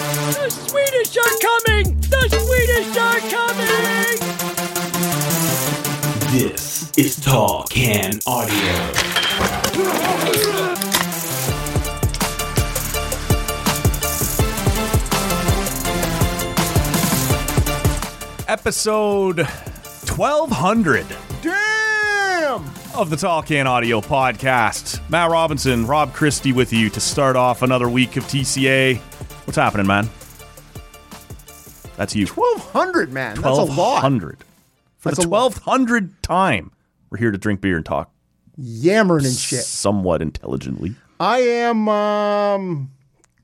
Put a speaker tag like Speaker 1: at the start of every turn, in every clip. Speaker 1: The Swedish are coming! The Swedish are coming!
Speaker 2: This is Talk Can Audio.
Speaker 3: episode 1200
Speaker 4: Damn!
Speaker 3: of the Talk and Audio podcast. Matt Robinson, Rob Christie with you to start off another week of TCA. What's happening, man? That's you.
Speaker 4: 1,200, man. That's a lot.
Speaker 3: 1200. For
Speaker 4: That's
Speaker 3: the
Speaker 4: a lot.
Speaker 3: 1200 time, we're here to drink beer and talk
Speaker 4: Yammering and shit.
Speaker 3: somewhat intelligently.
Speaker 4: I am um,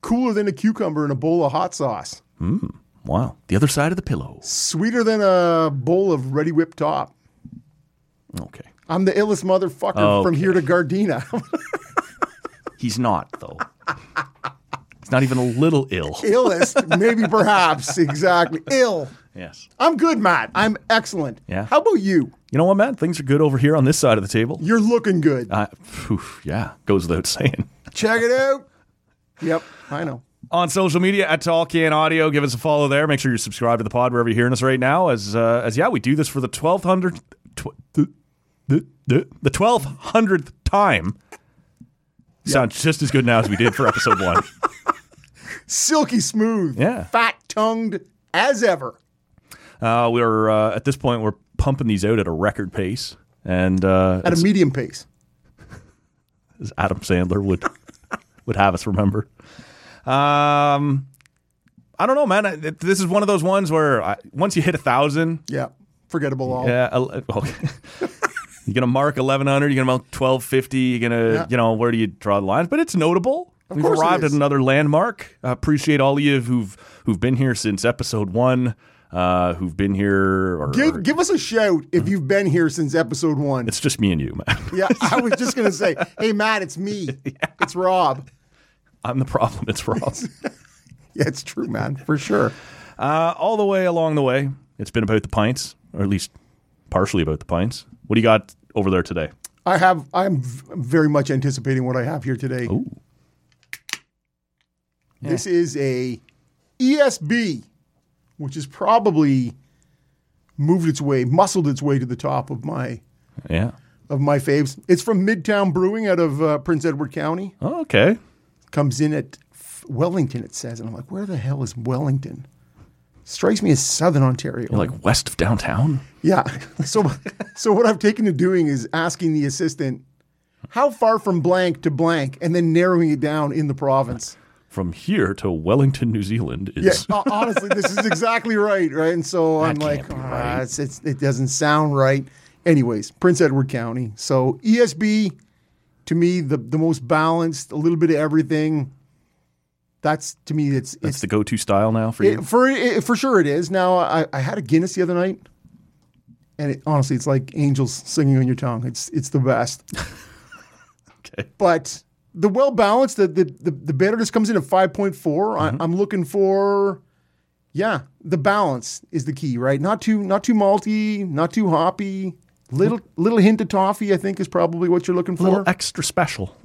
Speaker 4: cooler than a cucumber in a bowl of hot sauce.
Speaker 3: Wow. The other side of the pillow.
Speaker 4: Sweeter than a bowl of ready whipped top.
Speaker 3: Okay.
Speaker 4: I'm the illest motherfucker from
Speaker 3: Okay.
Speaker 4: here to Gardena.
Speaker 3: He's not, though. He's not even a little ill.
Speaker 4: illest, maybe perhaps. Exactly. Ill.
Speaker 3: Yes.
Speaker 4: I'm good, Matt. I'm excellent.
Speaker 3: Yeah.
Speaker 4: How about you?
Speaker 3: You know what, man? Things are good over here on this side of the table.
Speaker 4: You're looking good.
Speaker 3: Uh, phew, yeah, goes without saying.
Speaker 4: Check it out. Yep, I know.
Speaker 3: On social media at Talkin Audio, give us a follow there. Make sure you're subscribed to the pod wherever you're hearing us right now. As uh, as yeah, we do this for the twelve hundred, tw- th- th- th- the twelve hundredth time. Sounds just as good now as we did for episode one.
Speaker 4: Silky smooth.
Speaker 3: Yeah.
Speaker 4: Fat tongued as ever.
Speaker 3: Uh, we're uh, at this point we're pumping these out at a record pace, and uh,
Speaker 4: At a
Speaker 3: as-
Speaker 4: medium pace.
Speaker 3: as Adam Sandler would would have us remember. Um, I don't know, man. I, this is one of those ones where I, once you hit a thousand,
Speaker 4: Yeah. Forgettable all.
Speaker 3: Yeah. ele- Well, you're gonna mark 1100. You're gonna mark 1250. You're gonna,
Speaker 4: Yeah.
Speaker 3: you know, where do you draw the lines? But it's notable. We've
Speaker 4: course it
Speaker 3: arrived at
Speaker 4: is.
Speaker 3: another landmark. I appreciate all of you who've who've been here since episode one. Uh, who've been here? Or, or-
Speaker 4: Give, give us a shout if you've been here since episode one.
Speaker 3: it's just me and you, man.
Speaker 4: yeah, I was just going to say, hey, Matt, it's me. It's Rob.
Speaker 3: I'm the problem. It's Rob.
Speaker 4: Yeah, it's true, man, for sure.
Speaker 3: uh, all the way along the way, it's been about the pints, or at least partially about the pints. What do you got over there today?
Speaker 4: I have, I'm v- very much anticipating what I have here today.
Speaker 3: Ooh.
Speaker 4: This is a ESB, which has probably moved its way, muscled its way to the top of my
Speaker 3: Yeah.
Speaker 4: of my faves. It's from Midtown Brewing out of uh, Prince Edward County.
Speaker 3: Oh, okay.
Speaker 4: comes in at F- Wellington, it says. And I'm like, where the hell is Wellington? Strikes me as Southern Ontario.
Speaker 3: You're like west of downtown.
Speaker 4: yeah. So, so what I've taken to doing is asking the assistant, how far from blank to blank, and then narrowing it down in the province.
Speaker 3: from here to Wellington, New Zealand is
Speaker 4: Yeah, ho- honestly, this is exactly right, right? And so I'm
Speaker 3: That
Speaker 4: like,
Speaker 3: can't be
Speaker 4: "Ah,
Speaker 3: right."
Speaker 4: it's, it's, it doesn't sound right. Anyways, Prince Edward County. So ESB, to me, the, the most balanced, a little bit of everything. That's to me, it's
Speaker 3: that's
Speaker 4: it's
Speaker 3: the go-to style now for you.
Speaker 4: It, for it, for sure, it is. Now, I, I had a Guinness the other night, and it, honestly, it's like angels singing on your tongue. It's it's the best.
Speaker 3: Okay.
Speaker 4: But the well balanced, the the the, the bitterness comes in at five I, I'm looking for, yeah, the balance is the key, right? Not too not too malty, not too hoppy. Little little hint of toffee, I think, is probably what you're looking
Speaker 3: A little
Speaker 4: for.
Speaker 3: extra special.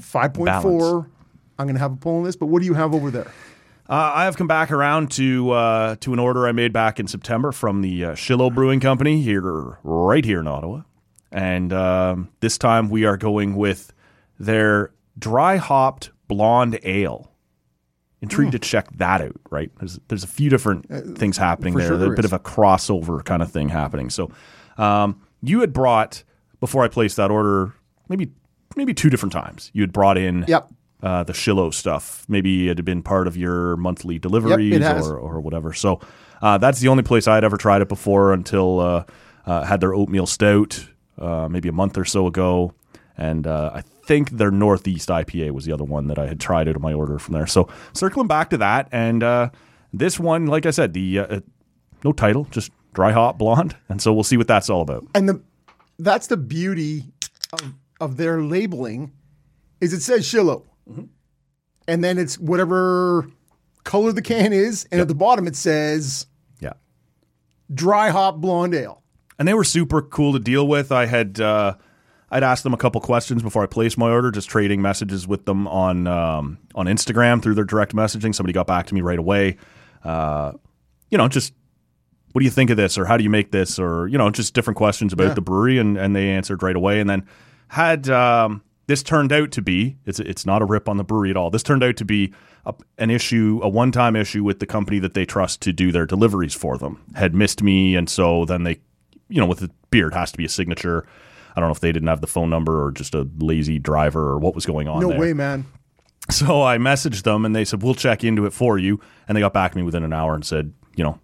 Speaker 4: Five point four. I'm gonna have a poll on this, but what do you have over there?
Speaker 3: Uh, I have come back around to uh, to an order I made back in September from the uh, Shiloh Brewing Company here, right here in Ottawa, and um, this time we are going with their dry hopped blonde ale. Intrigued to
Speaker 4: Hmm.
Speaker 3: check that out. Right, there's there's a few different things happening
Speaker 4: Uh, for
Speaker 3: there.
Speaker 4: sure
Speaker 3: There's a
Speaker 4: there
Speaker 3: bit
Speaker 4: is.
Speaker 3: of a crossover kind of thing happening. So, um, you had brought before I placed that order, maybe maybe two different times. You had brought in
Speaker 4: Yep.
Speaker 3: uh, the Shiloh stuff. Maybe it had been part of your monthly deliveries
Speaker 4: has.
Speaker 3: or, or whatever. So uh, that's the only place I had ever tried it before until uh, uh, had their oatmeal stout uh, maybe a month or so ago. And uh, I think their Northeast IPA was the other one that I had tried out of my order from there. So circling back to that. And uh, this one, like I said, the uh, uh, no title, just dry hop blonde. And so we'll see what that's all about.
Speaker 4: and the that's the beauty of of their labeling is it says Shiloh,
Speaker 3: Mm-hmm.
Speaker 4: and then it's whatever color the can is, and at the bottom it says
Speaker 3: Yeah.
Speaker 4: dry hop blonde ale.
Speaker 3: and they were super cool to deal with. I had uh, I'd ask them a couple questions before I placed my order, just trading messages with them on um, on Instagram through their direct messaging. Somebody got back to me right away. Uh, you know, just what do you think of this or how do you make this or you know just different questions about the brewery and, and they answered right away and then had um, this turned out to be it's it's not a rip on the brewery at all this turned out to be a, an issue a one-time issue with the company that they trust to do their deliveries for them had missed me and so then they you know with the beard has to be a signature I don't know if they didn't have the phone number or just a lazy driver or what was going on
Speaker 4: No
Speaker 3: there.
Speaker 4: way, man.
Speaker 3: So I messaged them and they said, We'll check into it for you. And they got back to me within an hour and said, You know,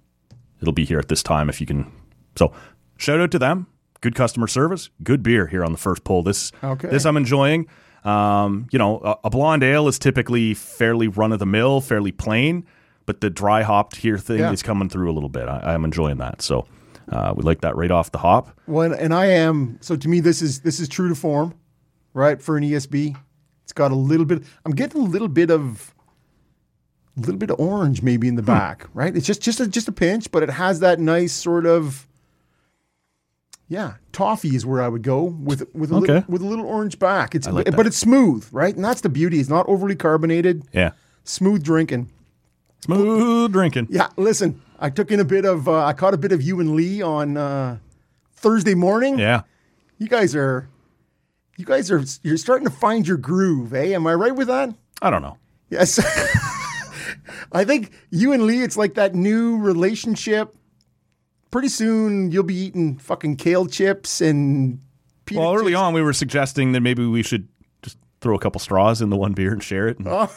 Speaker 3: it'll be here at this time if you can. So shout out to them. Good customer service, good beer here on the first pull. This,
Speaker 4: Okay.
Speaker 3: this I'm enjoying. Um, you know, a, a blonde ale is typically fairly run of the mill, fairly plain, but the dry hopped here thing
Speaker 4: Yeah.
Speaker 3: is coming through a little bit. I, I'm enjoying that. So uh, we like that right off the hop.
Speaker 4: Well, and, and I am. So to me, this is this is true to form, right? For an ESB, it's got a little bit. I'm getting a little bit of, a little bit of orange maybe
Speaker 3: Hmm.
Speaker 4: in the back, right? It's just just a, just a pinch, but it has that nice sort of. Yeah, toffee is where I would go with with a
Speaker 3: Okay.
Speaker 4: little, with a little orange back. It's
Speaker 3: like that.
Speaker 4: but it's smooth, right? And that's the beauty. It's not overly carbonated.
Speaker 3: Yeah.
Speaker 4: Smooth drinking.
Speaker 3: Smooth drinking.
Speaker 4: Yeah, listen, I took in a bit of uh, I caught a bit of you and Lee on uh, Thursday morning.
Speaker 3: Yeah.
Speaker 4: You guys are, you guys are, you're starting to find your groove, eh? Am I right with that?
Speaker 3: I don't know.
Speaker 4: Yes. I think you and Lee, it's like that new relationship. Pretty soon you'll be eating fucking kale chips and pita
Speaker 3: Well, early
Speaker 4: chips.
Speaker 3: on, we were suggesting that maybe we should just throw a couple straws in the one beer and share it. And
Speaker 4: Oh.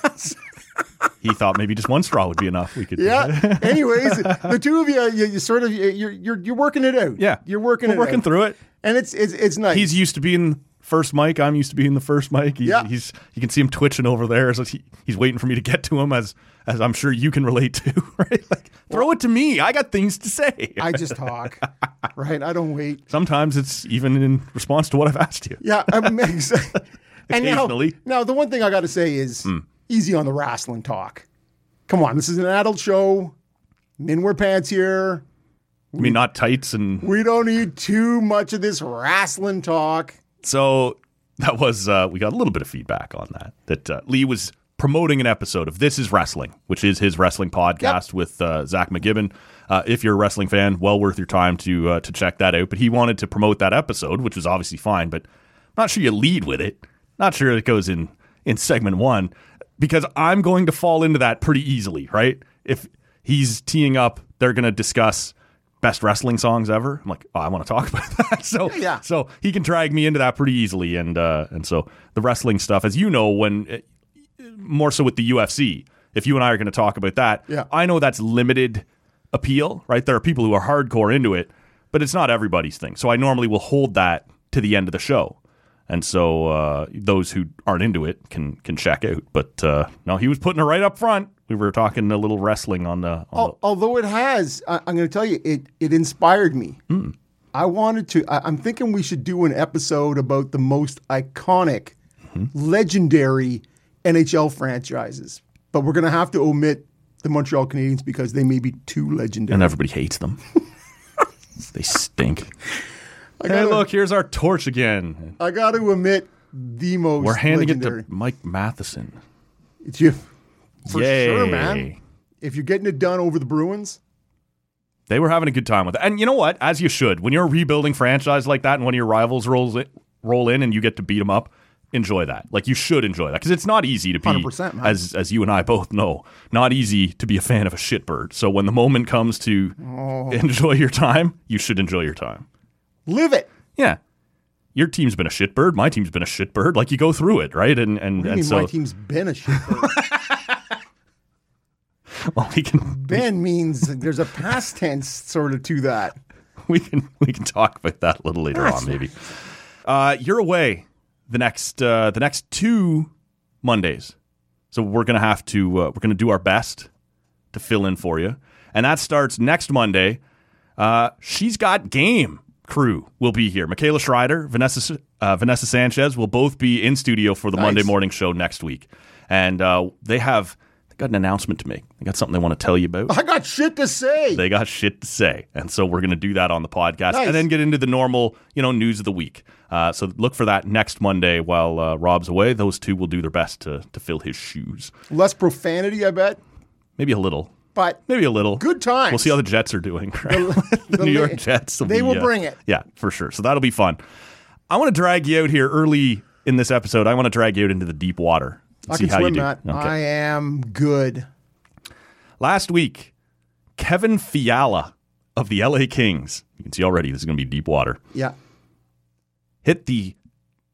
Speaker 3: he thought maybe just one straw would be enough. We could,
Speaker 4: yeah. Anyways, the two of you, you, you sort of you're you're you're working it out.
Speaker 3: yeah,
Speaker 4: you're working
Speaker 3: We're
Speaker 4: it
Speaker 3: working
Speaker 4: out.
Speaker 3: through it.
Speaker 4: and it's it's it's nice.
Speaker 3: He's used to being first mic. I'm used to being the first mic. He's,
Speaker 4: Yeah.
Speaker 3: he's you can see him twitching over there. So he, he's waiting for me to get to him, as as I'm sure you can relate to. Right? Like, throw it to me. I got things to say.
Speaker 4: I just talk, right? I don't wait.
Speaker 3: Sometimes it's even in response to what I've asked you.
Speaker 4: Yeah, I mean, exactly. and now,
Speaker 3: Occasionally.
Speaker 4: now the one thing I got to say is easy on the wrestling talk. Come on, this is an adult show. Men wear pants here.
Speaker 3: I mean, not tights and
Speaker 4: We don't need too much of this wrestling talk.
Speaker 3: So that was uh, we got a little bit of feedback on that. That uh, Lee was promoting an episode of This Is Wrestling, which is his wrestling podcast with uh, Zach McGibbon. Uh, if you're a wrestling fan, well worth your time to uh, to check that out. But he wanted to promote that episode, which was obviously fine. But not sure you lead with it. Not sure it goes in in segment one because I'm going to fall into that pretty easily, right? If he's teeing up, they're going to discuss best wrestling songs ever. I'm like, oh, I want to talk about that. So
Speaker 4: Yeah.
Speaker 3: so he can drag me into that pretty easily, and uh, and so the wrestling stuff, as you know, when eh, more so with the UFC. If you and I are going to talk about that,
Speaker 4: Yeah.
Speaker 3: I know that's limited appeal, right? There are people who are hardcore into it, but it's not everybody's thing. So I normally will hold that to the end of the show, and so uh, those who aren't into it can can check out. But uh, no, he was putting it right up front. We were talking a little wrestling on the. On
Speaker 4: Al- although it has, I, I'm going to tell you, it it inspired me. I wanted to. I, I'm thinking we should do an episode about the most iconic, legendary NHL franchises, but we're going to have to omit the Montreal Canadiens because they may be too legendary.
Speaker 3: and everybody hates them. they stink.
Speaker 4: I
Speaker 3: Hey,
Speaker 4: gotta,
Speaker 3: look, here's our torch again.
Speaker 4: I got to omit the most.
Speaker 3: We're handing
Speaker 4: legendary.
Speaker 3: it to Mike Matheson.
Speaker 4: It's you, for
Speaker 3: Yay.
Speaker 4: sure, man. If you're getting it done over the Bruins,
Speaker 3: They were having a good time with it. And you know what? As you should. When you're a rebuilding franchise like that and one of your rivals rolls it, roll in and you get to beat them up, enjoy that. Like you should enjoy that because it's not easy to be
Speaker 4: 100%, man.
Speaker 3: as as you and I both know, not easy to be a fan of a shitbird. So when the moment comes to enjoy your time, you should enjoy your time.
Speaker 4: live it.
Speaker 3: Yeah. Your team's been a shitbird, my team's been a shitbird. Like you go through it, right? And and,
Speaker 4: I
Speaker 3: and
Speaker 4: mean,
Speaker 3: so
Speaker 4: my team's been a shit.
Speaker 3: well, we can
Speaker 4: Ben means there's a past tense sort of to that.
Speaker 3: we can we can talk about that a little later on, maybe. Uh, you're away the next uh, the next two Mondays, so we're gonna have to uh, we're gonna do our best to fill in for you, and that starts next Monday. Uh, she's got game crew will be here. Michaela Schreider, Vanessa uh, Vanessa Sanchez will both be in studio for the Monday morning show next week, and uh, they have they got an announcement to make. They got something they want to tell you about.
Speaker 4: I got shit to say.
Speaker 3: They got shit to say. And so we're going to do that on the podcast
Speaker 4: Nice.
Speaker 3: and then get into the normal, you know, news of the week. Uh, so look for that next Monday while uh, Rob's away. Those two will do their best to, to fill his shoes.
Speaker 4: Less profanity, I bet,
Speaker 3: Maybe a little.
Speaker 4: but
Speaker 3: Maybe a little.
Speaker 4: Good times.
Speaker 3: We'll see how the Jets are doing. Right? The,
Speaker 4: the
Speaker 3: New
Speaker 4: la-
Speaker 3: York Jets.
Speaker 4: they will
Speaker 3: uh,
Speaker 4: bring it.
Speaker 3: Yeah, for sure. So that'll be fun. I want to drag you out here early in this episode. I want to drag you out into the deep water. and
Speaker 4: I
Speaker 3: see
Speaker 4: can
Speaker 3: how
Speaker 4: swim
Speaker 3: you do.
Speaker 4: that.
Speaker 3: Okay.
Speaker 4: I am good.
Speaker 3: Last week, Kevin Fiala of the LA Kings. You can see already this is going to be deep water.
Speaker 4: Yeah.
Speaker 3: Hit the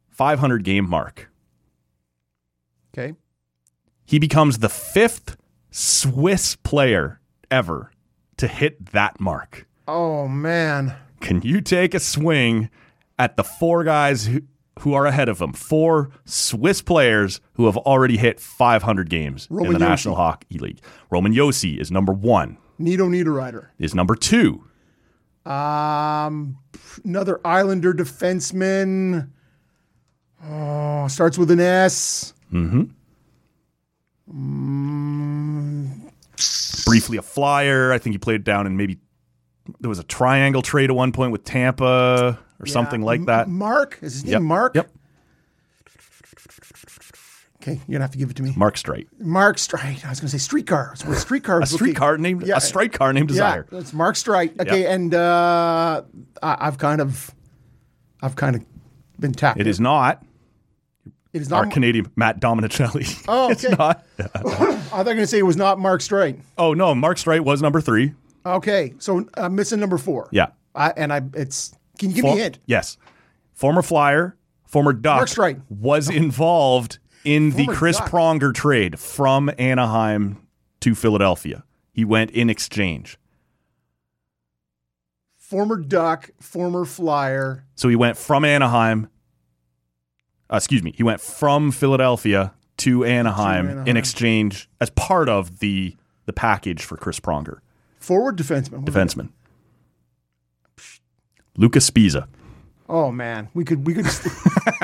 Speaker 3: 500 game mark.
Speaker 4: Okay.
Speaker 3: He becomes the fifth Swiss player ever to hit that mark.
Speaker 4: Oh man.
Speaker 3: Can you take a swing at the four guys who, who are ahead of him? Four Swiss players who have already hit 500 games in
Speaker 4: Roman
Speaker 3: the National Hockey League. Roman Yossi is number one.
Speaker 4: Nito Niederreiter.
Speaker 3: Is number two.
Speaker 4: Um, another Islander defenseman. Oh, starts with an S.
Speaker 3: Briefly a flyer. I think he played down in maybe there was a triangle trade at one point with Tampa or something like that.
Speaker 4: Uh, Mark is his name.
Speaker 3: Yep.
Speaker 4: Mark.
Speaker 3: Yep.
Speaker 4: Okay, you're gonna have to give it to me. Mark,
Speaker 3: Mark Streit.
Speaker 4: Strite. I was gonna say streetcar. That's what a streetcar.
Speaker 3: A streetcar named
Speaker 4: Yeah.
Speaker 3: a strike car named Desire.
Speaker 4: Yeah, that's Mark Strite. Okay,
Speaker 3: Yeah.
Speaker 4: and uh, I, I've kind of, I've kind of been tapped.
Speaker 3: It is not
Speaker 4: It is
Speaker 3: our
Speaker 4: not.
Speaker 3: Canadian Matt Dominicelli.
Speaker 4: Oh,
Speaker 3: it's
Speaker 4: okay.
Speaker 3: not.
Speaker 4: I thought you were gonna say it was not Mark Strite.
Speaker 3: Oh no, Mark Streit was number three.
Speaker 4: Okay, so I'm missing number four.
Speaker 3: Yeah.
Speaker 4: I, and I. It's. Can you give
Speaker 3: For-
Speaker 4: me a hint?
Speaker 3: Yes. Former Flyer, former Duck,
Speaker 4: Mark Streit.
Speaker 3: was involved in the
Speaker 4: Former
Speaker 3: Chris
Speaker 4: Duck.
Speaker 3: Pronger trade from Anaheim to Philadelphia. He went in exchange.
Speaker 4: Former Duck, former Flyer.
Speaker 3: So he went from Anaheim, uh, excuse me, he went from Philadelphia to Anaheim,
Speaker 4: Anaheim.
Speaker 3: in exchange as part of the the package for Chris Pronger,
Speaker 4: Forward defenseman. What was it?
Speaker 3: defenseman. Lucas Spiza.
Speaker 4: Oh man, we could we could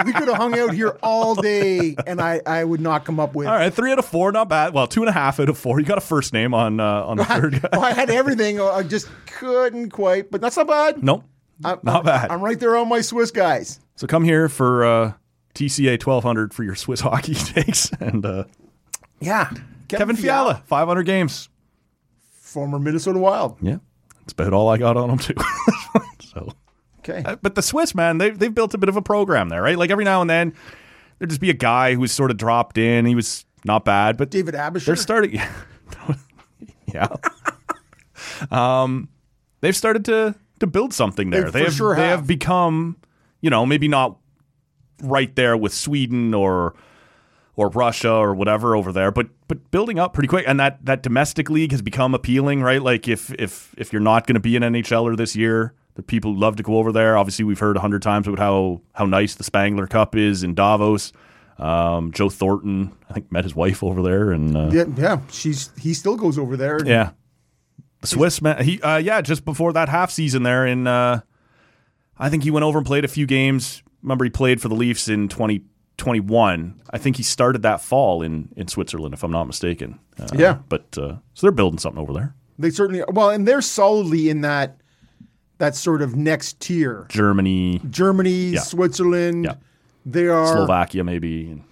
Speaker 4: we could have hung out here all day, and I I would not come up with.
Speaker 3: All right, three out of four, not bad. Well, two and a half out of four. You got a first name on uh, on the third guy.
Speaker 4: Oh, I had everything. oh, I just couldn't quite, but that's not bad.
Speaker 3: Nope.
Speaker 4: I'm,
Speaker 3: Not bad.
Speaker 4: I'm right there on my Swiss guys.
Speaker 3: So come here for uh, TCA 1200 for your Swiss hockey takes. And uh,
Speaker 4: Yeah.
Speaker 3: Kevin Fiala, 500 games.
Speaker 4: Former Minnesota Wild.
Speaker 3: Yeah. That's about all I got on him, too. so.
Speaker 4: Okay.
Speaker 3: Uh, But the Swiss, man, they've, they've built a bit of a program there, right? Like every now and then, there'd just be a guy who was sort of dropped in. He was not bad, but
Speaker 4: David Abisher.
Speaker 3: they're starting. yeah. um, they've started to, to build something there.
Speaker 4: They
Speaker 3: They
Speaker 4: for
Speaker 3: have,
Speaker 4: sure
Speaker 3: they
Speaker 4: have.
Speaker 3: have become, you know, maybe not right there with Sweden or or Russia or whatever over there, but but building up pretty quick. And that that domestic league has become appealing, right? Like if if if you're not going to be an NHLer this year, the people love to go over there. Obviously, we've heard a hundred times about how how nice the Spangler Cup is in Davos. Um, Joe Thornton, I think, met his wife over there, and uh, yeah.
Speaker 4: yeah, yeah, she's he still goes over there. and
Speaker 3: the Swiss man. He uh, yeah, just before that half season there in, uh, I think he went over and played a few games. Remember, he played for the Leafs in twenty twenty one. I think he started that fall in, in Switzerland, if I'm not mistaken. Uh,
Speaker 4: Yeah.
Speaker 3: But uh, so they're building something over there.
Speaker 4: They certainly well, and they're solidly in that that sort of next tier.
Speaker 3: Germany,
Speaker 4: Germany, Switzerland.
Speaker 3: Yeah.
Speaker 4: They are
Speaker 3: Slovakia, maybe. and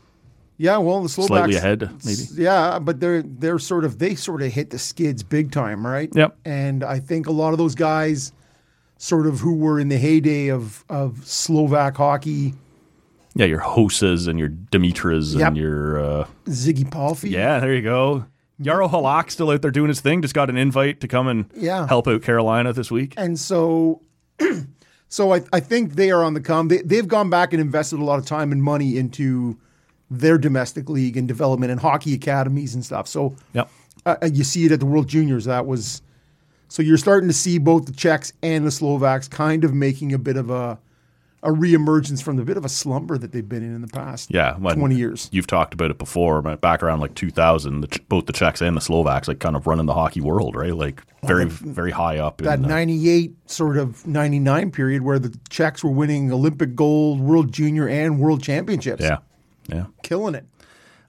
Speaker 4: Yeah, well, the Slovaks
Speaker 3: Slightly ahead, maybe.
Speaker 4: Yeah, but they're they're sort of they sort of hit the skids big time, right?
Speaker 3: Yep.
Speaker 4: And I think a lot of those guys, sort of who were in the heyday of of Slovak hockey,
Speaker 3: Yeah, your Hosas and your Dimitras
Speaker 4: Yep.
Speaker 3: and your. Uh,
Speaker 4: Ziggy Palfi.
Speaker 3: yeah, there you go. Yarrow Halak still out there doing his thing. Just got an invite to come and
Speaker 4: Yeah.
Speaker 3: help out Carolina this week.
Speaker 4: And so, so I I think they are on the come. They they've gone back and invested a lot of time and money into their domestic league and development and hockey academies and stuff. So
Speaker 3: Yep.
Speaker 4: uh, uh, you see it at the World Juniors. That was so you're starting to see both the Czechs and the Slovaks kind of making a bit of a a reemergence from the bit of a slumber that they've been in in the past.
Speaker 3: Yeah, when-
Speaker 4: twenty years.
Speaker 3: You've talked about it before, but back around like 2000, the, Ch- both the Czechs and the Slovaks like kind of running the hockey world, right? Like very, very high up.
Speaker 4: That
Speaker 3: in, uh,
Speaker 4: '98 sort of '99 period where the Czechs were winning Olympic gold, World Junior, and World Championships,
Speaker 3: yeah, yeah.
Speaker 4: killing it.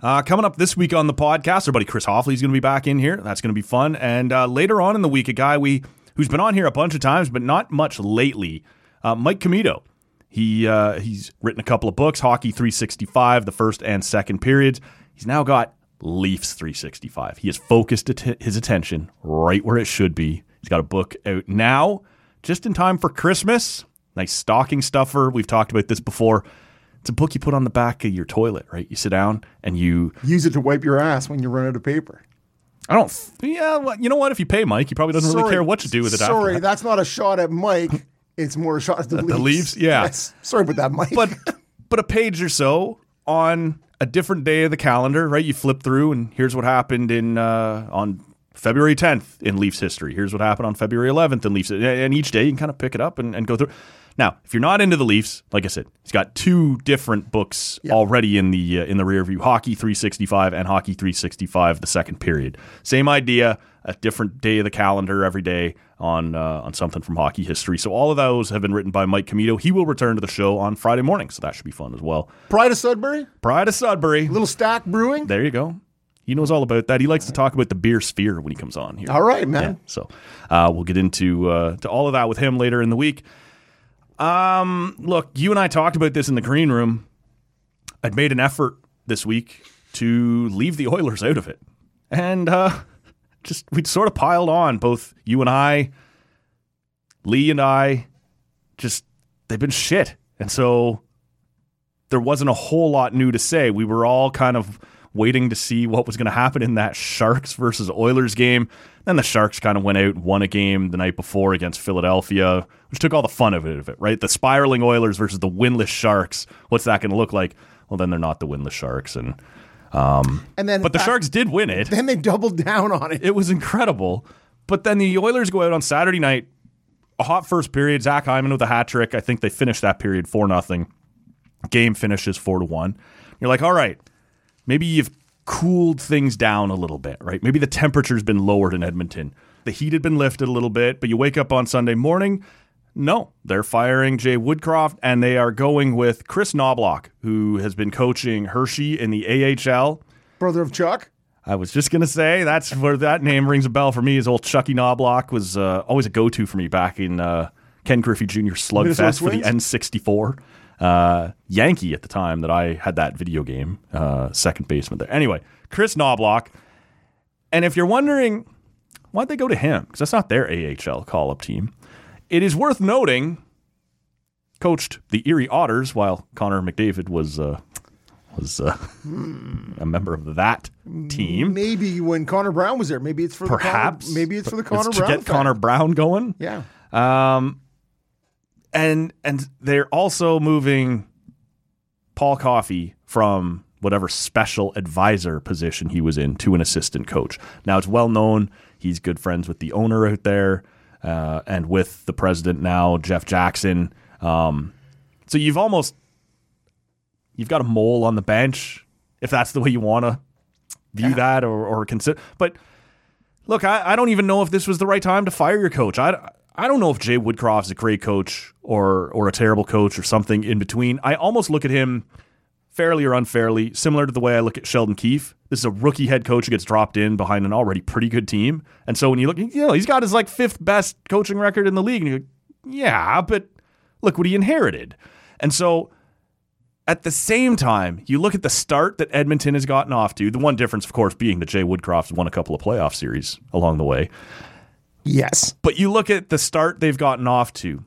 Speaker 3: Uh, coming up this week on the podcast, our buddy Chris Hoffley is going to be back in here. That's going to be fun. And uh, later on in the week, a guy we who's been on here a bunch of times, but not much lately, uh, Mike Comito. He uh, he's written a couple of books, Hockey 365, the first and second periods. He's now got Leafs 365. He has focused at- his attention right where it should be. He's got a book out now, just in time for Christmas. Nice stocking stuffer. We've talked about this before. It's a book you put on the back of your toilet, right? You sit down and you.
Speaker 4: Use it to wipe your ass when you run out of paper.
Speaker 3: I don't. f- Yeah, well, you know what? If you pay Mike, he probably doesn't really
Speaker 4: Sorry.
Speaker 3: care what you do with it. after
Speaker 4: Sorry,
Speaker 3: that.
Speaker 4: that's not a shot at Mike. It's more a shot at the leaves.
Speaker 3: Leafs? Yeah.
Speaker 4: Yes. Sorry about that, Mike.
Speaker 3: but but a page or so on a different day of the calendar, right? You flip through, and here's what happened in uh, on February 10th in Leafs history. Here's what happened on February 11th in Leafs. And each day you can kind of pick it up and, and go through. Now, if you're not into the Leafs, like I said, he's got two different books already in the uh, in the rear view: Hockey 365 and Hockey 365: The Second Period. Same idea, a different day of the calendar every day on uh, on something from hockey history. So all of those have been written by Mike Comito. He will return to the show on Friday morning, so that should be fun as well.
Speaker 4: Pride of Sudbury,
Speaker 3: Pride of Sudbury.
Speaker 4: Little Stack Brewing.
Speaker 3: There you go. He knows all about that. He likes to talk about the beer sphere when he comes on here.
Speaker 4: All right, man.
Speaker 3: So uh, we'll get into uh, to all of that with him later in the week. Um, look, you and I talked about this in the green room. I'd made an effort this week to leave the Oilers out of it, and uh, just we'd sort of piled on. Both you and I, Lee and I, just they've been shit, and so there wasn't a whole lot new to say. We were all kind of waiting to see what was going to happen in that Sharks versus Oilers game. Then the Sharks kind of went out, won a game the night before against Philadelphia, which took all the fun of it, of it right? The spiraling Oilers versus the winless Sharks. What's that going to look like? Well, then they're not the winless Sharks, and
Speaker 4: And then,
Speaker 3: but the
Speaker 4: uh,
Speaker 3: Sharks did win it.
Speaker 4: Then they doubled down on it.
Speaker 3: It was incredible. But then the Oilers go out on Saturday night, a hot first period. Zach Hyman with a hat trick. I think they finished that period four nothing. Game finishes four to one. You're like, all right, maybe you've cooled things down a little bit, right? Maybe the temperature's been lowered in Edmonton. The heat had been lifted a little bit, but you wake up on Sunday morning. No, they're firing Jay Woodcroft and they are going with Chris Knobloch, who has been coaching Hershey in the AHL.
Speaker 4: Brother of Chuck.
Speaker 3: I was just gonna say that's where that name rings a bell for me. Is old Chucky Knobloch was uh, always a go-to for me back in uh, Ken Griffey Jr.
Speaker 4: Minnesota
Speaker 3: Slugfest for the
Speaker 4: Twins?
Speaker 3: N64 uh, Yankee at the time that I had that video game, uh, second baseman there. Anyway, Chris Knobloch, and if you're wondering why'd they go to him, because that's not their AHL call-up team. It is worth noting, coached the Erie Otters while Connor McDavid was uh, was uh, a member of that team.
Speaker 4: Hmm? Maybe when Connor Brown was there, maybe it's for
Speaker 3: perhaps
Speaker 4: The Connor, maybe it's for the
Speaker 3: It's
Speaker 4: Connor
Speaker 3: to
Speaker 4: Brown.
Speaker 3: get
Speaker 4: effect.
Speaker 3: Connor Brown going.
Speaker 4: Yeah.
Speaker 3: And and they're also moving Paul Coffey from whatever special advisor position he was in to an assistant coach. Now it's well known he's good friends with the owner out there uh, and with the president now, Jeff Jackson. Um, so you've almost you've got a mole on the bench if that's the way you want to view that or, or consider. But look, I, I don't even know if this was the right time to fire your coach. I, I don't know if Jay Woodcroft's a great coach or or a terrible coach or something in between. I almost look at him fairly or unfairly, similar to the way I look at Sheldon Keefe. This is a rookie head coach who gets dropped in behind an already pretty good team. And so when you look, you know, he's got his like fifth best coaching record in the league. And you're like, yeah, but look what he inherited. And so at the same time, you look at the start that Edmonton has gotten off to. The one difference, of course, being that Jay Woodcroft's won a couple of playoff series along the way.
Speaker 4: Yes.
Speaker 3: But you look at the start they've gotten off to.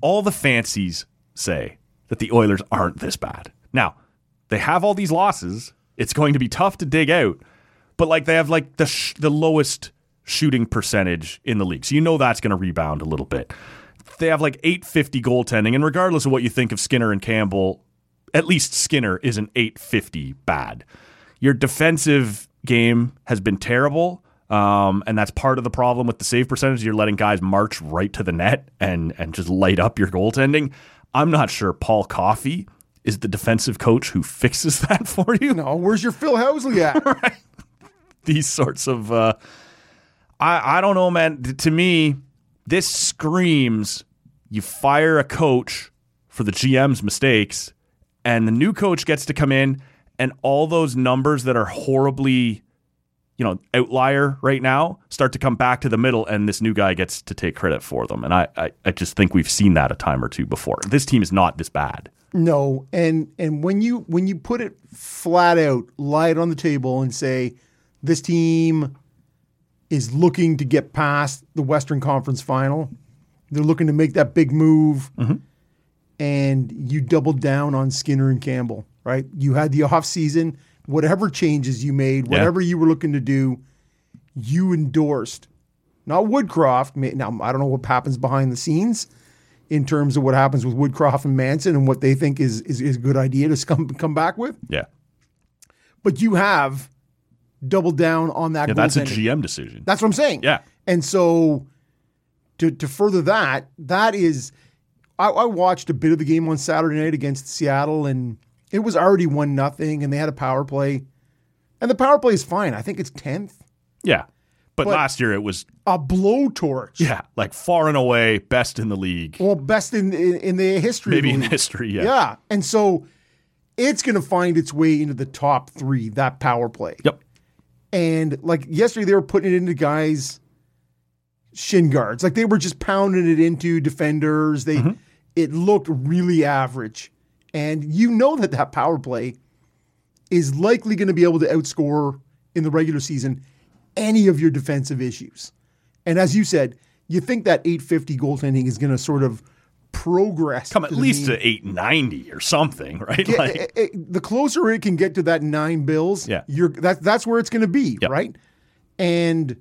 Speaker 3: All the fancies say that the Oilers aren't this bad. Now, they have all these losses. It's going to be tough to dig out, but like they have like the sh- the lowest shooting percentage in the league. So you know that's going to rebound a little bit. They have like 850 goaltending and regardless of what you think of Skinner and Campbell, at least Skinner is an 850 bad. Your defensive game has been terrible. Um, and that's part of the problem with the save percentage. You're letting guys march right to the net and and just light up your goaltending. I'm not sure Paul Coffey is the defensive coach who fixes that for you.
Speaker 4: No, where's your Phil Housley at?
Speaker 3: These sorts of uh, I I don't know, man. Th- To me, this screams you fire a coach for the GM's mistakes, and the new coach gets to come in and all those numbers that are horribly, you know, outlier right now start to come back to the middle, and this new guy gets to take credit for them. And I, I, I just think we've seen that a time or two before. This team is not this bad.
Speaker 4: No, and and when you when you put it flat out, lie it on the table and say this team is looking to get past the Western Conference final. They're looking to make that big move. And you doubled down on Skinner and Campbell, right? You had the off season, whatever changes you made, whatever you were looking to do, you endorsed. Not Woodcroft. ma- Now I don't know what happens behind the scenes in terms of what happens with Woodcroft and Manson and what they think is is, is a good idea to come come back with.
Speaker 3: Yeah.
Speaker 4: But you have doubled down on that.
Speaker 3: Yeah, that's a
Speaker 4: goaltending.
Speaker 3: GM decision.
Speaker 4: That's what I'm saying.
Speaker 3: Yeah.
Speaker 4: And so to to further that, that is I, I watched a bit of the game on Saturday night against Seattle and it was already one nothing and they had a power play. And the power play is fine. I think it's tenth.
Speaker 3: Yeah. But,
Speaker 4: But-
Speaker 3: last year it was
Speaker 4: A blowtorch.
Speaker 3: yeah, like far and away best in the league,
Speaker 4: Well, best in in, in the history. of
Speaker 3: maybe
Speaker 4: the
Speaker 3: in
Speaker 4: league.
Speaker 3: history. Yeah.
Speaker 4: Yeah. And so it's going to find its way into the top three, that power play.
Speaker 3: Yep.
Speaker 4: And like yesterday, they were putting it into guys' shin guards. Like they were just pounding it into defenders. They,
Speaker 3: Mm-hmm.
Speaker 4: It looked really average. And you know that that power play is likely going to be able to outscore in the regular season any of your defensive issues. And as you said, you think that 850 goaltending is going to sort of progress
Speaker 3: Come at
Speaker 4: to the
Speaker 3: least
Speaker 4: mean.
Speaker 3: to 890 or something, right?
Speaker 4: Yeah,
Speaker 3: like,
Speaker 4: it- it- Eh, the closer it can get to that nine bills,
Speaker 3: Yeah.
Speaker 4: you're that that's where it's going to be,
Speaker 3: Yep.
Speaker 4: right? And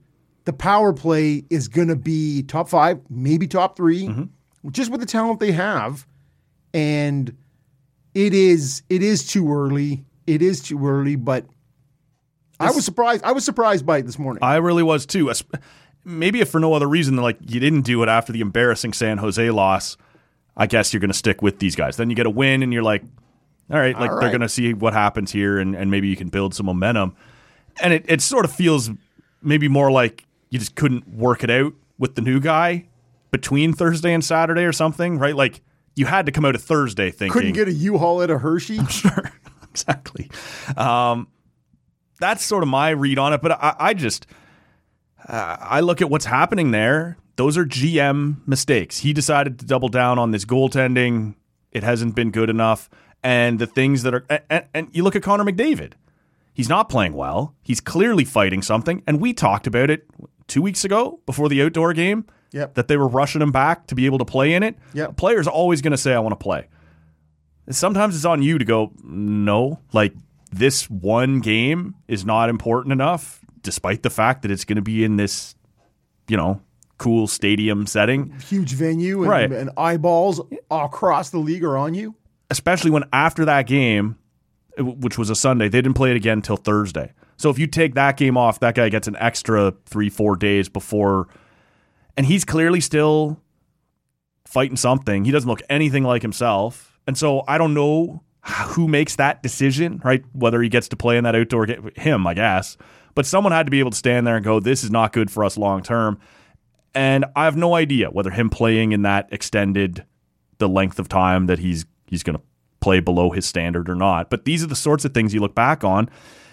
Speaker 4: the power play is going to be top five, maybe top 3
Speaker 3: Mm-hmm.
Speaker 4: just with the talent they have. And it is it is too early. It is too early, but I was surprised. I was surprised by it this morning.
Speaker 3: I really was too. Es- Maybe if for no other reason than like you didn't do it after the embarrassing San Jose loss, I guess you're going to stick with these guys. Then you get a win and you're like, all right, like
Speaker 4: All
Speaker 3: they're
Speaker 4: right.
Speaker 3: going to see what happens here and, and maybe you can build some momentum. And it, it sort of feels maybe more like you just couldn't work it out with the new guy between Thursday and Saturday or something, right? Like you had to come out of Thursday thinking.
Speaker 4: Couldn't get a U-Haul at a Hershey.
Speaker 3: sure exactly um, that's sort of my read on it but i, I just uh, i look at what's happening there those are gm mistakes he decided to double down on this goaltending it hasn't been good enough and the things that are and, and you look at connor mcdavid he's not playing well he's clearly fighting something and we talked about it two weeks ago before the outdoor game
Speaker 4: Yep.
Speaker 3: that they were rushing him back to be able to play in it
Speaker 4: Yep.
Speaker 3: A player's always going to say i want to play sometimes it's on you to go no like this one game is not important enough despite the fact that it's going to be in this you know cool stadium setting
Speaker 4: Huge venue and,
Speaker 3: Right.
Speaker 4: and eyeballs across the league are on you.
Speaker 3: especially when after that game w- which was a sunday they didn't play it again until thursday so if you take that game off that guy gets an extra three four days before and he's clearly still fighting something he doesn't look anything like himself and so i don't know who makes that decision right whether he gets to play in that outdoor game him i guess but someone had to be able to stand there and go this is not good for us long term and I have no idea whether him playing in that extended the length of time that he's he's going to play below his standard or not. But these are the sorts of things you look back on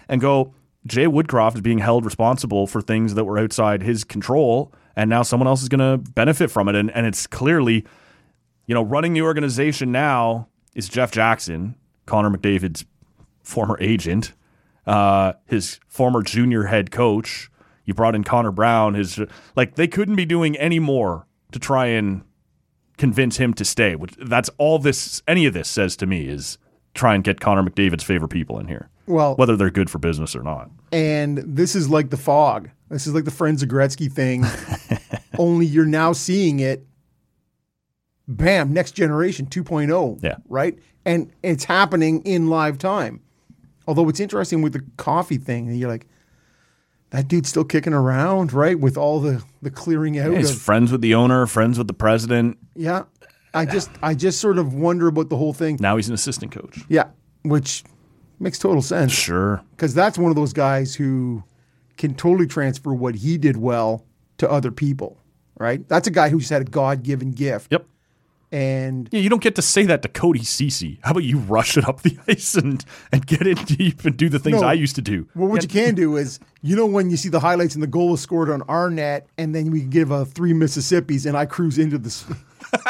Speaker 3: and go, Jay Woodcroft is being held responsible for things that were outside his control, and now someone else is going to benefit from it. And and it's clearly, you know, running the organization now is Jeff Jackson, Connor McDavid's former agent, uh, his former junior head coach. You brought in Connor Brown. His like they couldn't be doing any more to try and convince him to stay. Which that's all this any of this says to me is try and get Connor McDavid's favorite people in here,
Speaker 4: Well,
Speaker 3: whether they're good for business or not.
Speaker 4: and this is like the fog. This is like the friends of Gretzky thing. Only you're now seeing it. Bam, next generation 2.0.
Speaker 3: Yeah.
Speaker 4: Right? And it's happening in live time. Although it's interesting with the coffee thing, and you're like, that dude's still kicking around, right? With all the the clearing out
Speaker 3: He's
Speaker 4: of
Speaker 3: friends with the owner, friends with the president.
Speaker 4: yeah. I just I just sort of wonder about the whole thing.
Speaker 3: Now he's an assistant coach.
Speaker 4: Yeah. Which makes total sense.
Speaker 3: Sure.
Speaker 4: because that's one of those guys who can totally transfer what he did well to other people, right? That's a guy who's had a God given gift.
Speaker 3: Yep.
Speaker 4: and
Speaker 3: Yeah, you don't get to say that to Cody Cece. How about you rush it up the ice and, and get in deep and do the things
Speaker 4: No.
Speaker 3: I used to do?
Speaker 4: Well, what you can do is, you know, when you see the highlights and the goal was scored on our net, and then we give a three Mississippi's, and I cruise into the s-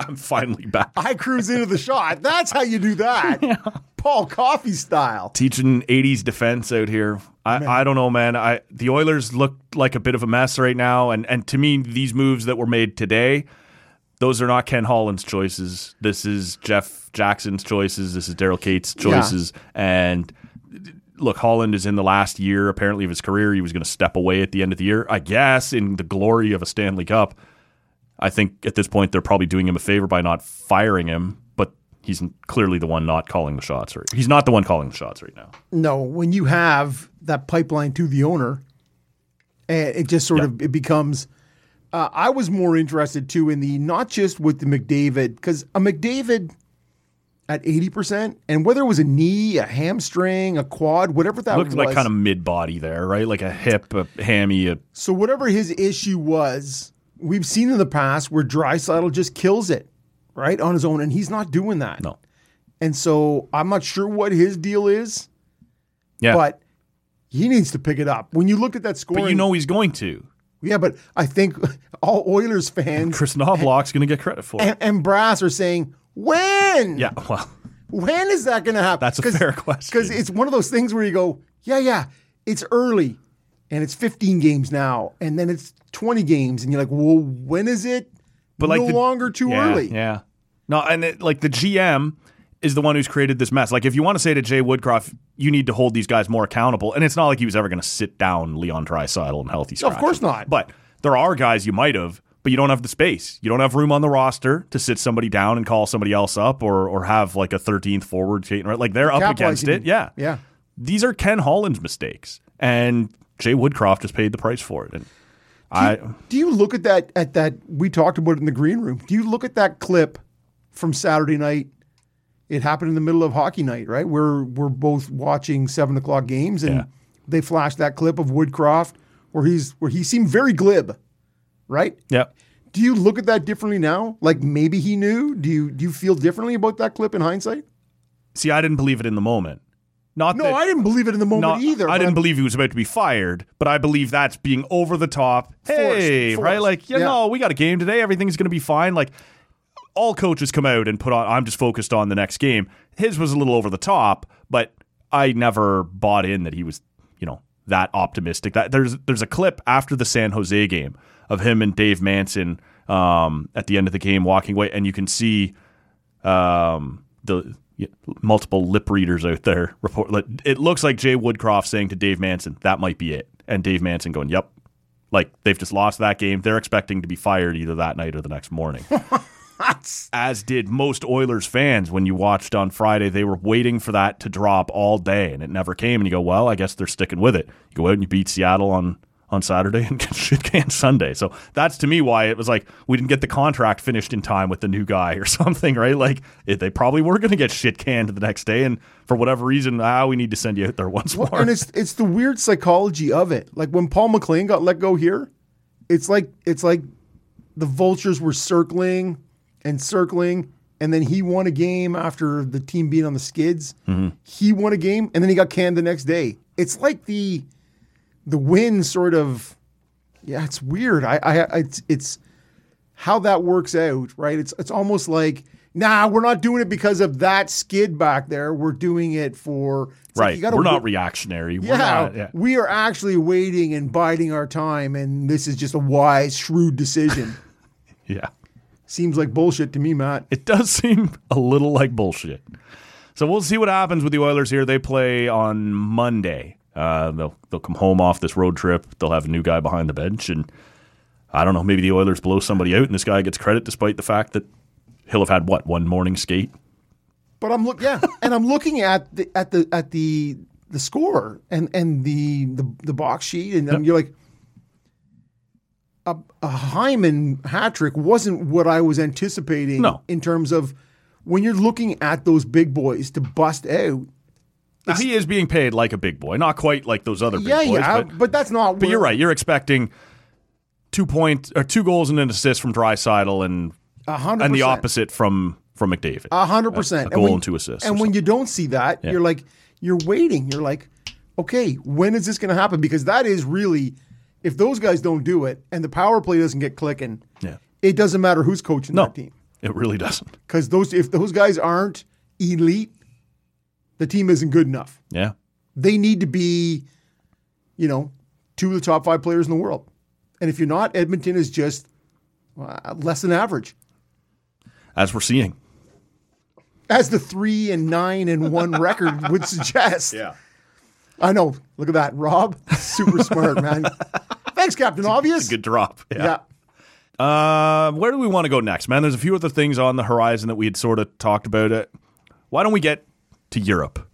Speaker 3: I'm finally back.
Speaker 4: I cruise into the shot. That's how you do that, Paul Coffee style.
Speaker 3: teaching 80s defense out here. I, I don't know, man. I the Oilers look like a bit of a mess right now, and and to me, these moves that were made today, those are not Ken Holland's choices. This is Jeff Jackson's choices. This is Daryl Cates' choices, and. Look, Holland is in the last year apparently of his career. He was going to step away at the end of the year, I guess, in the glory of a Stanley Cup. I think at this point they're probably doing him a favor by not firing him, but he's clearly the one not calling the shots. Right, he's not the one calling the shots right now.
Speaker 4: No, when you have that pipeline to the owner, eh, it just sort of it becomes. Uh, I was more interested too in the not just with the McDavid because a McDavid at eighty percent, and whether it was a knee, a hamstring, a quad, whatever that
Speaker 3: Looked
Speaker 4: was,
Speaker 3: like kind of mid body there, right? Like a hip, a hammy. A,
Speaker 4: So whatever his issue was, we've seen in the past where Drysaddle just kills it, right on his own, and he's not doing that.
Speaker 3: No.
Speaker 4: and so I'm not sure what his deal is,
Speaker 3: yeah,
Speaker 4: but he needs to pick it up. When you look at that scoring,
Speaker 3: but you know he's going to.
Speaker 4: yeah, but I think all Oilers fans
Speaker 3: Chris Knobloch's going to get credit for it.
Speaker 4: and, and Brass are saying, when?
Speaker 3: Yeah, well,
Speaker 4: when is that going to happen?
Speaker 3: That's a fair question.
Speaker 4: Because it's one of those things where you go, yeah, yeah, it's early, and it's 15 games now, and then it's 20 games, and you're like, well, when is it?
Speaker 3: but like
Speaker 4: no
Speaker 3: the-
Speaker 4: longer too
Speaker 3: yeah,
Speaker 4: early.
Speaker 3: Yeah, no, and it, like the GM is the one who's created this mess. Like if you want to say to Jay Woodcroft, you need to hold these guys more accountable, and it's not like he was ever going to sit down Leon Draisaitl and healthy.
Speaker 4: No, of
Speaker 3: scratch
Speaker 4: course
Speaker 3: him.
Speaker 4: not.
Speaker 3: But there are guys you might have, but you don't have the space. You don't have room on the roster to sit somebody down and call somebody else up, or or have like a 13th forward. Right, like they're up
Speaker 4: Capitalizing.
Speaker 3: against it. Yeah,
Speaker 4: yeah.
Speaker 3: these are Ken Holland's mistakes, and Jay Woodcroft has paid the price for it. And I
Speaker 4: Do you look at that? At that, we talked about it in the green room. Do you look at that clip from Saturday night? It happened in the middle of hockey night, right? We're we're both watching seven o'clock games, and
Speaker 3: Yeah.
Speaker 4: they flashed that clip of Woodcroft where he's where he seemed very glib, right?
Speaker 3: yeah,
Speaker 4: Do you look at that differently now? Like maybe he knew. Do you do you feel differently about that clip in hindsight?
Speaker 3: see, I didn't believe it in the moment. Not
Speaker 4: No,
Speaker 3: that,
Speaker 4: I didn't believe it in the
Speaker 3: not-
Speaker 4: moment either.
Speaker 3: I
Speaker 4: but
Speaker 3: didn't
Speaker 4: I'm-
Speaker 3: believe he was about to be fired, but I believe that's being over the top. hey,
Speaker 4: forced.
Speaker 3: right? Like, you
Speaker 4: Yeah.
Speaker 3: know, we got a game today. Everything's going to be fine. Like, all coaches come out and put on, I'm just focused on the next game. His was a little over the top, but I never bought in that he was, you know, that optimistic. That there's there's a clip after the San Jose game of him and Dave Manson um, at the end of the game walking away, and you can see um, the yeah, multiple lip readers out there report. like, It looks like Jay Woodcroft saying to Dave Manson, "That might be it," and Dave Manson going, "Yep." Like they've just lost that game. They're expecting to be fired either that night or the next morning. As did most Oilers fans when you watched on Friday. They were waiting for that to drop all day and it never came. And you go, well, I guess they're sticking with it. You go out and you beat Seattle on, on Saturday and get shit canned Sunday. So that's to me why it was like we didn't get the contract finished in time with the new guy or something, right? Like it, they probably were going to get shit canned the next day. And for whatever reason, ah, we need to send you out there once
Speaker 4: Well,
Speaker 3: more.
Speaker 4: and it's it's the weird psychology of it. Like when Paul McLean got let go here, it's like it's like the vultures were circling and circling, and then he won a game after the team being on the skids.
Speaker 3: Mm-hmm.
Speaker 4: He won a game, and then he got canned the next day. It's like the the win sort of. Yeah, it's weird. I, I, I- it's, it's how that works out, right? It's, it's almost like, nah, we're not doing it because of that skid back there. We're doing it for it's like
Speaker 3: right.
Speaker 4: you gotta
Speaker 3: We're
Speaker 4: wo-
Speaker 3: not reactionary. We're
Speaker 4: yeah,
Speaker 3: not- yeah.
Speaker 4: we are actually waiting and biding our time, and this is just a wise, shrewd decision.
Speaker 3: Yeah.
Speaker 4: Seems like bullshit to me, Matt.
Speaker 3: it does seem a little like bullshit. So we'll see what happens with the Oilers here. They play on Monday. Uh, they'll they'll come home off this road trip. They'll have a new guy behind the bench, and I don't know. Maybe the Oilers blow somebody out, and this guy gets credit despite the fact that he'll have had what one morning skate.
Speaker 4: But I'm look, yeah, and I'm looking at the at the at the the score and and the the, the box sheet, and um, you're like, a, a Hyman hat trick wasn't what I was anticipating.
Speaker 3: No.
Speaker 4: in terms of when you're looking at those big boys to bust out.
Speaker 3: Now he is being paid like a big boy, not quite like those other big
Speaker 4: yeah,
Speaker 3: boys.
Speaker 4: yeah,
Speaker 3: but-
Speaker 4: but, that's not.
Speaker 3: But
Speaker 4: where-
Speaker 3: you're right. You're expecting two point or two goals and an assist from Drysidle and
Speaker 4: A hundred
Speaker 3: and the
Speaker 4: percent. Ah.
Speaker 3: opposite from from McDavid.
Speaker 4: A hundred percent.
Speaker 3: A goal
Speaker 4: when-
Speaker 3: and two assists
Speaker 4: And
Speaker 3: or
Speaker 4: when you don't see that, you're like, you're waiting. You're like, okay, when is this going to happen? Because that is really, if those guys don't do it and the power play doesn't get clicking,
Speaker 3: Yeah.
Speaker 4: it doesn't matter who's coaching
Speaker 3: no,
Speaker 4: that team.
Speaker 3: it really doesn't.
Speaker 4: Because those, if those guys aren't elite, the team isn't good enough.
Speaker 3: Yeah,
Speaker 4: They need to be, you know, two of the top five players in the world. And if you're not, Edmonton is just uh, less than average.
Speaker 3: as we're seeing.
Speaker 4: As the three and nine and one record would suggest. I know. Look at that, Rob. Super smart, man. Thanks, Captain Obvious.
Speaker 3: good drop.
Speaker 4: yeah.
Speaker 3: Uh, where do we want to go next, man? There's a few other things on the horizon that we had sort of talked about. It. Why don't we get to Europe?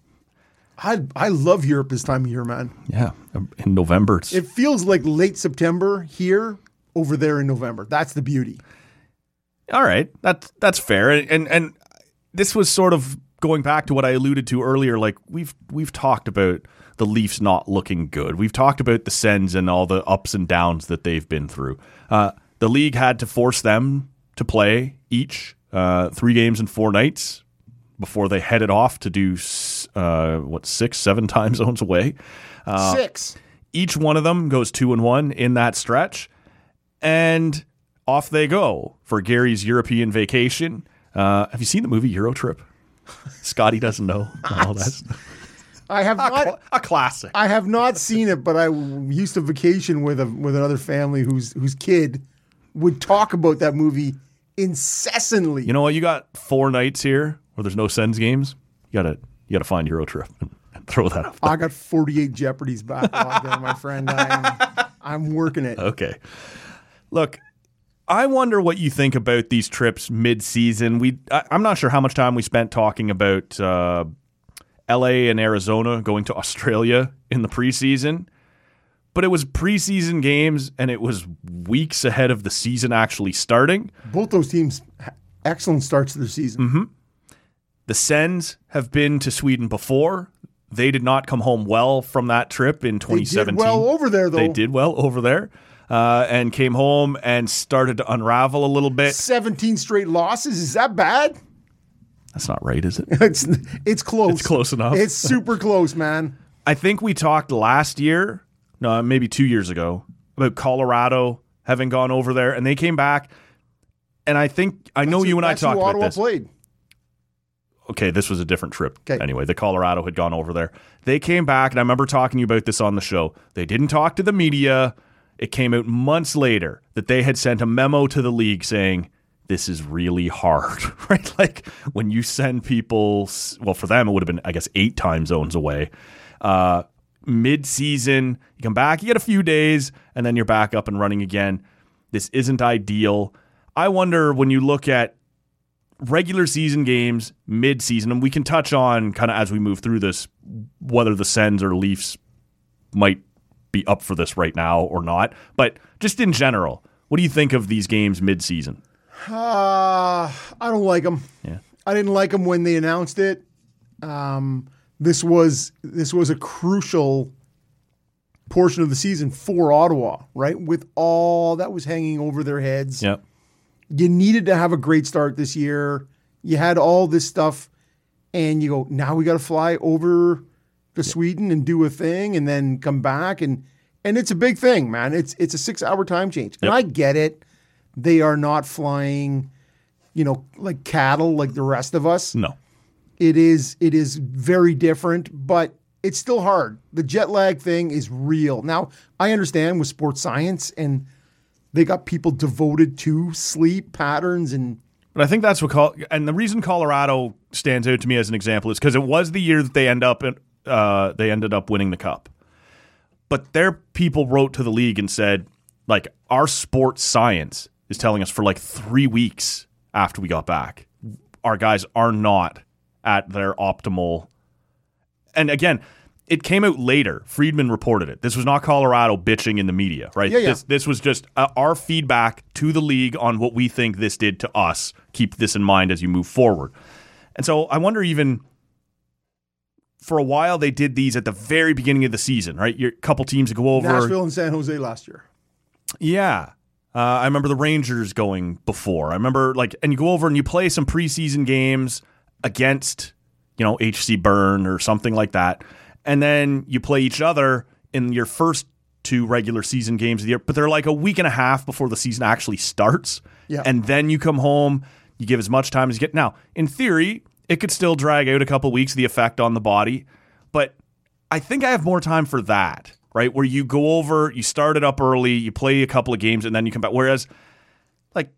Speaker 4: I I love Europe this time of year, man.
Speaker 3: Yeah, in November. It's,
Speaker 4: It feels like late September here, over there in November. That's the beauty.
Speaker 3: all right, that's that's fair. And, and and this was sort of going back to what I alluded to earlier. Like we've we've talked about the Leafs not looking good. We've talked about the Sens and all the ups and downs that they've been through. Uh, the league had to force them to play each uh, three games in four nights before they headed off to do s- uh, what six seven time zones away.
Speaker 4: Six.
Speaker 3: each one of them goes two and one in that stretch, and off they go for Gary's European vacation. Uh, have you seen the movie Euro Trip? Scotty doesn't know all that.
Speaker 4: I have
Speaker 3: ah,
Speaker 4: not.
Speaker 3: A classic.
Speaker 4: I have not seen it, but I used to vacation with a with another family whose whose kid would talk about that movie incessantly.
Speaker 3: You know what? You got four nights here where there's no Sens games. You gotta you gotta find Euro Trip and, and throw that up.
Speaker 4: I got forty eight Jeopardies backlog there, my friend. I'm I'm working it.
Speaker 3: Okay. Look, I wonder what you think about these trips mid-season. We, I, I'm not sure how much time we spent talking about uh, L.A. and Arizona going to Australia in the preseason, but it was preseason games and it was weeks ahead of the season actually starting.
Speaker 4: Both those teams ha- excellent starts to their season.
Speaker 3: Mm-hmm. The Sens have been to Sweden before. They did not come home well from that trip in
Speaker 4: They
Speaker 3: 2017.
Speaker 4: did well over there though.
Speaker 3: They did well over there. Uh, and came home and started to unravel a little bit.
Speaker 4: Seventeen straight losses. Is that bad?
Speaker 3: That's not right, is it?
Speaker 4: It's it's close.
Speaker 3: It's close enough.
Speaker 4: It's super close, man.
Speaker 3: I think we talked last year, no, maybe two years ago, about Colorado having gone over there, and they came back. And I think I know you and I
Speaker 4: That's who
Speaker 3: talked about
Speaker 4: Ottawa
Speaker 3: this.
Speaker 4: played.
Speaker 3: Okay, this was a different trip.
Speaker 4: 'Kay.
Speaker 3: Anyway, the Colorado had gone over there. They came back, and I remember talking to you about this on the show. They didn't talk to the media. It came out months later that they had sent a memo to the league saying this is really hard, right? Like when you send people, s- well, for them it would have been I guess eight time zones away. Uh, Mid season, you come back, you get a few days, and then you're back up and running again. This isn't ideal. I wonder when you look at regular season games, mid season, and we can touch on kind of as we move through this whether the Sens or Leafs might be up for this right now or not. But just in general, what do you think of these games mid season?
Speaker 4: Uh, I don't like them.
Speaker 3: Yeah.
Speaker 4: I didn't like them when they announced it. Um, this was this was a crucial portion of the season for Ottawa, right? With all that was hanging over their heads.
Speaker 3: Yep.
Speaker 4: you needed to have a great start this year. You had all this stuff, and you go, now we got to fly over to Sweden and do a thing and then come back. And and it's a big thing, man. It's it's a six hour time change. And I get it. They are not flying, you know, like cattle like the rest of us.
Speaker 3: No.
Speaker 4: It is it is very different, but it's still hard. The jet lag thing is real. Now, I understand with sports science and they got people devoted to sleep patterns and
Speaker 3: But I think that's what Col- and the reason Colorado stands out to me as an example is because it was the year that they end up in, uh, they ended up winning the cup. But their people wrote to the league and said, like, our sports science is telling us for like three weeks after we got back, our guys are not at their optimal. And again, it came out later. Friedman reported it. This was not Colorado bitching in the media, right?
Speaker 4: Yeah, yeah.
Speaker 3: This, this was just uh, our feedback to the league on what we think this did to us. Keep this in mind as you move forward. And so I wonder even for a while they did these at the very beginning of the season, right? Your couple teams that go over
Speaker 4: Nashville and San Jose last year.
Speaker 3: yeah. Uh, I remember the Rangers going before. I remember like, and you go over and you play some preseason games against, you know, HC Burn or something like that, and then you play each other in your first two regular season games of the year. But they're like a week and a half before the season actually starts,
Speaker 4: Yeah.
Speaker 3: and then you come home. You give as much time as you get. Now, in theory, it could still drag out a couple weeks the effect on the body, but I think I have more time for that, right? Where you go over, you start it up early, you play a couple of games, and then you come back. Whereas, like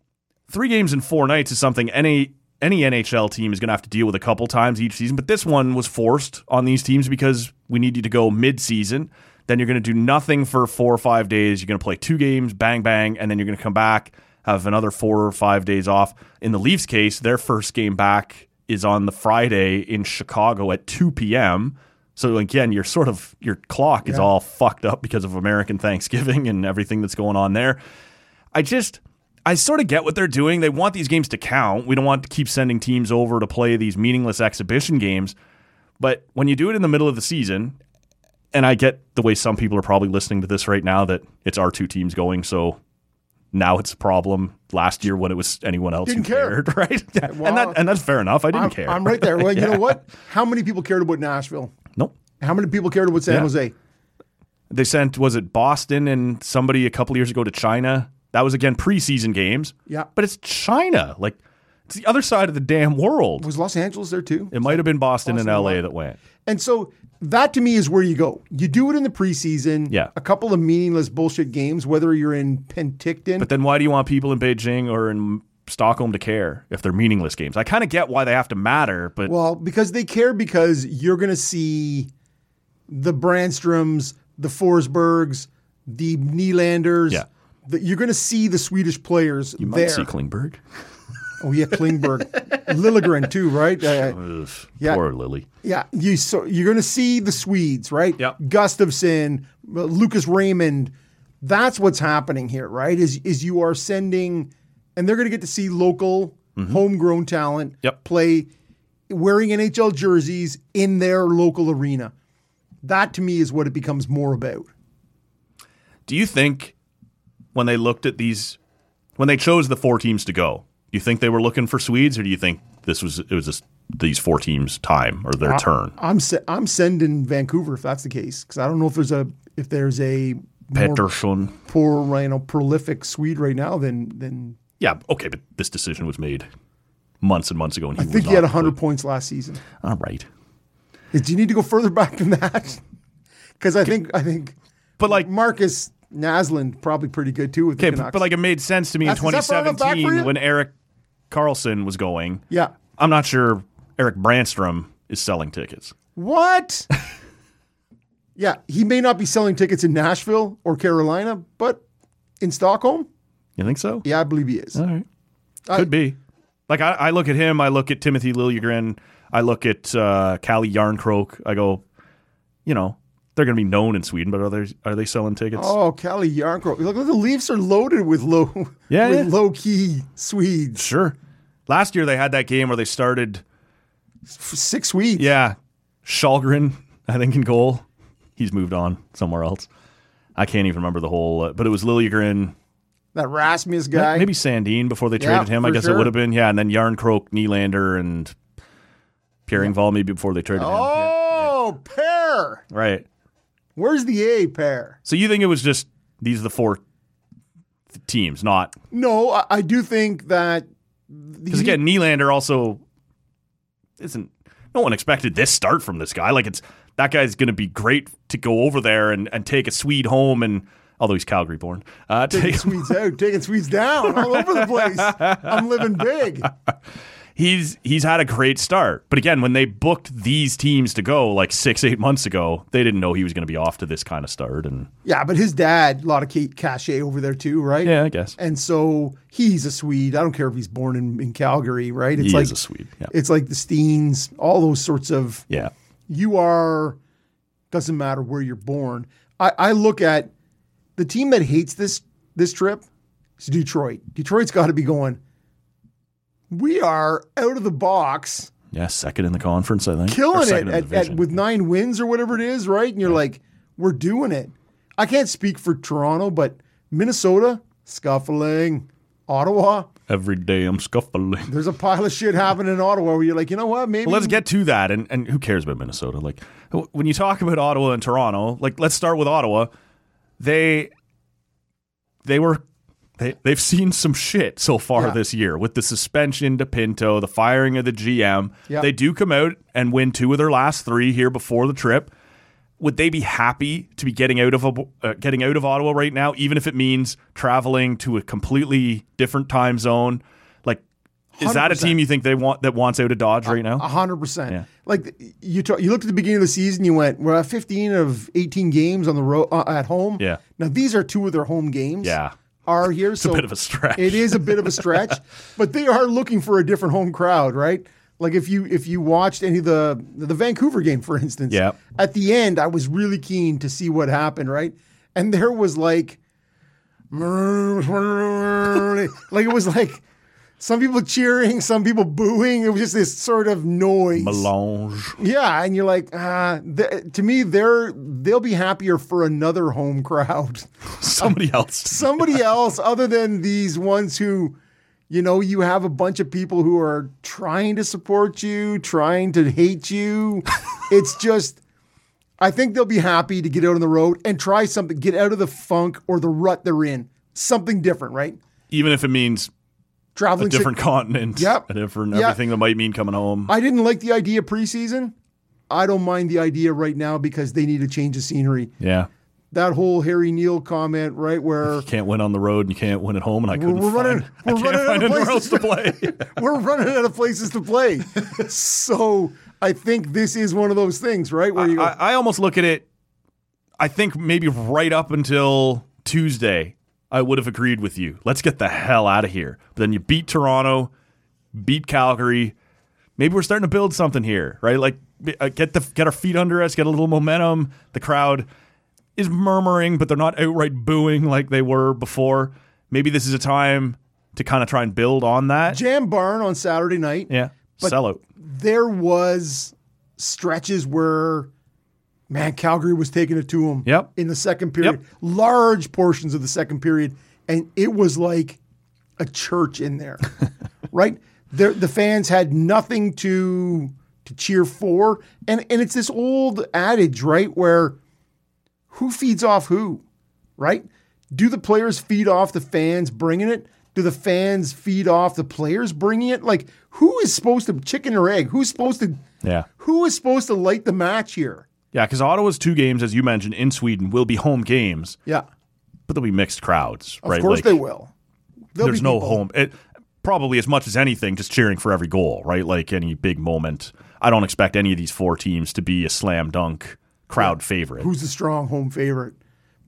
Speaker 3: three games in four nights is something any any NHL team is going to have to deal with a couple times each season. But this one was forced on these teams because we need you to go mid season. Then you're going to do nothing for four or five days. You're going to play two games, bang bang, and then you're going to come back have another four or five days off. In the Leafs' case, their first game back is on the Friday in Chicago at 2 p.m. So again, your sort of your clock is all fucked up because of American Thanksgiving and everything that's going on there. I just I sort of get what they're doing. They want these games to count. We don't want to keep sending teams over to play these meaningless exhibition games. But when you do it in the middle of the season, and I get the way some people are probably listening to this right now that it's our two teams going, so now it's a problem. Last year when it was anyone else
Speaker 4: Didn't
Speaker 3: who
Speaker 4: care.
Speaker 3: cared, right? Yeah,
Speaker 4: Well,
Speaker 3: and that and that's fair enough. I didn't
Speaker 4: I'm,
Speaker 3: care.
Speaker 4: I'm right there. Well, you know what? How many people cared about Nashville?
Speaker 3: Nope.
Speaker 4: How many people cared about San
Speaker 3: Yeah.
Speaker 4: Jose?
Speaker 3: They sent was it Boston and somebody a couple years ago to China. That was again preseason games.
Speaker 4: Yeah.
Speaker 3: but it's China. Like it's the other side of the damn world.
Speaker 4: Was Los Angeles there too?
Speaker 3: It might have been Boston,
Speaker 4: Boston
Speaker 3: and
Speaker 4: and
Speaker 3: LA
Speaker 4: what?
Speaker 3: that went.
Speaker 4: And so that to me is where you go. You do it in the preseason.
Speaker 3: Yeah.
Speaker 4: A couple of meaningless bullshit games, whether you're in Penticton.
Speaker 3: But then why do you want people in Beijing or in Stockholm to care if they're meaningless games? I kind of get why they have to matter, but
Speaker 4: well, because they care because you're going to see the Brandstroms, the Forsbergs, the Nylanders.
Speaker 3: Yeah.
Speaker 4: The- you're going to see the Swedish players
Speaker 3: you might
Speaker 4: there.
Speaker 3: see Klingberg.
Speaker 4: oh yeah, Klingberg, Lilligren too, right? Uh,
Speaker 3: Ugh,
Speaker 4: Yeah.
Speaker 3: Poor Lily.
Speaker 4: Yeah, you so you're going to see the Swedes, right?
Speaker 3: Yep.
Speaker 4: Gustafsson, uh, Lucas Raymond. That's what's happening here, right? Is is you are sending, and they're going to get to see local, homegrown talent
Speaker 3: Mm-hmm. Yep.
Speaker 4: play, wearing NHL jerseys in their local arena. That to me is what it becomes more about.
Speaker 3: Do you think when they looked at these, when they chose the four teams to go, do you think they were looking for Swedes, or do you think this was it was just these four teams' time or
Speaker 4: Uh,
Speaker 3: their turn?
Speaker 4: I'm se- I'm sending Vancouver if that's the case because I don't know if there's a if there's a more
Speaker 3: Pettersson.
Speaker 4: poor you know prolific Swede right now than than
Speaker 3: Yeah, okay, but this decision was made months and months ago, and he
Speaker 4: I think
Speaker 3: was
Speaker 4: he had
Speaker 3: not-
Speaker 4: 100 points last season.
Speaker 3: All right,
Speaker 4: Is- Do you need to go further back than that? Because I think I think,
Speaker 3: but like
Speaker 4: Marcus Naslund probably pretty good too with the
Speaker 3: Okay, but,
Speaker 4: Canucks.
Speaker 3: but like it made sense to me
Speaker 4: That's-
Speaker 3: in
Speaker 4: is that far enough back for
Speaker 3: 2017
Speaker 4: you?
Speaker 3: when Eric Carlson was going.
Speaker 4: yeah,
Speaker 3: I'm not sure Eric Branstrom is selling tickets.
Speaker 4: what? yeah, he may not be selling tickets in Nashville or Carolina, but in Stockholm,
Speaker 3: You think so?
Speaker 4: yeah, I believe he is.
Speaker 3: All right. Could be. Like I, I look at him, I look at Timothy Liljegren, I look at uh, Callie Yarncroak. I go, you know, they're going to be known in Sweden, but are they are they selling tickets?
Speaker 4: Oh, Cali Yarncroke. Look, the Leafs are loaded with low,
Speaker 3: Yeah,
Speaker 4: with
Speaker 3: yeah.
Speaker 4: low key Swedes.
Speaker 3: Sure. Last year they had that game where they started,
Speaker 4: Six Swedes.
Speaker 3: yeah, Shalgren, I think in goal. He's moved on somewhere else. I can't even remember the whole, uh, but it was Liljegren,
Speaker 4: that Rasmus guy.
Speaker 3: Maybe Sandine before they traded him. I
Speaker 4: for
Speaker 3: guess
Speaker 4: sure.
Speaker 3: it would have been. Yeah, and then Yarncroak, Nylander, and Pierre Engvall maybe before they traded him.
Speaker 4: Oh, pair.
Speaker 3: Right.
Speaker 4: Where's the A pair?
Speaker 3: So you think it was just these are the four th- teams, not
Speaker 4: No, I, I do think that
Speaker 3: because again Nylander also isn't. No one expected this start from this guy. Like it's that guy's going to be great to go over there and, and take a Swede home and although he's Calgary born, uh, take
Speaker 4: taking Swedes out, taking Swedes down all over the place. I'm living big.
Speaker 3: he's he's had a great start. But again, when they booked these teams to go like six eight months ago, they didn't know he was going to be off to this kind of start. And
Speaker 4: Yeah, but his dad, a lot of Kate cachet over there too, right?
Speaker 3: yeah, I guess
Speaker 4: And so he's a Swede. I don't care if he's born in, in Calgary, right? It's
Speaker 3: he
Speaker 4: like
Speaker 3: is a Swede. Yeah,
Speaker 4: it's like the Steens, all those sorts of
Speaker 3: yeah.
Speaker 4: you are doesn't matter where you're born. I, I look at the team that hates this this trip is Detroit. Detroit's got to be going. We are out of the box,
Speaker 3: Yeah, second in the conference, I think. Or
Speaker 4: killing it
Speaker 3: second in the
Speaker 4: at, at,
Speaker 3: division.
Speaker 4: with nine wins or whatever it is, right? And you're like, we're doing it. I can't speak for Toronto, but Minnesota scuffling. Ottawa,
Speaker 3: Every day I'm scuffling.
Speaker 4: there's a pile of shit happening in Ottawa where you're like, you know what? Maybe
Speaker 3: Well, let's get to that. And, and who cares about Minnesota? Like w- when you talk about Ottawa and Toronto, like let's start with Ottawa. They they were they they've seen some shit so far
Speaker 4: Yeah.
Speaker 3: this year with the suspension to Pinto, the firing of the GM.
Speaker 4: Yeah.
Speaker 3: They do come out and win two of their last three here before the trip. Would they be happy to be getting out of a- uh, getting out of Ottawa right now, even if it means traveling to a completely different time zone? Like, is that a
Speaker 4: 100%.
Speaker 3: team you think they want that wants out of Dodge right now?
Speaker 4: A hundred percent.
Speaker 3: Yeah.
Speaker 4: Like you, talk, you looked at the beginning of the season, you went, "We're at fifteen of eighteen games on the road uh, at home."
Speaker 3: Yeah.
Speaker 4: Now these are two of their home games.
Speaker 3: Yeah.
Speaker 4: Are here. so
Speaker 3: bit of a stretch.
Speaker 4: It is a bit of a stretch, but they are looking for a different home crowd, right? Like if you if you watched any of the the Vancouver game, for instance,
Speaker 3: Yeah.
Speaker 4: At the end, I was really keen to see what happened, right? And there was like, like it was like some people cheering, some people booing. It was just this sort of noise.
Speaker 3: Melange.
Speaker 4: Yeah, and you're like, ah, th- to me, they're they'll be happier for another home crowd,
Speaker 3: Somebody else.
Speaker 4: somebody else other than these ones who, you know, you have a bunch of people who are trying to support you, trying to hate you. it's just, I think they'll be happy to get out on the road and try something, get out of the funk or the rut they're in, something different, right?
Speaker 3: Even if it means a
Speaker 4: Traveling to-
Speaker 3: different continent.
Speaker 4: Yep.
Speaker 3: A different
Speaker 4: Yeah.
Speaker 3: everything that might mean coming home.
Speaker 4: I didn't like the idea preseason. I don't mind the idea right now because they need a change of scenery.
Speaker 3: yeah.
Speaker 4: That whole Harry Neal comment, right, where
Speaker 3: You can't win on the road and you can't win at home and I couldn't
Speaker 4: we're running-
Speaker 3: find,
Speaker 4: we're
Speaker 3: I
Speaker 4: running
Speaker 3: can't
Speaker 4: out
Speaker 3: find
Speaker 4: of
Speaker 3: anywhere else
Speaker 4: places.
Speaker 3: to play.
Speaker 4: we're running out of places to play. so I think this is one of those things, right, where you go,
Speaker 3: I, I almost look at it I think maybe right up until Tuesday I would have agreed with you. Let's get the hell out of here. But then you beat Toronto, beat Calgary. Maybe we're starting to build something here, right? Like uh, get the get our feet under us, get a little momentum. The crowd is murmuring, but they're not outright booing like they were before. Maybe this is a time to kind of try and build on that.
Speaker 4: Jam Barn on Saturday night.
Speaker 3: Yeah, sell out.
Speaker 4: There was stretches where, man, Calgary was taking it to them
Speaker 3: Yep.
Speaker 4: in the second period,
Speaker 3: Yep.
Speaker 4: large portions of the second period, and it was like a church in there, right? The, the fans had nothing to to cheer for, and and it's this old adage, right, where who feeds off who, right? Do the players feed off the fans bringing it? Do the fans feed off the players bringing it? Like who is supposed to chicken or egg? Who's supposed to?
Speaker 3: Yeah.
Speaker 4: Who is supposed to light the match here?
Speaker 3: Yeah, because Ottawa's two games, as you mentioned, in Sweden will be home games,
Speaker 4: Yeah,
Speaker 3: but they'll be mixed crowds,
Speaker 4: of
Speaker 3: right?
Speaker 4: course
Speaker 3: Like,
Speaker 4: they will. There'll
Speaker 3: There's
Speaker 4: be
Speaker 3: no
Speaker 4: people-
Speaker 3: home. It, probably as much as anything, just cheering for every goal, right? Like any big moment. I don't expect any of these four teams to be a slam dunk crowd favorite.
Speaker 4: who's the strong home favorite.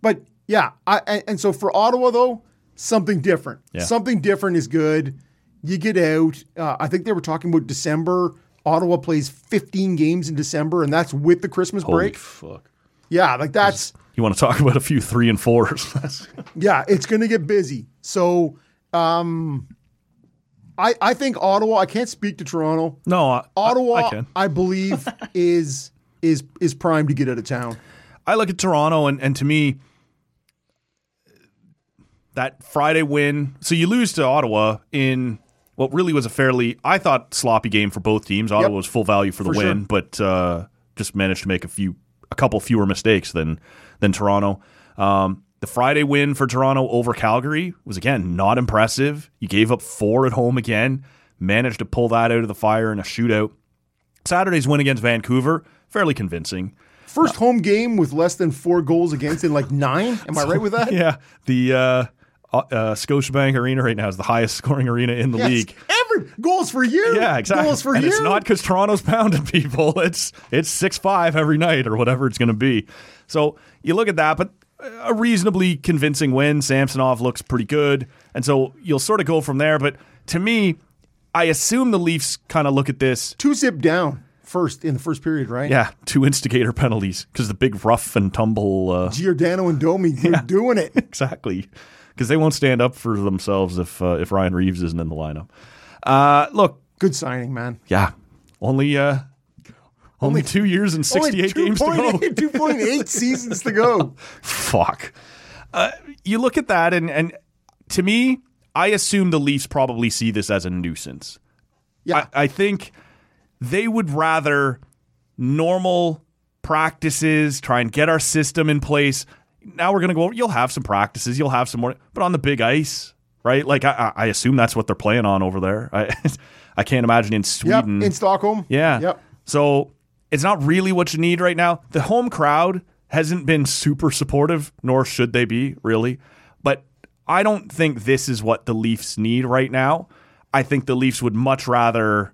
Speaker 4: But yeah, I and, and so for Ottawa though, something different.
Speaker 3: Yeah.
Speaker 4: Something different is good. You get out. Uh, I think they were talking about December. Ottawa plays 15 games in December, and that's with the Christmas break.
Speaker 3: fuck.
Speaker 4: Yeah, like that's
Speaker 3: You want to talk about a few three and fours?
Speaker 4: yeah, it's going to get busy. So, um, I I think Ottawa. I can't speak to Toronto.
Speaker 3: no, I,
Speaker 4: Ottawa,
Speaker 3: I, I can.
Speaker 4: I believe is is is primed to get out of town.
Speaker 3: I look at Toronto, and, and to me, that Friday win. So you lose to Ottawa in what really was a fairly, I thought, sloppy game for both teams. Ottawa was full value for the
Speaker 4: For sure.
Speaker 3: win, but uh, just managed to make a few, a couple fewer mistakes than than Toronto. Um, the Friday win for Toronto over Calgary was again not impressive. You gave up four at home again, managed to pull that out of the fire in a shootout. Saturday's win against Vancouver fairly convincing.
Speaker 4: First home game with less than four goals against in like nine. Am I right with that?
Speaker 3: Yeah, the uh, uh, uh, Scotiabank Arena right now is the highest scoring arena in the
Speaker 4: Yes.
Speaker 3: league.
Speaker 4: Every goals for you.
Speaker 3: Yeah, exactly.
Speaker 4: Goals for
Speaker 3: and
Speaker 4: you.
Speaker 3: it's not because Toronto's pounding people. It's it's six five every night or whatever it's going to be. So you look at that, but a reasonably convincing win. Samsonov looks pretty good, and so you'll sort of go from there. But to me, I assume the Leafs kind of look at this.
Speaker 4: two zip down first in the first period, right?
Speaker 3: Yeah, two instigator penalties because the big rough and tumble uh,
Speaker 4: Giordano and Domi, they're doing it.
Speaker 3: exactly because they won't stand up for themselves if uh, if Ryan Reeves isn't in the lineup. Uh, look,
Speaker 4: Good signing, man.
Speaker 3: yeah, only uh, only two years and sixty eight games to go.
Speaker 4: 2.8 seasons to go.
Speaker 3: Fuck. Uh, you look at that and and to me, I assume the Leafs probably see this as a nuisance.
Speaker 4: Yeah.
Speaker 3: I, I think they would rather normal practices, try and get our system in place. Now we're going to go, you'll have some practices, you'll have some more, but on the big ice, right? Like, I, I I assume that's what they're playing on over there. I, I can't imagine in
Speaker 4: Yep,
Speaker 3: Sweden.
Speaker 4: in Stockholm.
Speaker 3: Yeah.
Speaker 4: Yep.
Speaker 3: So it's not really what you need right now. The home crowd hasn't been super supportive, nor should they be, really. But I don't think this is what the Leafs need right now. I think the Leafs would much rather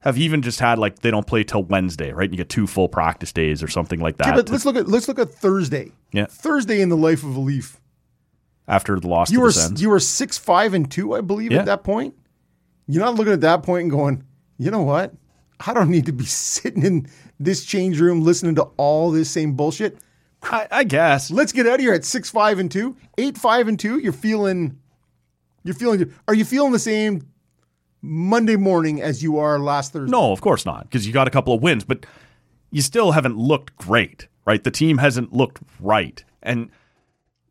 Speaker 3: have even just had like they don't play till Wednesday, right? You get two full practice days or something like that
Speaker 4: Okay, but let's look at let's look at Thursday.
Speaker 3: Yeah.
Speaker 4: Thursday in the life of a Leaf.
Speaker 3: after the loss
Speaker 4: You
Speaker 3: to
Speaker 4: were
Speaker 3: the Sens.
Speaker 4: you were six five and two, I believe,
Speaker 3: Yeah.
Speaker 4: at that point. You're not looking at that point and going, you know what? I don't need to be sitting in this change room listening to all this same bullshit.
Speaker 3: I, I guess.
Speaker 4: Let's get out of here at six five and two, eight five and two. You're feeling, you're feeling good. Are you feeling the same Monday morning as you are last Thursday?
Speaker 3: No, of course not, because you got a couple of wins, but you still haven't looked great, right? The team hasn't looked right. And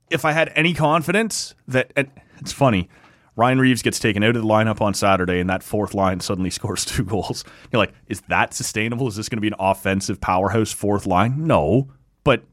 Speaker 3: if I had any confidence that, and it's funny, Ryan Reeves gets taken out of the lineup on Saturday, and that fourth line suddenly scores two goals. You're like, is that sustainable? Is this going to be an offensive powerhouse fourth line? No, but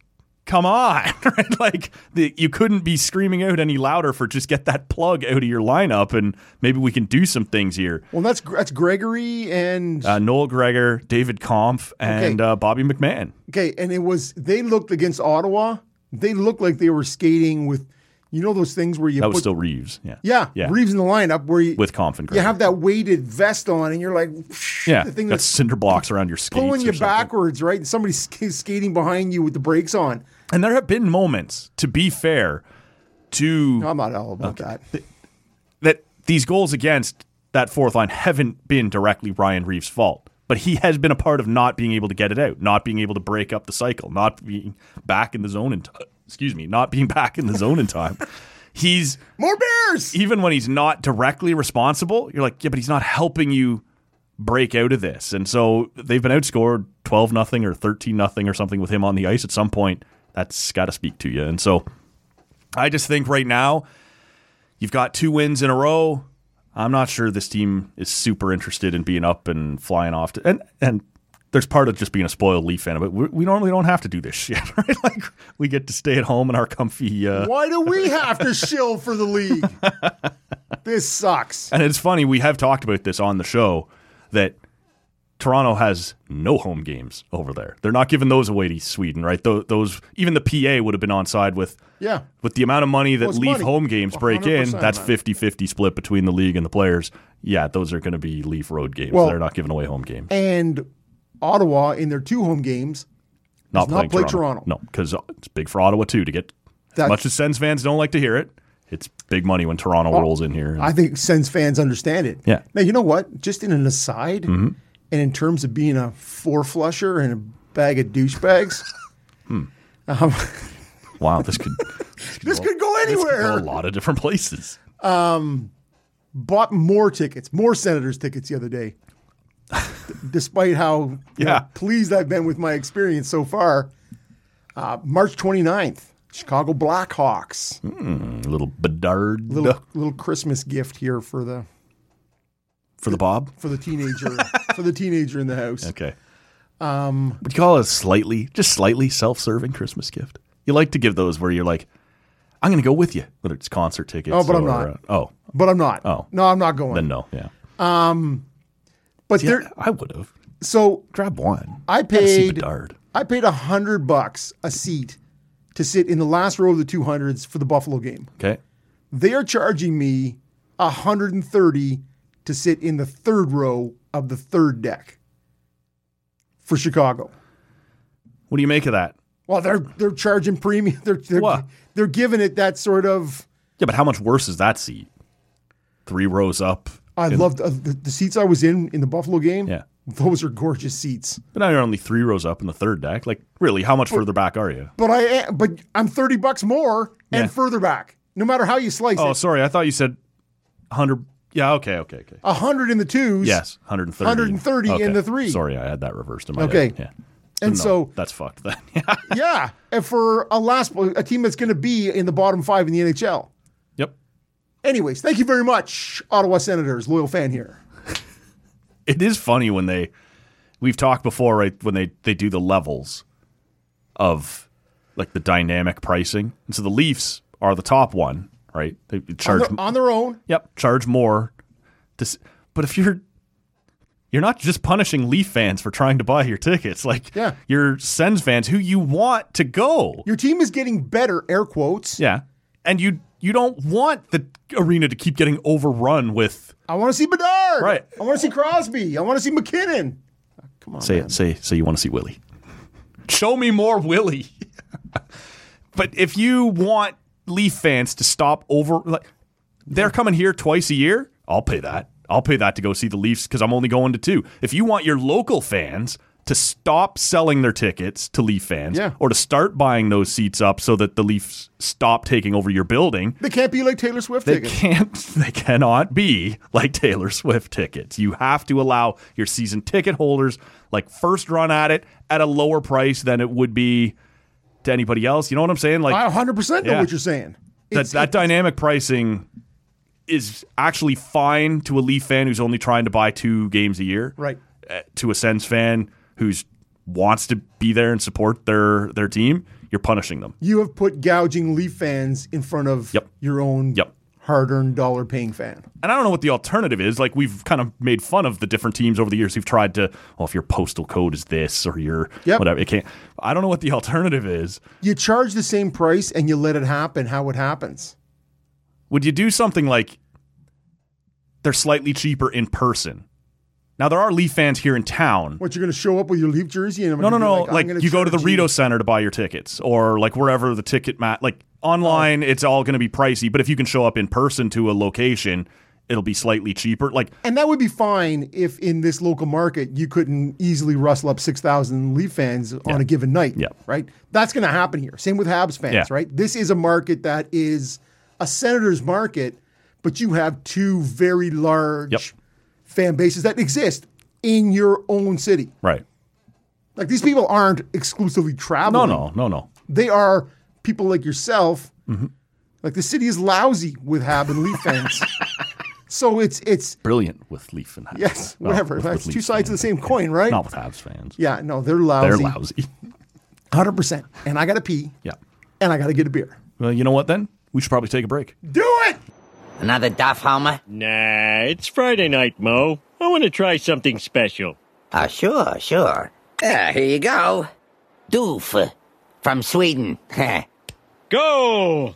Speaker 3: come on, right? Like, the, you couldn't be screaming out any louder for just get that plug out of your lineup, and maybe we can do some things here.
Speaker 4: Well, that's that's Gregory and
Speaker 3: Uh, Noel Gregor, David Kampf, and
Speaker 4: Okay.
Speaker 3: uh, Bobby McMahon.
Speaker 4: Okay, and it was they looked against Ottawa. They looked like they were skating with, you know, those things where you
Speaker 3: That
Speaker 4: put
Speaker 3: was still Reeves. Yeah.
Speaker 4: yeah,
Speaker 3: Yeah.
Speaker 4: Reeves in the lineup where you
Speaker 3: With Kampf and
Speaker 4: you
Speaker 3: Gregor.
Speaker 4: have that weighted vest on and you're like,
Speaker 3: yeah.
Speaker 4: the thing
Speaker 3: got
Speaker 4: that's
Speaker 3: cinder blocks around your skates.
Speaker 4: pulling
Speaker 3: or
Speaker 4: you
Speaker 3: something.
Speaker 4: backwards, right? And somebody's sk- skating behind you with the brakes on.
Speaker 3: And there have been moments, to be fair, to
Speaker 4: No, I'm not all about that.
Speaker 3: that these goals against that fourth line haven't been directly Ryan Reeves' fault. But he has been a part of not being able to get it out, not being able to break up the cycle, not being back in the zone in t- excuse me, not being back in the zone in time. He's
Speaker 4: More bears.
Speaker 3: even when he's not directly responsible, you're like, yeah, but he's not helping you break out of this. And so they've been outscored 12 nothing or 13 nothing or something with him on the ice at some point. That's got to speak to you. And so I just think right now you've got two wins in a row. I'm not sure this team is super interested in being up and flying off. To, and and there's part of just being a spoiled Leaf fan, but we, we normally don't have to do this shit, right? Like we get to stay at home in our comfy uh,
Speaker 4: Why do we have to shill for the league? this sucks.
Speaker 3: And it's funny, we have talked about this on the show that Toronto has no home games over there. They're not giving those away to Sweden, right? Tho- Those even the PA would have been on side with
Speaker 4: Yeah.
Speaker 3: with the amount of money that
Speaker 4: it's
Speaker 3: Leaf
Speaker 4: money.
Speaker 3: home games break in,
Speaker 4: 100%,
Speaker 3: that's
Speaker 4: man.
Speaker 3: 50-50 split between the league and the players. Yeah, those are going to be Leaf road games.
Speaker 4: Well-
Speaker 3: They're not giving away home games.
Speaker 4: And Ottawa in their two home games
Speaker 3: Not
Speaker 4: not
Speaker 3: playing
Speaker 4: play
Speaker 3: Toronto.
Speaker 4: Toronto.
Speaker 3: No, because it's big for Ottawa too to get.
Speaker 4: That-
Speaker 3: as much as Sens fans don't like to hear it, it's big money when Toronto rolls in here.
Speaker 4: I think Sens fans understand it.
Speaker 3: Yeah. Mm-hmm.
Speaker 4: Now you know what? Just in an aside, and in terms of being a four flusher and a bag of douchebags,
Speaker 3: Hmm.
Speaker 4: um,
Speaker 3: wow, this could,
Speaker 4: this could go
Speaker 3: this could go a
Speaker 4: anywhere.
Speaker 3: lot of different places.
Speaker 4: Bought more tickets, more Senators tickets the other day, d- despite how you know,
Speaker 3: Yeah.
Speaker 4: pleased I've been with my experience so far. Uh, March 29th, Chicago Blackhawks.
Speaker 3: A little Bedard
Speaker 4: Little little Christmas gift here for the
Speaker 3: for the Bob.
Speaker 4: for the teenager for the teenager in the house.
Speaker 3: Okay. Um, would you call it a slightly, just slightly self-serving Christmas gift? You like to give those where you're like, I'm going to go with you, whether it's concert tickets.
Speaker 4: Oh, but I'm
Speaker 3: or,
Speaker 4: not.
Speaker 3: uh, oh,
Speaker 4: But I'm not.
Speaker 3: Oh.
Speaker 4: No, I'm not going.
Speaker 3: then no. Yeah.
Speaker 4: But
Speaker 3: Yeah,
Speaker 4: there,
Speaker 3: I would have
Speaker 4: so
Speaker 3: grab one.
Speaker 4: I
Speaker 3: Gotta see
Speaker 4: paid
Speaker 3: Bedard.
Speaker 4: I paid a hundred bucks a seat to sit in the last row of the two hundreds for the Buffalo game.
Speaker 3: Okay.
Speaker 4: They are charging me a hundred and thirty to sit in the third row of the third deck for Chicago.
Speaker 3: What do you make of that?
Speaker 4: Well, they're they're charging premium. They're they're,
Speaker 3: What?
Speaker 4: they're giving it that sort of.
Speaker 3: Yeah, but how much worse is that seat? Three rows up.
Speaker 4: I loved uh, the, the seats I was in in the Buffalo game.
Speaker 3: Yeah.
Speaker 4: those are gorgeous seats.
Speaker 3: But now you're only three rows up in the third deck. Like, really, how much further back are you?
Speaker 4: But I am, but I'm thirty bucks more and
Speaker 3: Yeah.
Speaker 4: further back. No matter how you slice
Speaker 3: Oh,
Speaker 4: it,
Speaker 3: sorry. I thought you said 100. Yeah, okay, okay, okay.
Speaker 4: a hundred in the twos.
Speaker 3: Yes, 130.
Speaker 4: 130 in
Speaker 3: Okay.
Speaker 4: the three.
Speaker 3: Sorry, I had that reversed in my
Speaker 4: Okay.
Speaker 3: head. Yeah.
Speaker 4: And
Speaker 3: No,
Speaker 4: so,
Speaker 3: that's fucked then. Yeah.
Speaker 4: yeah, and for a last a team that's going to be in the bottom five in the NHL,
Speaker 3: yep.
Speaker 4: Anyways, thank you very much, Ottawa Senators. Loyal fan here.
Speaker 3: It is funny when they we've talked before, right? When they they do the levels of like the dynamic pricing, and so the Leafs are the top one, right? They
Speaker 4: On
Speaker 3: charge
Speaker 4: their, on their own,
Speaker 3: Yep, charge more. To, s- but if you're you're not just punishing Leaf fans for trying to buy your tickets, like
Speaker 4: Yeah.
Speaker 3: you're Sens fans who you want to go.
Speaker 4: your team is getting better, air quotes.
Speaker 3: yeah, and you you don't want the arena to keep getting overrun with.
Speaker 4: I want to see Bedard.
Speaker 3: Right.
Speaker 4: I want to see Crosby. I want to see McKinnon. Come on.
Speaker 3: Say it. Say say you want to see Willie. Show me more Willie. but if you want Leaf fans to stop over, like they're coming here twice a year, I'll pay that. I'll pay that to go see the Leafs because I'm only going to two. If you want your local fans to stop selling their tickets to Leaf fans,
Speaker 4: Yeah.
Speaker 3: or to start buying those seats up so that the Leafs stop taking over your building,
Speaker 4: They can't be like Taylor Swift
Speaker 3: they
Speaker 4: tickets.
Speaker 3: can't. They cannot be like Taylor Swift tickets. You have to allow your season ticket holders like first run at it at a lower price than it would be to anybody else. You know what I'm saying? Like
Speaker 4: I 100% know
Speaker 3: Yeah.
Speaker 4: what you're saying.
Speaker 3: that,
Speaker 4: It's-
Speaker 3: that dynamic pricing is actually fine to a Leaf fan who's only trying to buy two games a year,
Speaker 4: Right.
Speaker 3: Uh, To a Sens fan who's wants to be there and support their their team, you're punishing them.
Speaker 4: you have put gouging Leaf fans in front of
Speaker 3: Yep.
Speaker 4: your own
Speaker 3: Yep.
Speaker 4: hard-earned dollar-paying fan.
Speaker 3: and I don't know what the alternative is. Like we've kind of made fun of the different teams over the years who've tried to, well, if your postal code is this or your
Speaker 4: Yep.
Speaker 3: whatever, it can't. I don't know what the alternative is.
Speaker 4: You charge the same price and you let it happen how it happens.
Speaker 3: Would you do something like they're slightly cheaper in person? Now there are Leaf fans here in town.
Speaker 4: What, you're going to show up with your Leaf jersey? and I'm
Speaker 3: No, no,
Speaker 4: gonna
Speaker 3: no.
Speaker 4: be Like, I'm
Speaker 3: Like,
Speaker 4: gonna
Speaker 3: you go to the
Speaker 4: charge you-
Speaker 3: Rito Center to buy your tickets, or like wherever the ticket mat. Like online, it's all going to be pricey. But if you can show up in person to a location, it'll be slightly cheaper. Like
Speaker 4: And that would be fine if in this local market you couldn't easily rustle up 6,000 Leaf fans on a given night,
Speaker 3: Yeah.
Speaker 4: right? That's going to happen here. Same with Habs fans,
Speaker 3: Yeah.
Speaker 4: right? This is a market that is a Senators market, but you have two very large
Speaker 3: Yep.
Speaker 4: fan bases that exist in your own city.
Speaker 3: right?
Speaker 4: Like these people aren't exclusively
Speaker 3: No,
Speaker 4: traveling.
Speaker 3: no, Mm-hmm. no, no.
Speaker 4: They are people like yourself. Like the city is lousy with Hab and Leaf fans. so it's it's
Speaker 3: Brilliant with Leaf and Habs.
Speaker 4: Yes,
Speaker 3: Well,
Speaker 4: whatever.
Speaker 3: with- with
Speaker 4: That's two
Speaker 3: Leaf
Speaker 4: sides of the
Speaker 3: fans.
Speaker 4: same coin, right?
Speaker 3: Not with Habs fans.
Speaker 4: Yeah, no, they're lousy.
Speaker 3: They're lousy.
Speaker 4: 100%. And I got to pee.
Speaker 3: Yeah.
Speaker 4: And I got to get a beer.
Speaker 3: Well, you know what then? We should probably take a break.
Speaker 4: Do it!
Speaker 5: Another Duff Homer?
Speaker 1: Nah, it's Friday night, Mo. I want to try something special.
Speaker 5: Oh, sure, sure. Yeah, here you go. Doof. From Sweden.
Speaker 1: Go!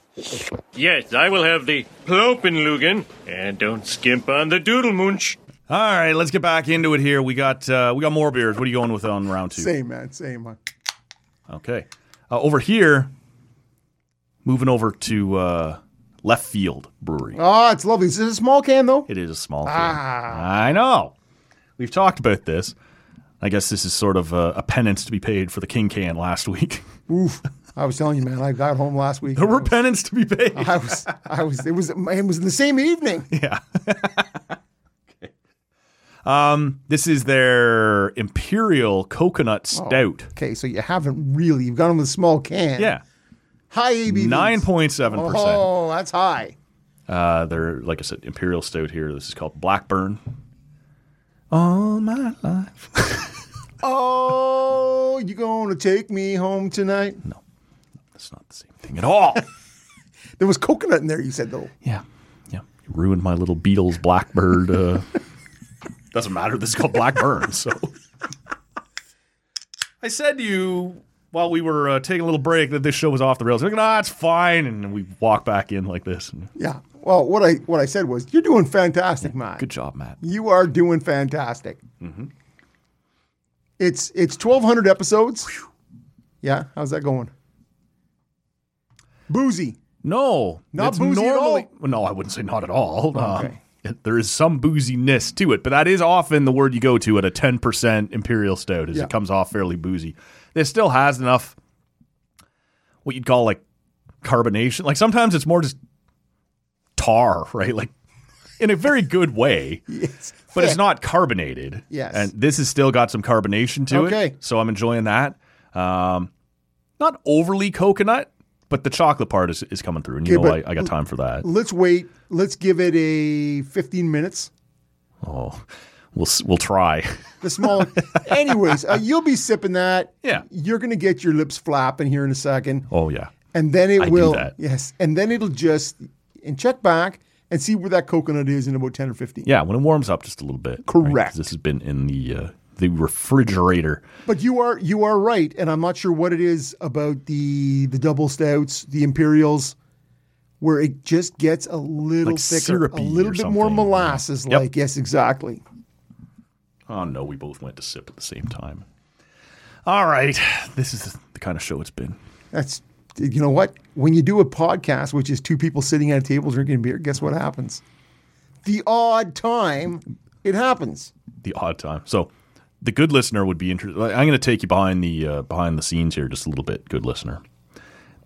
Speaker 1: Yes, I will have the Plopenlugen, and don't skimp on the Doodlemunch.
Speaker 3: All right, let's get back into it here. We got uh, we got more beers. What are you going with on round two?
Speaker 4: Same, man. Same. man.
Speaker 3: Okay. Uh, over here, moving over to uh, Left Field Brewery.
Speaker 4: Oh, Ah. it's lovely. Is it a small can, though?
Speaker 3: It is a small can. I know. We've talked about this. I guess this is sort of a, a penance to be paid for the King Can last week.
Speaker 4: Oof. I was telling you, man. I got home last week.
Speaker 3: there were penance to be paid.
Speaker 4: I was, I was, it was, it was in the same evening.
Speaker 3: This is their Imperial Coconut Stout.
Speaker 4: Okay, so you haven't really, you've got them with a small can.
Speaker 3: Yeah,
Speaker 4: High ABV.
Speaker 3: nine point seven percent. Uh,
Speaker 4: Oh, that's high.
Speaker 3: They're like I said, Imperial Stout here. This is called Blackburn. All my life.
Speaker 4: Oh, you going to take me home tonight?
Speaker 3: That's not the same thing at all.
Speaker 4: There was coconut in there, you said, though.
Speaker 3: yeah, yeah. You ruined my little Beatles Blackbird. Uh, doesn't matter. This is called Blackburn. So I said to you while we were uh, taking a little break that this show was off the rails. Like, nah, it's fine. And we walk back in like this. And,
Speaker 4: Yeah. Well, what I what I said was, you're doing fantastic, Matt.
Speaker 3: Good job, Matt.
Speaker 4: You are doing fantastic.
Speaker 3: Mm-hmm.
Speaker 4: It's it's 1,200 episodes. Yeah. How's that going? Boozy.
Speaker 3: No,
Speaker 4: Not boozy at all?
Speaker 3: Well, no, I wouldn't say not at all. Um,
Speaker 4: Okay.
Speaker 3: it- there is some booziness to it, but that is often the word you go to at a ten percent imperial stout, is
Speaker 4: Yeah.
Speaker 3: it comes off fairly boozy. This still has enough what you'd call like carbonation. Like sometimes it's more just tar, right? Like in a very good way,
Speaker 4: Yes.
Speaker 3: but it's not carbonated.
Speaker 4: Yes.
Speaker 3: and this has still got some carbonation to
Speaker 4: Okay.
Speaker 3: it. So I'm enjoying that. Um, not overly coconut. But the chocolate part is, is coming through, and
Speaker 4: Yeah,
Speaker 3: you know
Speaker 4: but- Mm.
Speaker 3: I, I got time for that.
Speaker 4: Let's wait. Let's give it a 15 minutes.
Speaker 3: Oh, we'll s- we'll try.
Speaker 4: The small. Anyways, uh, you'll be sipping that.
Speaker 3: Yeah.
Speaker 4: You're going to get your lips flapping here in a second.
Speaker 3: Oh yeah,
Speaker 4: And then it
Speaker 3: I do
Speaker 4: will.
Speaker 3: that.
Speaker 4: Yes. And then it'll just. And check back and see where that coconut is in about 10 or 15.
Speaker 3: yeah. When it warms up just a little bit. right? 'Cause
Speaker 4: Correct.
Speaker 3: This has been in the uh, the refrigerator.
Speaker 4: But you are you are right, and I'm not sure what it is about the the double stouts, the imperials, where it just gets a little
Speaker 3: Like
Speaker 4: thicker, a
Speaker 3: syrupy
Speaker 4: little
Speaker 3: or
Speaker 4: bit more
Speaker 3: something, yeah.
Speaker 4: molasses.
Speaker 3: Yep.
Speaker 4: Like yes, exactly.
Speaker 3: Oh no, we both went to sip at the same time. All right, this is the kind of show it's been.
Speaker 4: That's you know what when you do a podcast, which is two people sitting at a table drinking beer. Guess what happens? The odd time it happens.
Speaker 3: the odd time. So the good listener would be interested. I'm going to take you behind the uh, behind the scenes here just a little bit, good listener.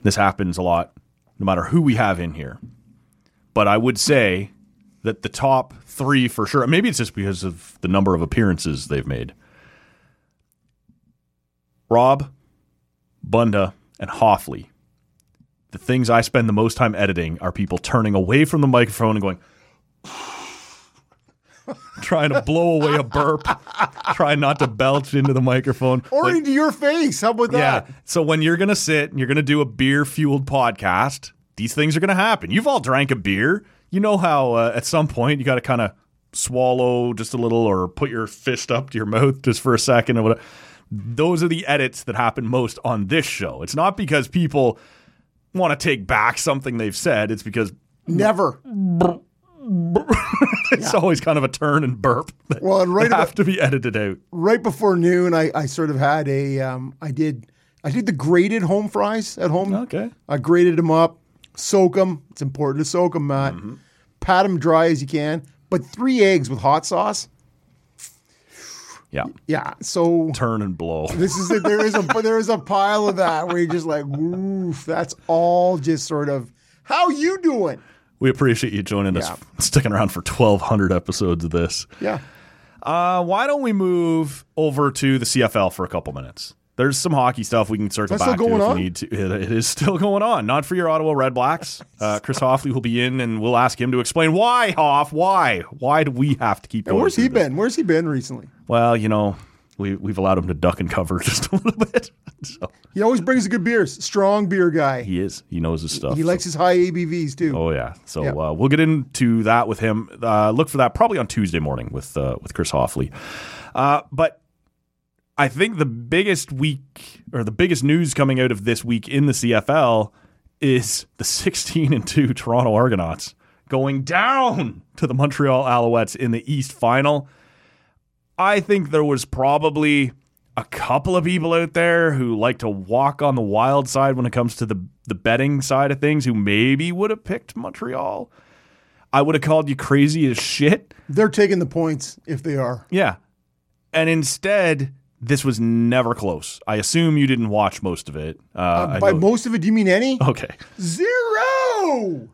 Speaker 3: This happens a lot, no matter who we have in here. But I would say that the top three for sure. Maybe it's just because of the number of appearances they've made. Rob, Bunda, and Hoffley. The things I spend the most time editing are people turning away from the microphone and going, trying to blow away a burp, trying not to belch into the microphone.
Speaker 4: Or
Speaker 3: Like,
Speaker 4: into your face. How about
Speaker 3: yeah.
Speaker 4: that?
Speaker 3: So when you're going to sit and you're going to do a beer fueled podcast, these things are going to happen. You've all drank a beer. You know how uh, at some point you got to kind of swallow just a little or put your fist up to your mouth just for a second or whatever. Those are the edits that happen most on this show. It's not because people want to take back something they've said. It's because
Speaker 4: Never.
Speaker 3: it's always kind of a turn and burp that
Speaker 4: Well, and right
Speaker 3: have
Speaker 4: about
Speaker 3: to be edited out.
Speaker 4: right before noon, I, I sort of had a um, I did I did the grated home fries at home.
Speaker 3: Okay.
Speaker 4: I grated them up, soak them. It's important to soak them, Matt.
Speaker 3: Mm-hmm.
Speaker 4: Pat them dry as you can, but three eggs with hot sauce.
Speaker 3: Yeah.
Speaker 4: Yeah, so
Speaker 3: Turn and blow.
Speaker 4: this is it. There is a there is a pile of that where you're just like, woof. That's all just sort of how you doing?
Speaker 3: We appreciate you joining us,
Speaker 4: Yeah.
Speaker 3: sticking around for 1,200 episodes of this.
Speaker 4: Yeah,
Speaker 3: Uh, why don't we move over to the CFL for a couple minutes? There's some hockey stuff we can circle
Speaker 4: That's still
Speaker 3: back to
Speaker 4: going
Speaker 3: if
Speaker 4: on?
Speaker 3: we need to. It- it is still going on. Not for your Ottawa Red Blacks. Uh, Chris Hoffley will be in, and we'll ask him to explain why, Hoff, why? Why do we have to keep
Speaker 4: and
Speaker 3: going?
Speaker 4: where's
Speaker 3: through
Speaker 4: he
Speaker 3: this?
Speaker 4: been? Where's he been recently?
Speaker 3: Well, you know, we, we've allowed him to duck and cover just a little bit. So,
Speaker 4: He always brings the good beers. Strong beer guy. He,
Speaker 3: he is. He knows his stuff. So-
Speaker 4: likes his high ABVs too.
Speaker 3: Oh yeah, so
Speaker 4: Yeah.
Speaker 3: Uh, we'll get into that with him. Uh, look for that probably on Tuesday morning with uh, with Chris Hoffley. Uh, but I think the biggest week or the biggest news coming out of this week in the CFL is the 16 and two Toronto Argonauts going down to the Montreal Alouettes in the East Final. I think there was probably a couple of people out there who like to walk on the wild side when it comes to the the betting side of things who maybe would have picked Montreal. I would have called you crazy as shit.
Speaker 4: They're taking the points if they are.
Speaker 3: Yeah. And instead, this was never close. I assume you didn't watch most of it. Uh, I
Speaker 4: By
Speaker 3: know-
Speaker 4: most of it, do you mean any?
Speaker 3: okay.
Speaker 4: Zero.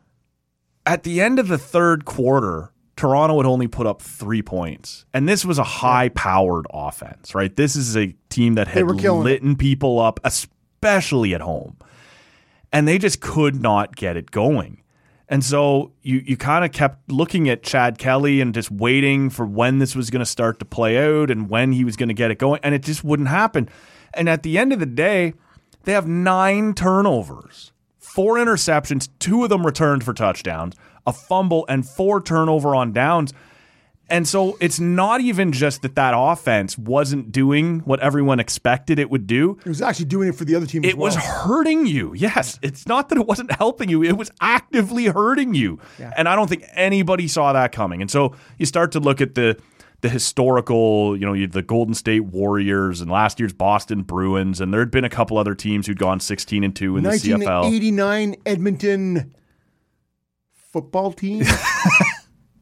Speaker 3: At the end of the third quarter, Toronto had only put up three points. And this was a high powered offense, right? This is a team that had
Speaker 4: were killing it.
Speaker 3: litten people up, especially at home. And they just could not get it going. And so you, you kind of kept looking at Chad Kelly and just waiting for when this was going to start to play out and when he was going to get it going. And it just wouldn't happen. And at the end of the day, they have nine turnovers, four interceptions, two of them returned for touchdowns, a fumble, and four turnover on downs. And so it's not even just that that offense wasn't doing what everyone expected it would do.
Speaker 4: It was actually doing it for the other team. as
Speaker 3: It was
Speaker 4: well.
Speaker 3: hurting you. Yes. It's not that it wasn't helping you, it was actively hurting you. And I don't think anybody saw that coming. And so you start to look at the the historical, you know, you- the Golden State Warriors and last year's Boston Bruins, and there had been a couple other teams who'd gone 16 and 2 in the CFL.
Speaker 4: 1989 Edmonton football team,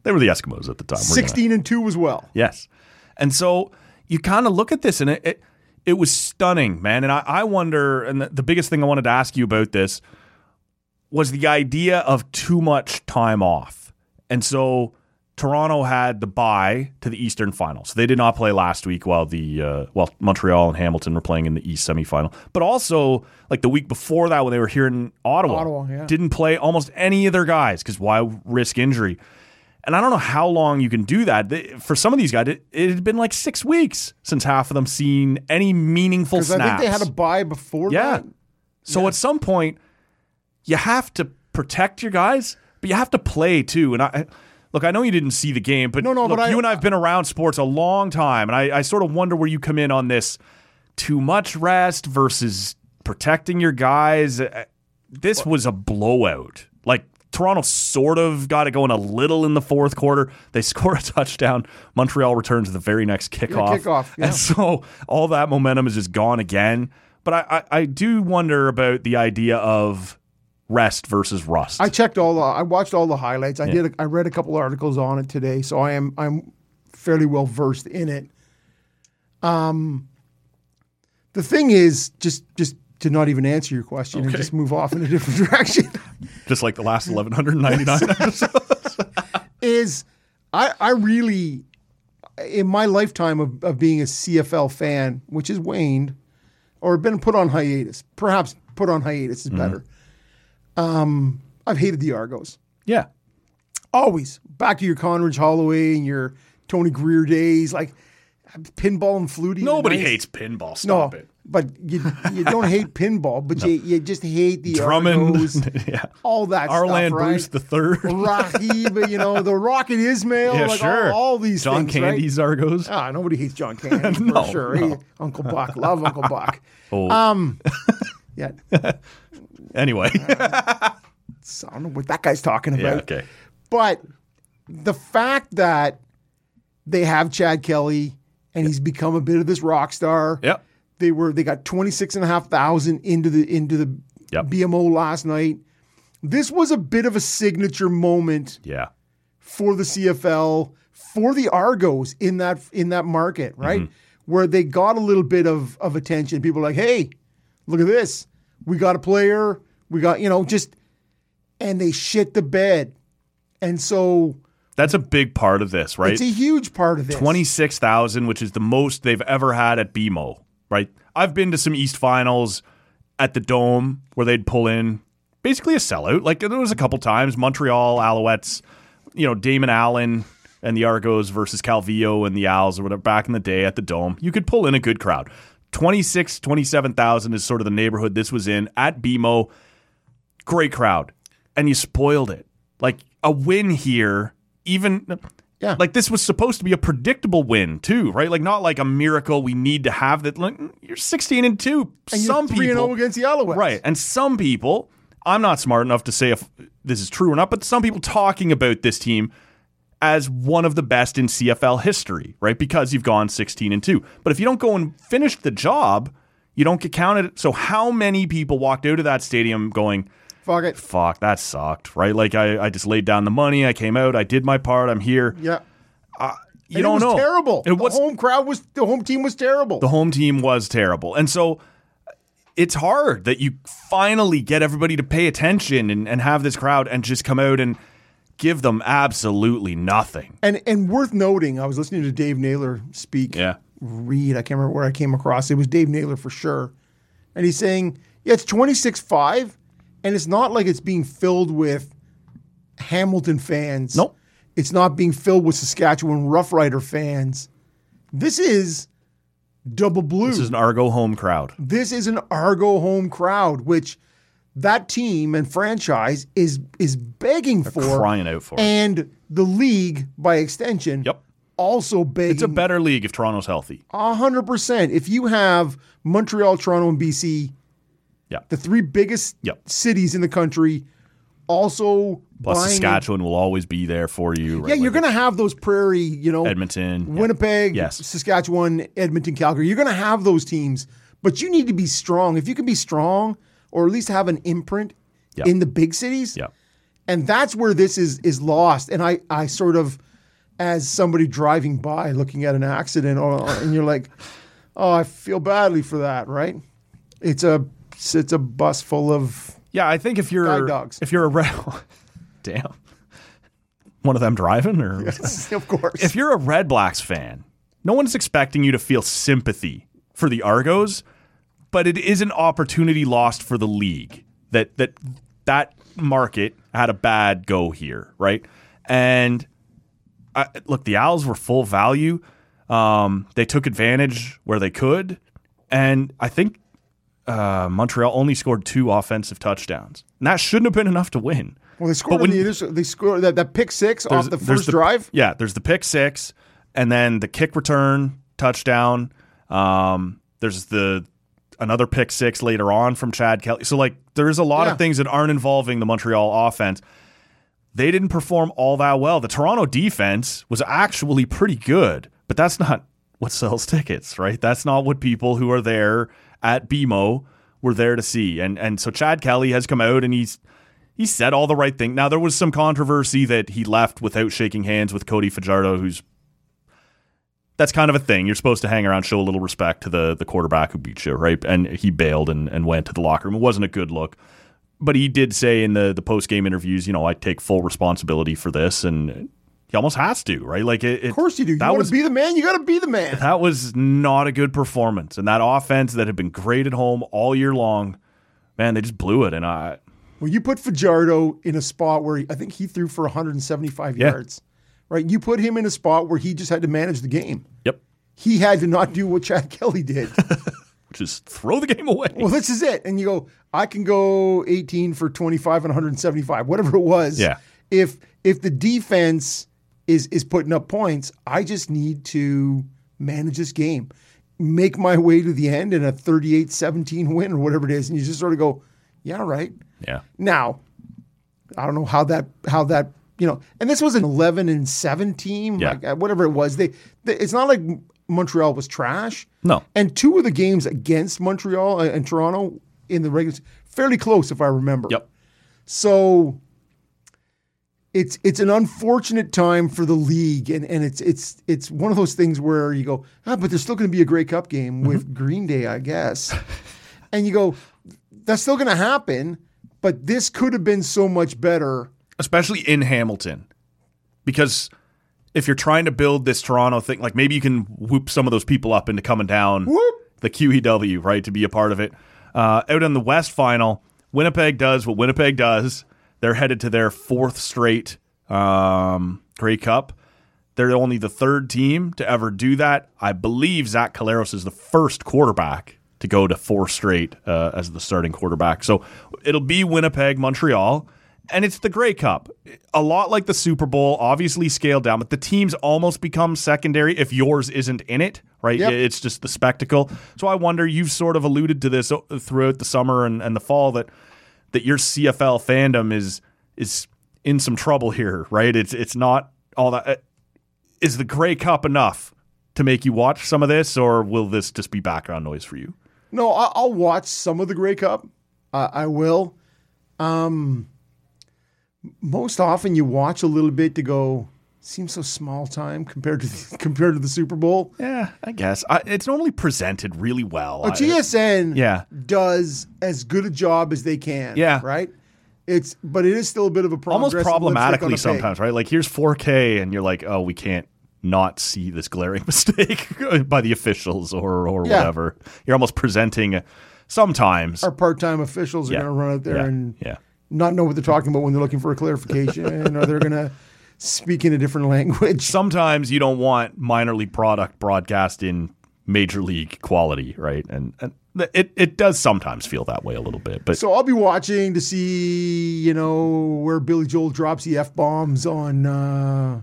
Speaker 3: They were the Eskimos at the time. We're gonna-
Speaker 4: 16 and two as well.
Speaker 3: Yes. And so you kind of look at this and it, it it was stunning, man. And I, I wonder, and the, the biggest thing I wanted to ask you about this was the idea of too much time off. And so Toronto had the bye to the Eastern Final, so they did not play last week while the uh, while Montreal and Hamilton were playing in the East semifinal. But also, like the week before that, when they were here in Ottawa,
Speaker 4: Ottawa, yeah.
Speaker 3: didn't play almost any of their guys because why risk injury? And I don't know how long you can do that. They- For some of these guys, it, it had been like six weeks since half of them seen any meaningful
Speaker 4: Because
Speaker 3: snaps.
Speaker 4: I think they had a buy before
Speaker 3: Yeah.
Speaker 4: that.
Speaker 3: So at some point, you have to protect your guys, but you have to play too. And I- I look, I know you didn't see the game, but
Speaker 4: No, no,
Speaker 3: look,
Speaker 4: but I-
Speaker 3: you and I have been around sports a long time, and I, I sort of wonder where you come in on this: too much rest versus protecting your guys. Uh, This was a blowout. Like Toronto sort of got it going a little in the fourth quarter. They score a touchdown. Montreal returns the very next kickoff.
Speaker 4: kickoff, yeah.
Speaker 3: And so all that momentum is just gone again. But I, I, I do wonder about the idea of rest versus rust.
Speaker 4: I checked all. The, I watched all the highlights. I did. A, I read a couple articles on it today, so I am. I'm fairly well versed in it. Um, the thing is, just just to not even answer your question and just move off in a different direction
Speaker 3: just like the last 1199 episodes.
Speaker 4: is, I I really, in my lifetime of of being a CFL fan, which is waned, or been put on hiatus. Perhaps put on hiatus
Speaker 3: Mm-hmm.
Speaker 4: is better. Um, I've hated the Argos.
Speaker 3: Yeah.
Speaker 4: always back to your Conridge Holloway and your Tony Greer days, like pinball and flutie.
Speaker 3: Nobody
Speaker 4: and nice-
Speaker 3: hates pinball.
Speaker 4: no,
Speaker 3: Stop it.
Speaker 4: but you you don't hate pinball, but you you just hate the
Speaker 3: Drummond.
Speaker 4: Argos,
Speaker 3: yeah.
Speaker 4: all that
Speaker 3: Arland
Speaker 4: stuff, right?
Speaker 3: Bruce the third.
Speaker 4: Rahib, you know the Rocket Ismail,
Speaker 3: Yeah,
Speaker 4: like
Speaker 3: sure.
Speaker 4: all, all these
Speaker 3: John
Speaker 4: things, right?
Speaker 3: Candy's Argos.
Speaker 4: Ah, nobody hates John Candy for
Speaker 3: No,
Speaker 4: sure.
Speaker 3: no.
Speaker 4: Hey, Uncle Buck, love Uncle Buck. Um,
Speaker 3: Oh,
Speaker 4: Yeah,
Speaker 3: anyway.
Speaker 4: so I don't know what that guy's talking about.
Speaker 3: yeah, okay.
Speaker 4: But the fact that they have Chad Kelly and he's become a bit of this rock star.
Speaker 3: Yep.
Speaker 4: They were they got 26,500 into the into the
Speaker 3: Yep.
Speaker 4: BMO last night. This was a bit of a signature moment
Speaker 3: Yeah.
Speaker 4: for the CFL, for the Argos in that in that market, right?
Speaker 3: Mm-hmm.
Speaker 4: Where they got a little bit of of attention. People were like, "Hey, look at this. We got a player. We got, you know, just and they shit the bed." And so
Speaker 3: That's a big part of this, right?
Speaker 4: it's a huge part of this.
Speaker 3: 26,000, which is the most they've ever had at BMO, right? I've been to some East finals at the Dome where they'd pull in basically a sellout. Like there was a couple times Montreal Alouettes, you know, Damon Allen and the Argos versus Calvillo and the Owls or whatever back in the day at the Dome. You could pull in a good crowd. 26, 27,000 is sort of the neighborhood this was in at BMO great crowd and you spoiled it like a win here even
Speaker 4: Yeah.
Speaker 3: like this was supposed to be a predictable win too right like not like a miracle we need to have that like "Mm, you're 16 and 2
Speaker 4: and you're
Speaker 3: some
Speaker 4: 3 and
Speaker 3: people
Speaker 4: 0 against the Alouettes.
Speaker 3: right and some people i'm not smart enough to say if this is true or not but some people talking about this team as one of the best in CFL history, right? Because you've gone 16 and 2. But if you don't go and finish the job, you don't get counted. So how many people walked out of that stadium going,
Speaker 4: Fuck it.
Speaker 3: fuck, that sucked, right? Like I, I just laid down the money, I came out, I did my part, I'm here.
Speaker 4: Yeah.
Speaker 3: You
Speaker 4: And
Speaker 3: don't
Speaker 4: it was
Speaker 3: know.
Speaker 4: terrible.
Speaker 3: It was
Speaker 4: the home crowd was the home team was terrible.
Speaker 3: the home team was terrible. And so it's hard that you finally get everybody to pay attention and, and have this crowd and just come out and give them absolutely nothing.
Speaker 4: and and worth noting, I was listening to Dave Naylor speak
Speaker 3: Yeah.
Speaker 4: read. I can't remember where I came across. It was Dave Naylor for sure. And he's saying, yeah, it's 26-5, and it's not like it's being filled with Hamilton fans.
Speaker 3: Nope.
Speaker 4: It's not being filled with Saskatchewan Rough Rider fans. This is double blue.
Speaker 3: This is an Argo home crowd.
Speaker 4: this is an Argo home crowd, which that team and franchise is is begging for,
Speaker 3: crying out for it.
Speaker 4: and the league by extension.
Speaker 3: Yep.
Speaker 4: Also begging.
Speaker 3: It's a better league if Toronto's healthy.
Speaker 4: hundred percent. If you have Montreal, Toronto, and BC,
Speaker 3: Yeah.
Speaker 4: the three biggest
Speaker 3: Yep.
Speaker 4: cities in the country, also
Speaker 3: Plus,
Speaker 4: buying in-
Speaker 3: Saskatchewan will always be there for you. Right?
Speaker 4: Yeah, you're
Speaker 3: Like,
Speaker 4: going to have those prairie, you know,
Speaker 3: Edmonton, yeah.
Speaker 4: Winnipeg,
Speaker 3: Yes.
Speaker 4: Saskatchewan, Edmonton, Calgary. You're going to have those teams, but you need to be strong. If you can be strong, or at least have an imprint
Speaker 3: Yeah.
Speaker 4: in the big cities,
Speaker 3: Yeah.
Speaker 4: and that's where this is is lost. And I I sort of, as somebody driving by looking at an accident, or, or- and you're like, oh, I feel badly for that, right? It's a it's a bus full of
Speaker 3: Yeah, I think if you're
Speaker 4: Guide dogs.
Speaker 3: if you're a Red, damn, one of them driving? Or
Speaker 4: of course.
Speaker 3: if you're a Red Blacks fan, no one's expecting you to feel sympathy for the Argos, but it is an opportunity lost for the league that that that market had a bad go here, right? And I, look, the Owls were full value. Um, they took advantage where they could, and I think uh, Montreal only scored two offensive touchdowns, and that shouldn't have been enough to win.
Speaker 4: well, they scored
Speaker 3: But when-
Speaker 4: on the initial, they scored that, that pick six off the
Speaker 3: there's- there's
Speaker 4: first drive.
Speaker 3: Yeah, there's the pick six, and then the kick return touchdown. Um, there's the another pick six later on from Chad Kelly. So like, there's a lot
Speaker 4: Yeah.
Speaker 3: of things that aren't involving the Montreal offense. They didn't perform all that well. The Toronto defense was actually pretty good, but that's not what sells tickets, right? That's not what people who are there at BMO were there to see. And and so Chad Kelly has come out and he's he said all the right thing. Now there was some controversy that he left without shaking hands with Cody Fajardo, who's that's kind of a thing. You're supposed to hang around, show a little respect to the the quarterback who beat you, right? And he bailed and, and went to the locker room. It wasn't a good look. But he did say in the the post game interviews, you know, I take full responsibility for this, and he almost has to, right? Like, it,
Speaker 4: Of course you do. You
Speaker 3: That
Speaker 4: want
Speaker 3: was
Speaker 4: to be the man. You got to be the man.
Speaker 3: that was not a good performance, and that offense that had been great at home all year long, man, they just blew it. And I,
Speaker 4: Well, you put Fajardo in a spot where he, I think he threw for 175
Speaker 3: Yeah.
Speaker 4: yards, right? You put him in a spot where he just had to manage the game.
Speaker 3: yep,
Speaker 4: He had to not do what Chad Kelly did.
Speaker 3: just throw the game away.
Speaker 4: well, this is it. And you go, I can go 18 for 25 and 175, whatever it was.
Speaker 3: Yeah.
Speaker 4: If if the defense is is putting up points, I just need to manage this game, make my way to the end in a 38-17 win or whatever it is, and you just sort of go, yeah, right.
Speaker 3: Yeah,
Speaker 4: Now, I don't know how that how that you know, and this was an eleven and seven team,
Speaker 3: Yeah.
Speaker 4: like, uh, whatever it was. They, they it's not like Montreal was trash.
Speaker 3: No.
Speaker 4: and two of the games against Montreal uh, and, and Toronto in the regular fairly close, if I remember.
Speaker 3: yep.
Speaker 4: So it's it's an unfortunate time for the league, and, and it's it's it's one of those things where you go, ah, but there's still going to be a Grey Cup game with Green Day, I guess, and you go, that's still going to happen, but this could have been so much better.
Speaker 3: especially in Hamilton, because if you're trying to build this Toronto thing, like maybe you can whoop some of those people up into coming down the QEW, right, to be a part of it. Uh, out in the West Final, Winnipeg does what Winnipeg does. They're headed to their fourth straight um, Grey Cup. They're only the third team to ever do that. I believe Zach Caleros is the first quarterback to go to four straight uh, as the starting quarterback. So it'll be Winnipeg, Montreal, and it's the Grey Cup. A lot like the Super Bowl, obviously scaled down, but the teams almost become secondary if yours isn't in it, right?
Speaker 4: Yep.
Speaker 3: It's just the spectacle. So I wonder, you've sort of alluded to this uh, throughout the summer and, and the fall that that your CFL fandom is is in some trouble here, right? It's it's not all that is the Grey Cup enough to make you watch some of this, or will this just be background noise for you?
Speaker 4: No, I, I'll watch some of the Grey Cup. I I will. Um, most often, you watch a little bit to go. Seems so small time compared to the, compared to the Super Bowl.
Speaker 3: Yeah, I guess I, it's normally presented really well.
Speaker 4: But GSN
Speaker 3: yeah.
Speaker 4: does as good a job as they can.
Speaker 3: Yeah.
Speaker 4: Right? It's but it is still a bit of a problem.
Speaker 3: almost problematically sometimes, right? Like here's 4K, and you're like, oh, we can't not see this glaring mistake by the officials or or
Speaker 4: Yeah.
Speaker 3: whatever. You're almost presenting uh, sometimes.
Speaker 4: Our part time officials are
Speaker 3: Yeah.
Speaker 4: gonna run out there
Speaker 3: yeah.
Speaker 4: and
Speaker 3: yeah.
Speaker 4: not know what they're talking about when they're looking for a clarification or they're gonna speak in a different language.
Speaker 3: sometimes you don't want minor league product broadcast in major league quality, right? And, and th- it, it does sometimes feel that way a little bit, but
Speaker 4: So I'll be watching to see, you know, where Billy Joel drops the F bombs on uh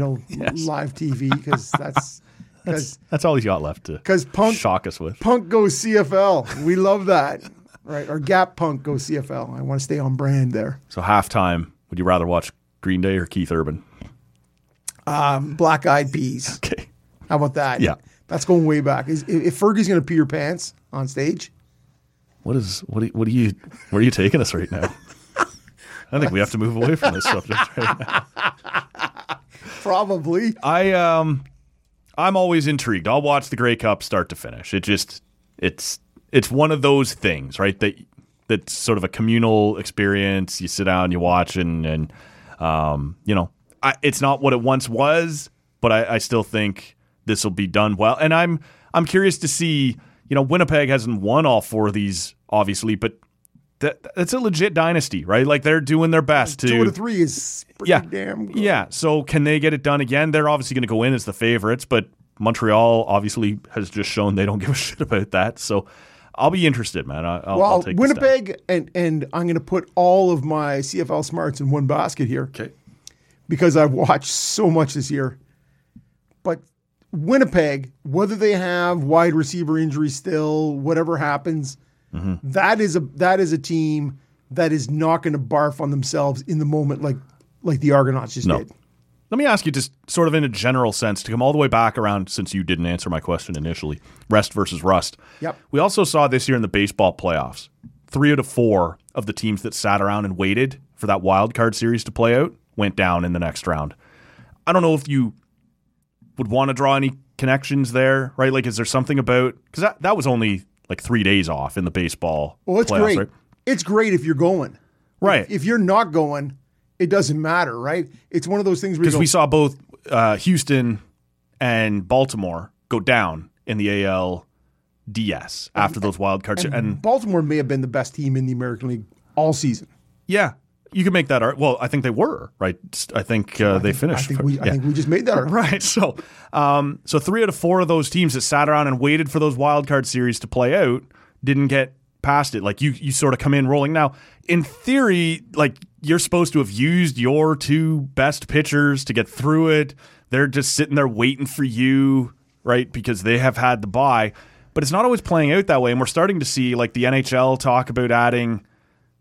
Speaker 4: know, live TV because that's because
Speaker 3: that's all he's got left to
Speaker 4: 'Cause Punk-
Speaker 3: shock us with.
Speaker 4: Punk goes CFL. We love that. Right. Or Gap Punk goes CFL. I want to stay on brand there.
Speaker 3: So halftime, would you rather watch Green Day or Keith Urban?
Speaker 4: Black Eyed Peas.
Speaker 3: Okay.
Speaker 4: How about that?
Speaker 3: Yeah.
Speaker 4: That's going way back. Is, if if Fergie's going to pee your pants on stage,
Speaker 3: What is what do, what are you where are you taking us right now? I think we have to move away from this subject. Right?
Speaker 4: probably.
Speaker 3: I um I'm always intrigued. I'll watch the Grey Cup start to finish. It just it's it's one of those things, right? That that's sort of a communal experience. You sit down, you watch, and and um, you know, I, it's not what it once was, but I, I still think this will be done well. And I'm I'm curious to see. You know, Winnipeg hasn't won all four of these, obviously, but that, that's a legit dynasty, right? Like they're doing their best to
Speaker 4: Two out of three is pretty
Speaker 3: yeah,
Speaker 4: damn good.
Speaker 3: yeah. So can they get it done again? They're obviously going to go in as the favorites, but Montreal obviously has just shown they don't give a shit about that. So I'll be interested, man. I, I'll,
Speaker 4: Well,
Speaker 3: I'll take this down.
Speaker 4: Winnipeg, and and I'm going to put all of my CFL smarts in one basket here. Okay. Because I've watched so much this year, but Winnipeg, whether they have wide receiver injuries still, whatever happens,
Speaker 3: Mm-hmm.
Speaker 4: that is a that is a team that is not going to barf on themselves in the moment like like the Argonauts just
Speaker 3: No.
Speaker 4: did.
Speaker 3: Let me ask you, just sort of in a general sense, to come all the way back around since you didn't answer my question initially rest versus rust.
Speaker 4: Yep.
Speaker 3: We also saw this year in the baseball playoffs three out of four of the teams that sat around and waited for that wild card series to play out went down in the next round. I don't know if you would want to draw any connections there, right? Like, is there something about because that, that was only like three days off in the baseball
Speaker 4: Well, it's
Speaker 3: playoffs,
Speaker 4: great.
Speaker 3: right?
Speaker 4: It's great if you're going.
Speaker 3: Right.
Speaker 4: If you're not going, it doesn't matter, right? It's one of those things where you
Speaker 3: because
Speaker 4: go,
Speaker 3: we saw both uh, Houston and Baltimore go down in the ALDS after those wild cards, and,
Speaker 4: Baltimore may have been the best team in the American League all season.
Speaker 3: yeah, you can make that art. Well, I think they were right. I think uh, they
Speaker 4: I
Speaker 3: finished.
Speaker 4: think we, I
Speaker 3: Yeah.
Speaker 4: think we just made that. Our,
Speaker 3: Right. So, um, so three out of four of those teams that sat around and waited for those wild card series to play out didn't get past it. Like you, you sort of come in rolling. Now, in theory, like you're supposed to have used your two best pitchers to get through it. They're just sitting there waiting for you, right? Because they have had the bye. But it's not always playing out that way, and we're starting to see like the NHL talk about adding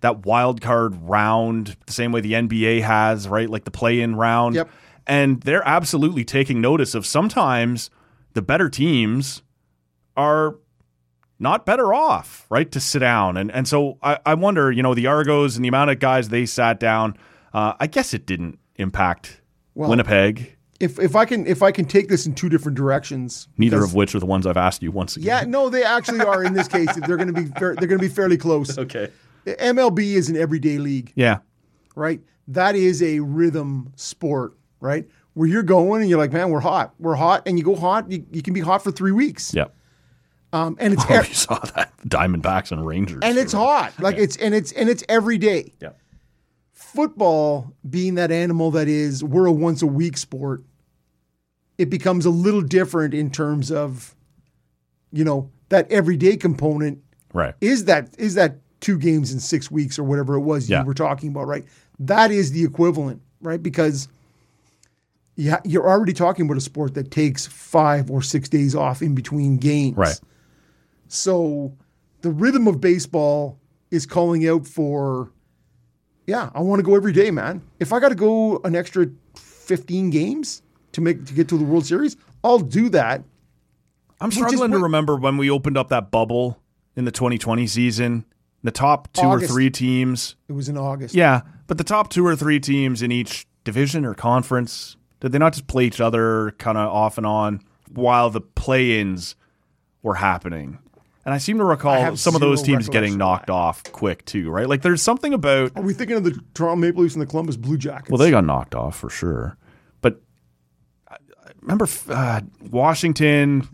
Speaker 3: that wild card round the same way the NBA has, right? Like the play in round.
Speaker 4: Yep.
Speaker 3: And they're absolutely taking notice of sometimes the better teams are not better off, right? To sit down. And and so I, I wonder, you know, the Argos and the amount of guys they sat down, uh, I guess it didn't impact
Speaker 4: Well-
Speaker 3: Winnipeg,
Speaker 4: if if I can if I can take this in two different directions,
Speaker 3: neither
Speaker 4: because-
Speaker 3: of which are the ones I've asked you once again.
Speaker 4: yeah, no, they actually are in this case. They're going to be fair, they're going to be fairly close.
Speaker 3: Okay.
Speaker 4: The MLB is an everyday league,
Speaker 3: Yeah.
Speaker 4: right? That is a rhythm sport, right? Where you're going and you're like, man, we're hot, we're hot, and you go hot. You, you can be hot for three weeks,
Speaker 3: Yeah.
Speaker 4: um, and it's
Speaker 3: Oh,
Speaker 4: e-
Speaker 3: you saw that. Diamondbacks and Rangers.
Speaker 4: and it's hot, like it's and it's and it's every day.
Speaker 3: Yeah.
Speaker 4: football being that animal that is we're a once a week sport it becomes a little different in terms of you know that everyday component
Speaker 3: Right.
Speaker 4: is that is that two games in six weeks or whatever it was
Speaker 3: Yeah.
Speaker 4: you were talking about right that is the equivalent right because yeah you're already talking about a sport that takes five or six days off in between games
Speaker 3: Right.
Speaker 4: so the rhythm of baseball is calling out for, yeah, I want to go every day, man. If I got to go an extra 15 games to make to get to the World Series, I'll do that.
Speaker 3: I'm
Speaker 4: is
Speaker 3: struggling to
Speaker 4: what-
Speaker 3: remember when we opened up that bubble in the 2020 season. The top two or
Speaker 4: August.
Speaker 3: three teams.
Speaker 4: It was in August.
Speaker 3: Yeah, but the top two or three teams in each division or conference, did they not just play each other kind of off and on while the play ins were happening? And I seem to recall
Speaker 4: have
Speaker 3: some of those
Speaker 4: zero
Speaker 3: teams
Speaker 4: recollection
Speaker 3: getting
Speaker 4: of
Speaker 3: knocked off quick, too, right? Like there's something about.
Speaker 4: Are we thinking of the Toronto Maple Leafs and the Columbus Blue Jackets?
Speaker 3: Well, they got knocked off for sure. But I, I remember uh, Washington.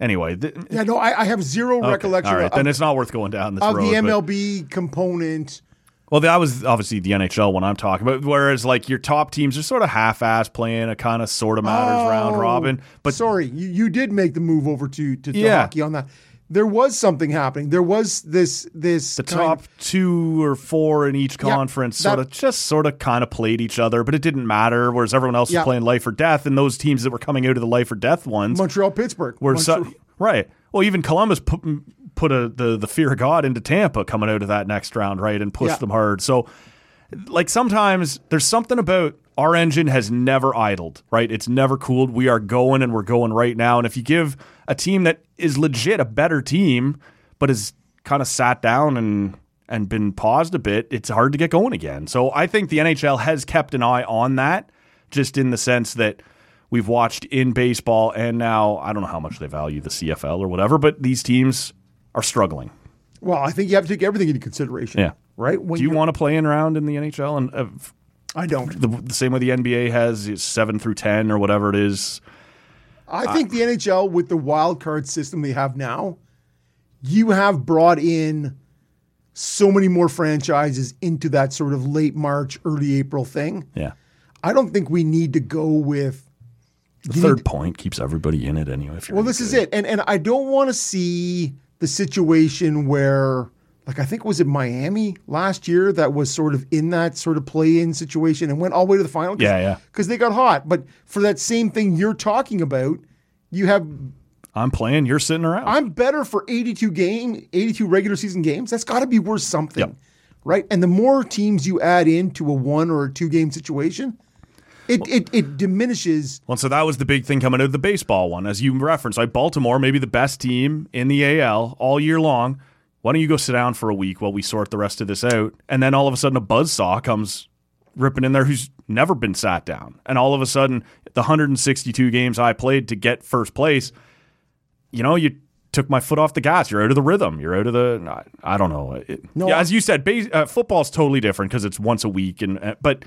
Speaker 3: Anyway, th-
Speaker 4: yeah, no, I, I have zero recollection
Speaker 3: all right,
Speaker 4: of,
Speaker 3: then it's not worth going down this
Speaker 4: of
Speaker 3: road.
Speaker 4: the
Speaker 3: but-
Speaker 4: MLB component.
Speaker 3: Well, that was obviously the NHL one I'm talking about. Whereas, like your top teams are sort of half-ass playing a kind of sort of matters round
Speaker 4: Oh,
Speaker 3: robin, but
Speaker 4: sorry, you, you did make the move over to to, to
Speaker 3: Yeah.
Speaker 4: hockey on that. There was something happening. There was this this
Speaker 3: the
Speaker 4: kind
Speaker 3: top two or four in each conference
Speaker 4: that-
Speaker 3: sort of just sort of kind of played each other, but it didn't matter. Whereas everyone else
Speaker 4: Yeah.
Speaker 3: was playing life or death, and those teams that were coming out of the life or death ones
Speaker 4: Montreal Pittsburgh.
Speaker 3: were
Speaker 4: Montreal,
Speaker 3: so, right. Well, even Columbus put put a, the the fear of God into Tampa coming out of that next round, right, and pushed
Speaker 4: Yeah.
Speaker 3: them hard. So like sometimes there's something about our engine has never idled, right? It's never cooled. We are going and we're going right now. And if you give a team that is legit a better team, but has kind of sat down and and been paused a bit, it's hard to get going again. So I think the NHL has kept an eye on that, just in the sense that we've watched in baseball and now I don't know how much they value the CFL or whatever, but these teams are struggling.
Speaker 4: Well, I think you have to take everything into consideration.
Speaker 3: Yeah.
Speaker 4: Right? When
Speaker 3: Do you
Speaker 4: you're-
Speaker 3: want to play in round in the NHL? And uh,
Speaker 4: I don't.
Speaker 3: The, the same way the NBA has it's seven through ten or whatever it is.
Speaker 4: I think the NHL with the wild card system they have now, you have brought in so many more franchises into that sort of late March, early April thing.
Speaker 3: Yeah.
Speaker 4: I don't think we need to go with
Speaker 3: The
Speaker 4: You
Speaker 3: third
Speaker 4: need-
Speaker 3: point keeps everybody in it anyway. If you're
Speaker 4: Well, this is it, and and I don't want to see the situation where, like, I think was it Miami last year that was sort of in that sort of play-in situation and went all the way to the final.
Speaker 3: Yeah, yeah.
Speaker 4: because they got hot. But for that same thing you're talking about, you have
Speaker 3: I'm playing. You're sitting around.
Speaker 4: I'm better for 82 game, 82 regular season games. That's got to be worth something,
Speaker 3: Yep.
Speaker 4: right? And the more teams you add into a one or a two game situation, it it, it diminishes.
Speaker 3: Well, so that was the big thing coming out of the baseball one, as you referenced. Like Baltimore, maybe the best team in the AL all year long. Why don't you go sit down for a week while we sort the rest of this out? And then all of a sudden, a buzzsaw comes ripping in there who's never been sat down. And all of a sudden, the 162 games I played to get first place, you know, you took my foot off the gas. You're out of the rhythm. You're out of the. I, I don't know. It-
Speaker 4: No,
Speaker 3: yeah,
Speaker 4: I-
Speaker 3: as you said, base, uh, football's totally different because it's once a week. And uh, but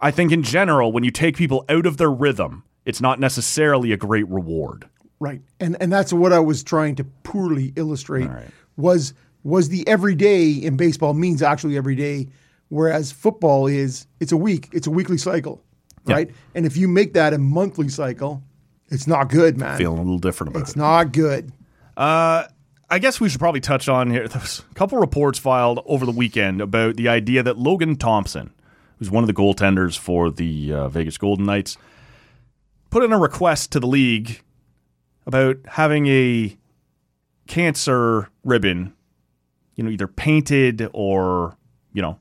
Speaker 3: I think in general, when you take people out of their rhythm, it's not necessarily a great reward.
Speaker 4: Right. And and that's what I was trying to poorly illustrate was was the everyday in baseball means actually every day, whereas football is it's a week, it's a weekly cycle. Right? And if you make that a monthly cycle, it's not good, man.
Speaker 3: Feeling a little different about it.
Speaker 4: it's not good.
Speaker 3: I guess we should probably touch on here. There's a couple reports filed over the weekend about the idea that Logan Thompson, who's one of the goaltenders for the uh, Vegas Golden Knights, put in a request to the league about having a cancer ribbon, you know, either painted or, you know,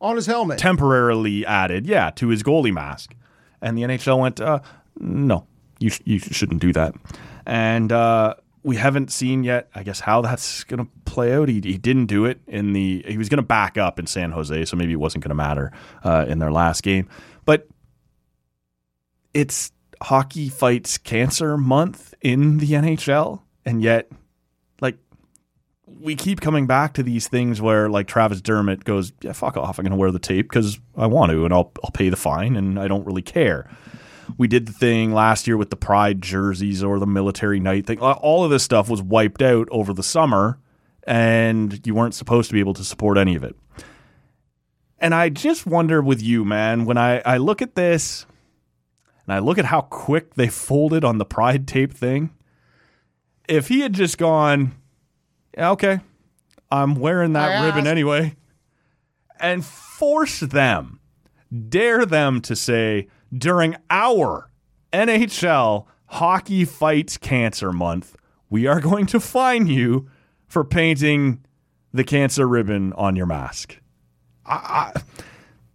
Speaker 4: On his helmet.
Speaker 3: temporarily added, yeah, to his goalie mask. And the NHL went, uh, no, you, sh- you shouldn't do that. And uh, we haven't seen yet, I guess, how that's going to play out. He, he didn't do it in the, he was going to back up in San Jose, so maybe it wasn't going to matter uh, in their last game. But it's hockey fights cancer month in the NHL. And yet, like, we keep coming back to these things where like Travis Dermott goes, yeah, fuck off. I'm going to wear the tape because I want to and I'll, I'll pay the fine and I don't really care. We did the thing last year with the pride jerseys or the military night thing. A- All of this stuff was wiped out over the summer and you weren't supposed to be able to support any of it. And I just wonder with you, man, when I, I look at this and I look at how quick they folded on the pride tape thing, if he had just gone, yeah, okay, I'm wearing that
Speaker 4: I
Speaker 3: ribbon
Speaker 4: asked.
Speaker 3: anyway, and force them, dare them to say during our NHL Hockey Fights Cancer Month, we are going to fine you for painting the cancer ribbon on your mask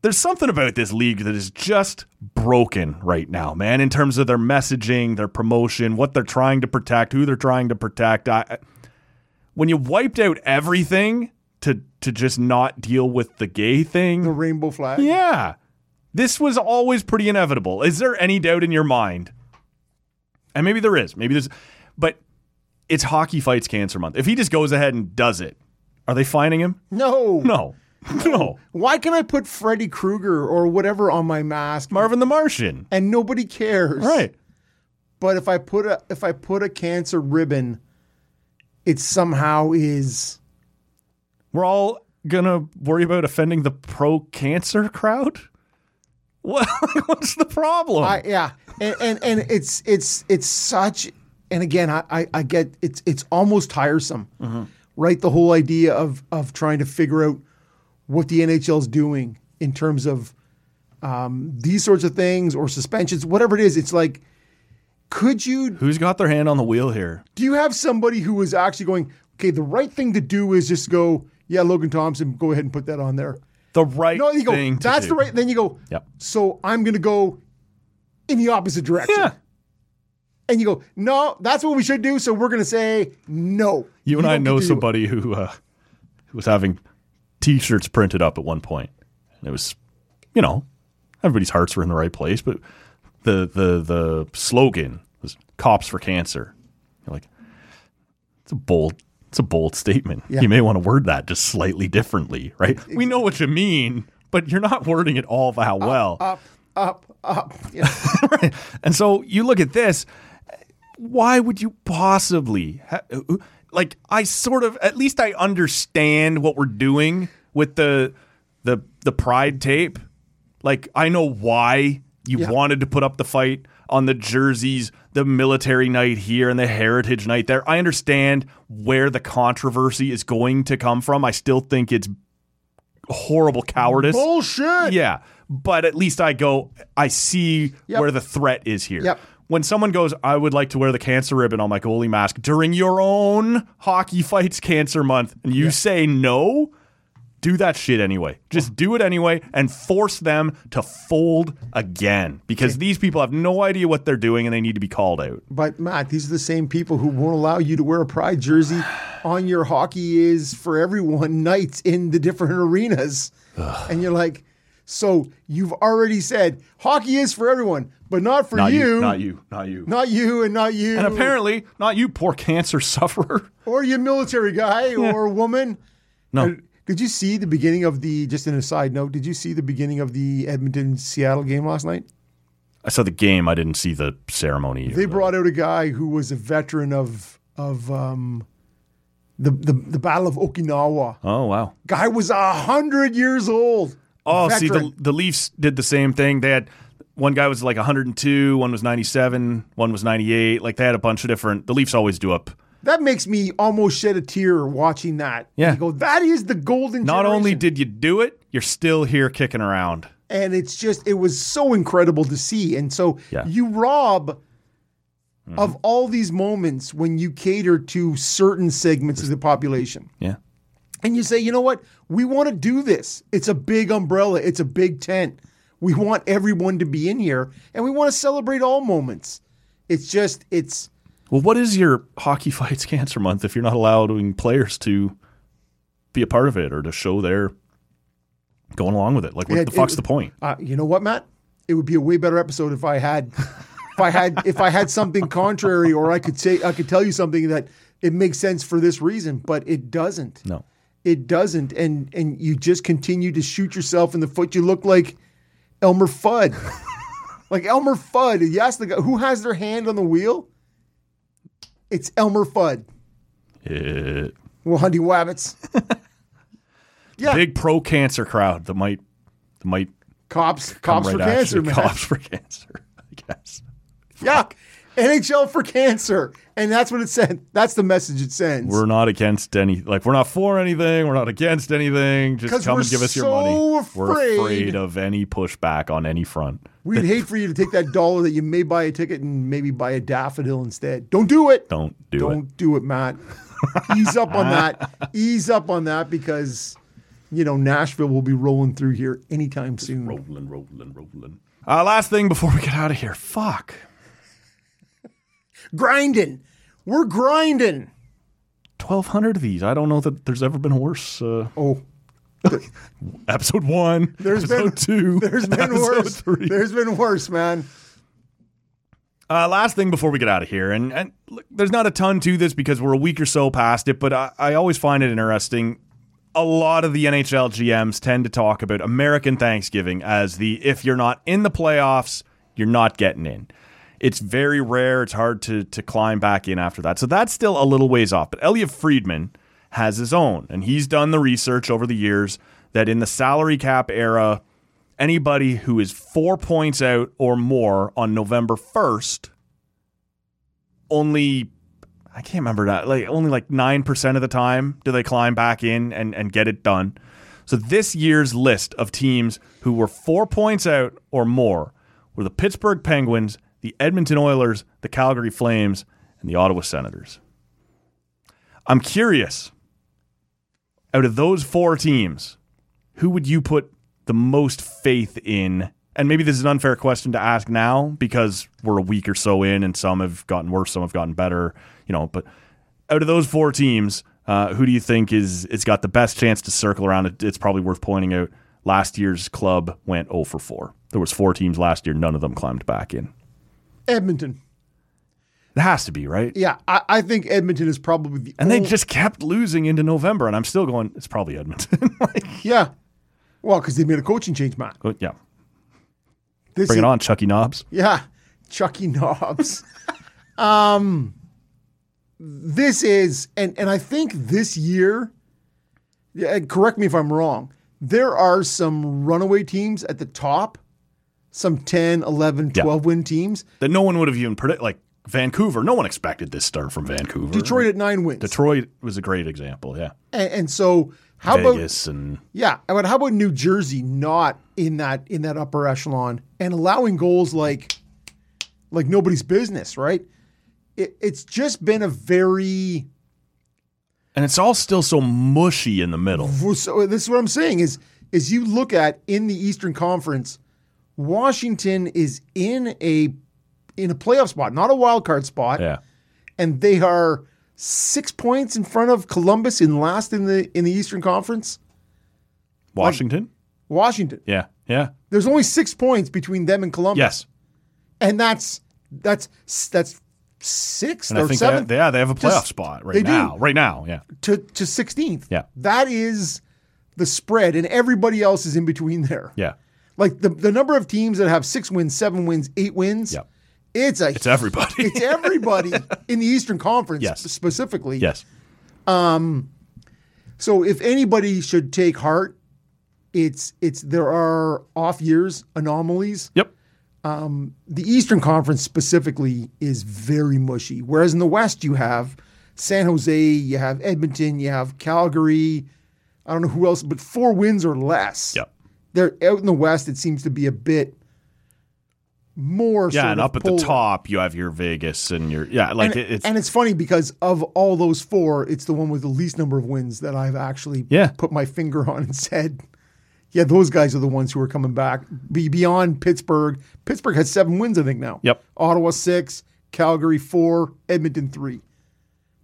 Speaker 3: there's something about this league that is just broken right now, man, in terms of their messaging, their promotion, what they're trying to protect, who they're trying to protect. I, when you wiped out everything to to just not deal with the gay
Speaker 4: the
Speaker 3: thing,
Speaker 4: rainbow flag.
Speaker 3: yeah. This was always pretty inevitable. Is there any doubt in your mind? And maybe there is. Maybe there's but it's hockey fights cancer month. If he just goes ahead and does it, are they fining him?
Speaker 4: No.
Speaker 3: No. No.
Speaker 4: Why can I put Freddy Krueger or whatever on my mask
Speaker 3: Marvin the Martian.
Speaker 4: and nobody cares?
Speaker 3: Right.
Speaker 4: But if I put a if I put a cancer ribbon, it somehow is
Speaker 3: we're all gonna worry about offending the pro cancer crowd? What, what's the problem?
Speaker 4: I yeah. And, and and it's it's it's such and again I, I, I get it's it's almost tiresome.
Speaker 3: Mm-hmm.
Speaker 4: Right? The whole idea of of trying to figure out what the NHL's doing in terms of um, these sorts of things or suspensions, whatever it is, it's like could you
Speaker 3: Who's got their hand on the wheel here?
Speaker 4: do you have somebody who is actually going, okay, the right thing to do is just go, yeah, Logan Thompson, go ahead and put that on there.
Speaker 3: The right
Speaker 4: No, you go,
Speaker 3: thing. to
Speaker 4: that's
Speaker 3: do.
Speaker 4: the right. Then you go,
Speaker 3: Yep.
Speaker 4: so I'm going to go in the opposite direction.
Speaker 3: Yeah.
Speaker 4: And you go, no, that's what we should do. So we're going to say no.
Speaker 3: You and I
Speaker 4: don't
Speaker 3: know
Speaker 4: get to do it."
Speaker 3: somebody who uh, who was having T-shirts printed up at one point, and it was, you know, everybody's hearts were in the right place, but the the the slogan was "Cops for Cancer." You're like, it's a bold. It's a bold statement.
Speaker 4: Yeah.
Speaker 3: You may want to word that just slightly differently, right? We know what you mean, but you're not wording it all that well.
Speaker 4: Up, up, up. Yeah.
Speaker 3: And so you look at this. Why would you possibly ha- uh, like? I sort of at least I understand what we're doing with the the the pride tape. Like I know why you
Speaker 4: Yeah.
Speaker 3: wanted to put up the fight on the jerseys, the military night here and the heritage night there. I understand where the controversy is going to come from. I still think it's horrible cowardice.
Speaker 4: Bullshit.
Speaker 3: Yeah, but at least I go. I see
Speaker 4: Yep.
Speaker 3: where the threat is here.
Speaker 4: Yep.
Speaker 3: When someone goes, I would like to wear the cancer ribbon on my goalie mask during your own hockey fights cancer month, and you say no, do that shit anyway. Just do it anyway and force them to fold again because these people have no idea what they're doing and they need to be called out.
Speaker 4: But Matt, these are the same people who won't allow you to wear a pride jersey on your hockey is for everyone nights in the different arenas. and you're like, so you've already said hockey is for everyone, but not for
Speaker 3: Not you,
Speaker 4: you,
Speaker 3: not you, not you.
Speaker 4: Not you and not you.
Speaker 3: And apparently, not you, poor cancer sufferer.
Speaker 4: or you military guy or woman.
Speaker 3: No.
Speaker 4: Did you see the beginning of the just an aside note, did you see the beginning of the Edmonton Seattle game last night?
Speaker 3: I saw the game. I didn't see the ceremony.
Speaker 4: They brought out a guy who was a veteran of of um, the, the the Battle of Okinawa.
Speaker 3: Oh wow.
Speaker 4: Guy was a hundred years old.
Speaker 3: Oh, see,
Speaker 4: Veteran.
Speaker 3: the, the Leafs did the same thing. They had one guy was like 102, one was 97, one was 98. Like they had a bunch of different. The Leafs always do up.
Speaker 4: that makes me almost shed a tear watching that.
Speaker 3: Yeah.
Speaker 4: You go, that is the golden.
Speaker 3: Not only
Speaker 4: generation."
Speaker 3: did you do it, you're still here kicking around.
Speaker 4: and it's just it was so incredible to see and so
Speaker 3: Yeah. Mm-hmm.
Speaker 4: you rob of all these moments when you cater to certain segments of the population
Speaker 3: Yeah.
Speaker 4: and you say you know what we want to do this it's a big umbrella it's a big tent we want everyone to be in here and we want to celebrate all moments it's just it's
Speaker 3: Well, what is your hockey fights cancer month if you're not allowing players to be a part of it or to show their going along with it? Like, what
Speaker 4: Yeah,
Speaker 3: the fuck's
Speaker 4: it-
Speaker 3: the point?
Speaker 4: Uh, you know what, Matt? It would be a way better episode if I had, if I had, if I had something contrary, or I could say I could tell you something that it makes sense for this reason, but it doesn't.
Speaker 3: No.
Speaker 4: it doesn't, and and you just continue to shoot yourself in the foot. You look like Elmer Fudd, like Elmer Fudd. You ask the guy who has their hand on the wheel. It's Elmer Fudd.
Speaker 3: Eh,
Speaker 4: Well, Hunty Wabbits, Yeah.
Speaker 3: Big pro cancer crowd that might that might
Speaker 4: cops,
Speaker 3: come
Speaker 4: cops for
Speaker 3: right at
Speaker 4: cancer,
Speaker 3: you.
Speaker 4: man.
Speaker 3: Cops for cancer, I guess.
Speaker 4: Yeah. NHL for cancer. And that's what it said. That's the message it sends.
Speaker 3: We're not against any, like, we're not for anything. We're not against anything.
Speaker 4: 'Cause
Speaker 3: Just come
Speaker 4: we're
Speaker 3: and give us your
Speaker 4: so
Speaker 3: money. We're
Speaker 4: afraid.
Speaker 3: afraid of any pushback on any front.
Speaker 4: We'd hate for you to take that dollar that you may buy a ticket and maybe buy a daffodil instead. Don't do it.
Speaker 3: Don't do it.
Speaker 4: Don't do it, Matt. Ease up on that. Ease up on that because, you know, Nashville will be rolling through here anytime soon.
Speaker 3: Rolling, rolling, rolling. Uh, last thing before we get out of here. Fuck.
Speaker 4: Grinding. We're grinding.
Speaker 3: 1,200 of these. I don't know that there's ever been a worse. Uh,
Speaker 4: Oh,
Speaker 3: episode one.
Speaker 4: There's been-
Speaker 3: episode two.
Speaker 4: there's been
Speaker 3: episode
Speaker 4: worse.
Speaker 3: Three.
Speaker 4: There's been worse, man.
Speaker 3: Uh, last thing before we get out of here, and, and look, there's not a ton to this because we're a week or so past it, but I, I always find it interesting. A lot of the NHL GMs tend to talk about American Thanksgiving as the if you're not in the playoffs, you're not getting in. It's very rare. It's hard to to climb back in after that. So that's still a little ways off. But Elliot Friedman has his own, and he's done the research over the years that in the salary cap era, anybody who is four points out or more on November 1st, only, I can't remember that, like only like 9% of the time do they climb back in and, and get it done. So this year's list of teams who were four points out or more were the Pittsburgh Penguins, the Edmonton Oilers, the Calgary Flames, and the Ottawa Senators. I'm curious, out of those four teams, who would you put the most faith in? And maybe this is an unfair question to ask now because we're a week or so in and some have gotten worse, some have gotten better, you know, but out of those four teams, uh, who do you think is it's got the best chance to circle around? It, it's probably worth pointing out last year's club went 0 for 4. There was four teams last year, none of them climbed back in.
Speaker 4: Edmonton.
Speaker 3: It has to be, right?
Speaker 4: Yeah, I, I think Edmonton is probably the
Speaker 3: And they
Speaker 4: only-
Speaker 3: just kept losing into November and I'm still going it's probably Edmonton. like,
Speaker 4: Yeah. Well, because they made a coaching change, Matt.
Speaker 3: Oh, yeah.
Speaker 4: This
Speaker 3: Bring
Speaker 4: is-
Speaker 3: it on, Chucky Knobs.
Speaker 4: Yeah, Chucky Knobs. um, this is, and and I think this year, yeah, and correct me if I'm wrong. There are some runaway teams at the top, some 10, 11,
Speaker 3: Yeah.
Speaker 4: 12 win teams.
Speaker 3: That no one would have even predicted. Like Vancouver, no one expected this start from Vancouver.
Speaker 4: Detroit at nine wins.
Speaker 3: Detroit was a great example. Yeah.
Speaker 4: And, and so how about
Speaker 3: Vegas and
Speaker 4: Yeah, but how about New Jersey not in that in that upper echelon and allowing goals like like nobody's business, right? It, it's just been a very
Speaker 3: and it's all still so mushy in the middle.
Speaker 4: so this is what I'm saying is is you look at in the Eastern Conference, Washington is in a in a playoff spot, not a wild card spot,
Speaker 3: Yeah.
Speaker 4: and they are six points in front of Columbus in last in the in the Eastern Conference.
Speaker 3: Washington.
Speaker 4: Washington.
Speaker 3: Yeah. Yeah.
Speaker 4: There's only six points between them and Columbus.
Speaker 3: Yes.
Speaker 4: and that's that's that's sixth
Speaker 3: And
Speaker 4: or
Speaker 3: I think
Speaker 4: seventh
Speaker 3: that, yeah, they have a playoff
Speaker 4: Just-
Speaker 3: spot right
Speaker 4: they do.
Speaker 3: now. Right now. Yeah.
Speaker 4: to to sixteenth.
Speaker 3: Yeah.
Speaker 4: that is the spread, and everybody else is in between there.
Speaker 3: Yeah.
Speaker 4: Like the the number of teams that have six wins, seven wins, eight wins.
Speaker 3: Yeah.
Speaker 4: it's a
Speaker 3: It's everybody.
Speaker 4: it's everybody in the Eastern Conference
Speaker 3: Yes.
Speaker 4: specifically.
Speaker 3: yes.
Speaker 4: So if anybody should take heart, it's it's there are off years anomalies.
Speaker 3: Yep.
Speaker 4: the Eastern Conference specifically is very mushy. Whereas in the West, you have San Jose, you have Edmonton, you have Calgary. I don't know who else, but four wins or less.
Speaker 3: Yep.
Speaker 4: They're out in the West. It seems to be a bit more.
Speaker 3: Yeah,
Speaker 4: sort
Speaker 3: and
Speaker 4: of
Speaker 3: up at
Speaker 4: polar.
Speaker 3: the top you have your Vegas and your yeah, like
Speaker 4: And,
Speaker 3: it, it's
Speaker 4: and it's funny because of all those four, it's the one with the least number of wins that I've actually
Speaker 3: Yeah.
Speaker 4: put my finger on and said, yeah, those guys are the ones who are coming back. Be beyond Pittsburgh. Pittsburgh has seven wins, I think, now.
Speaker 3: Yep.
Speaker 4: Ottawa six, Calgary four, Edmonton three.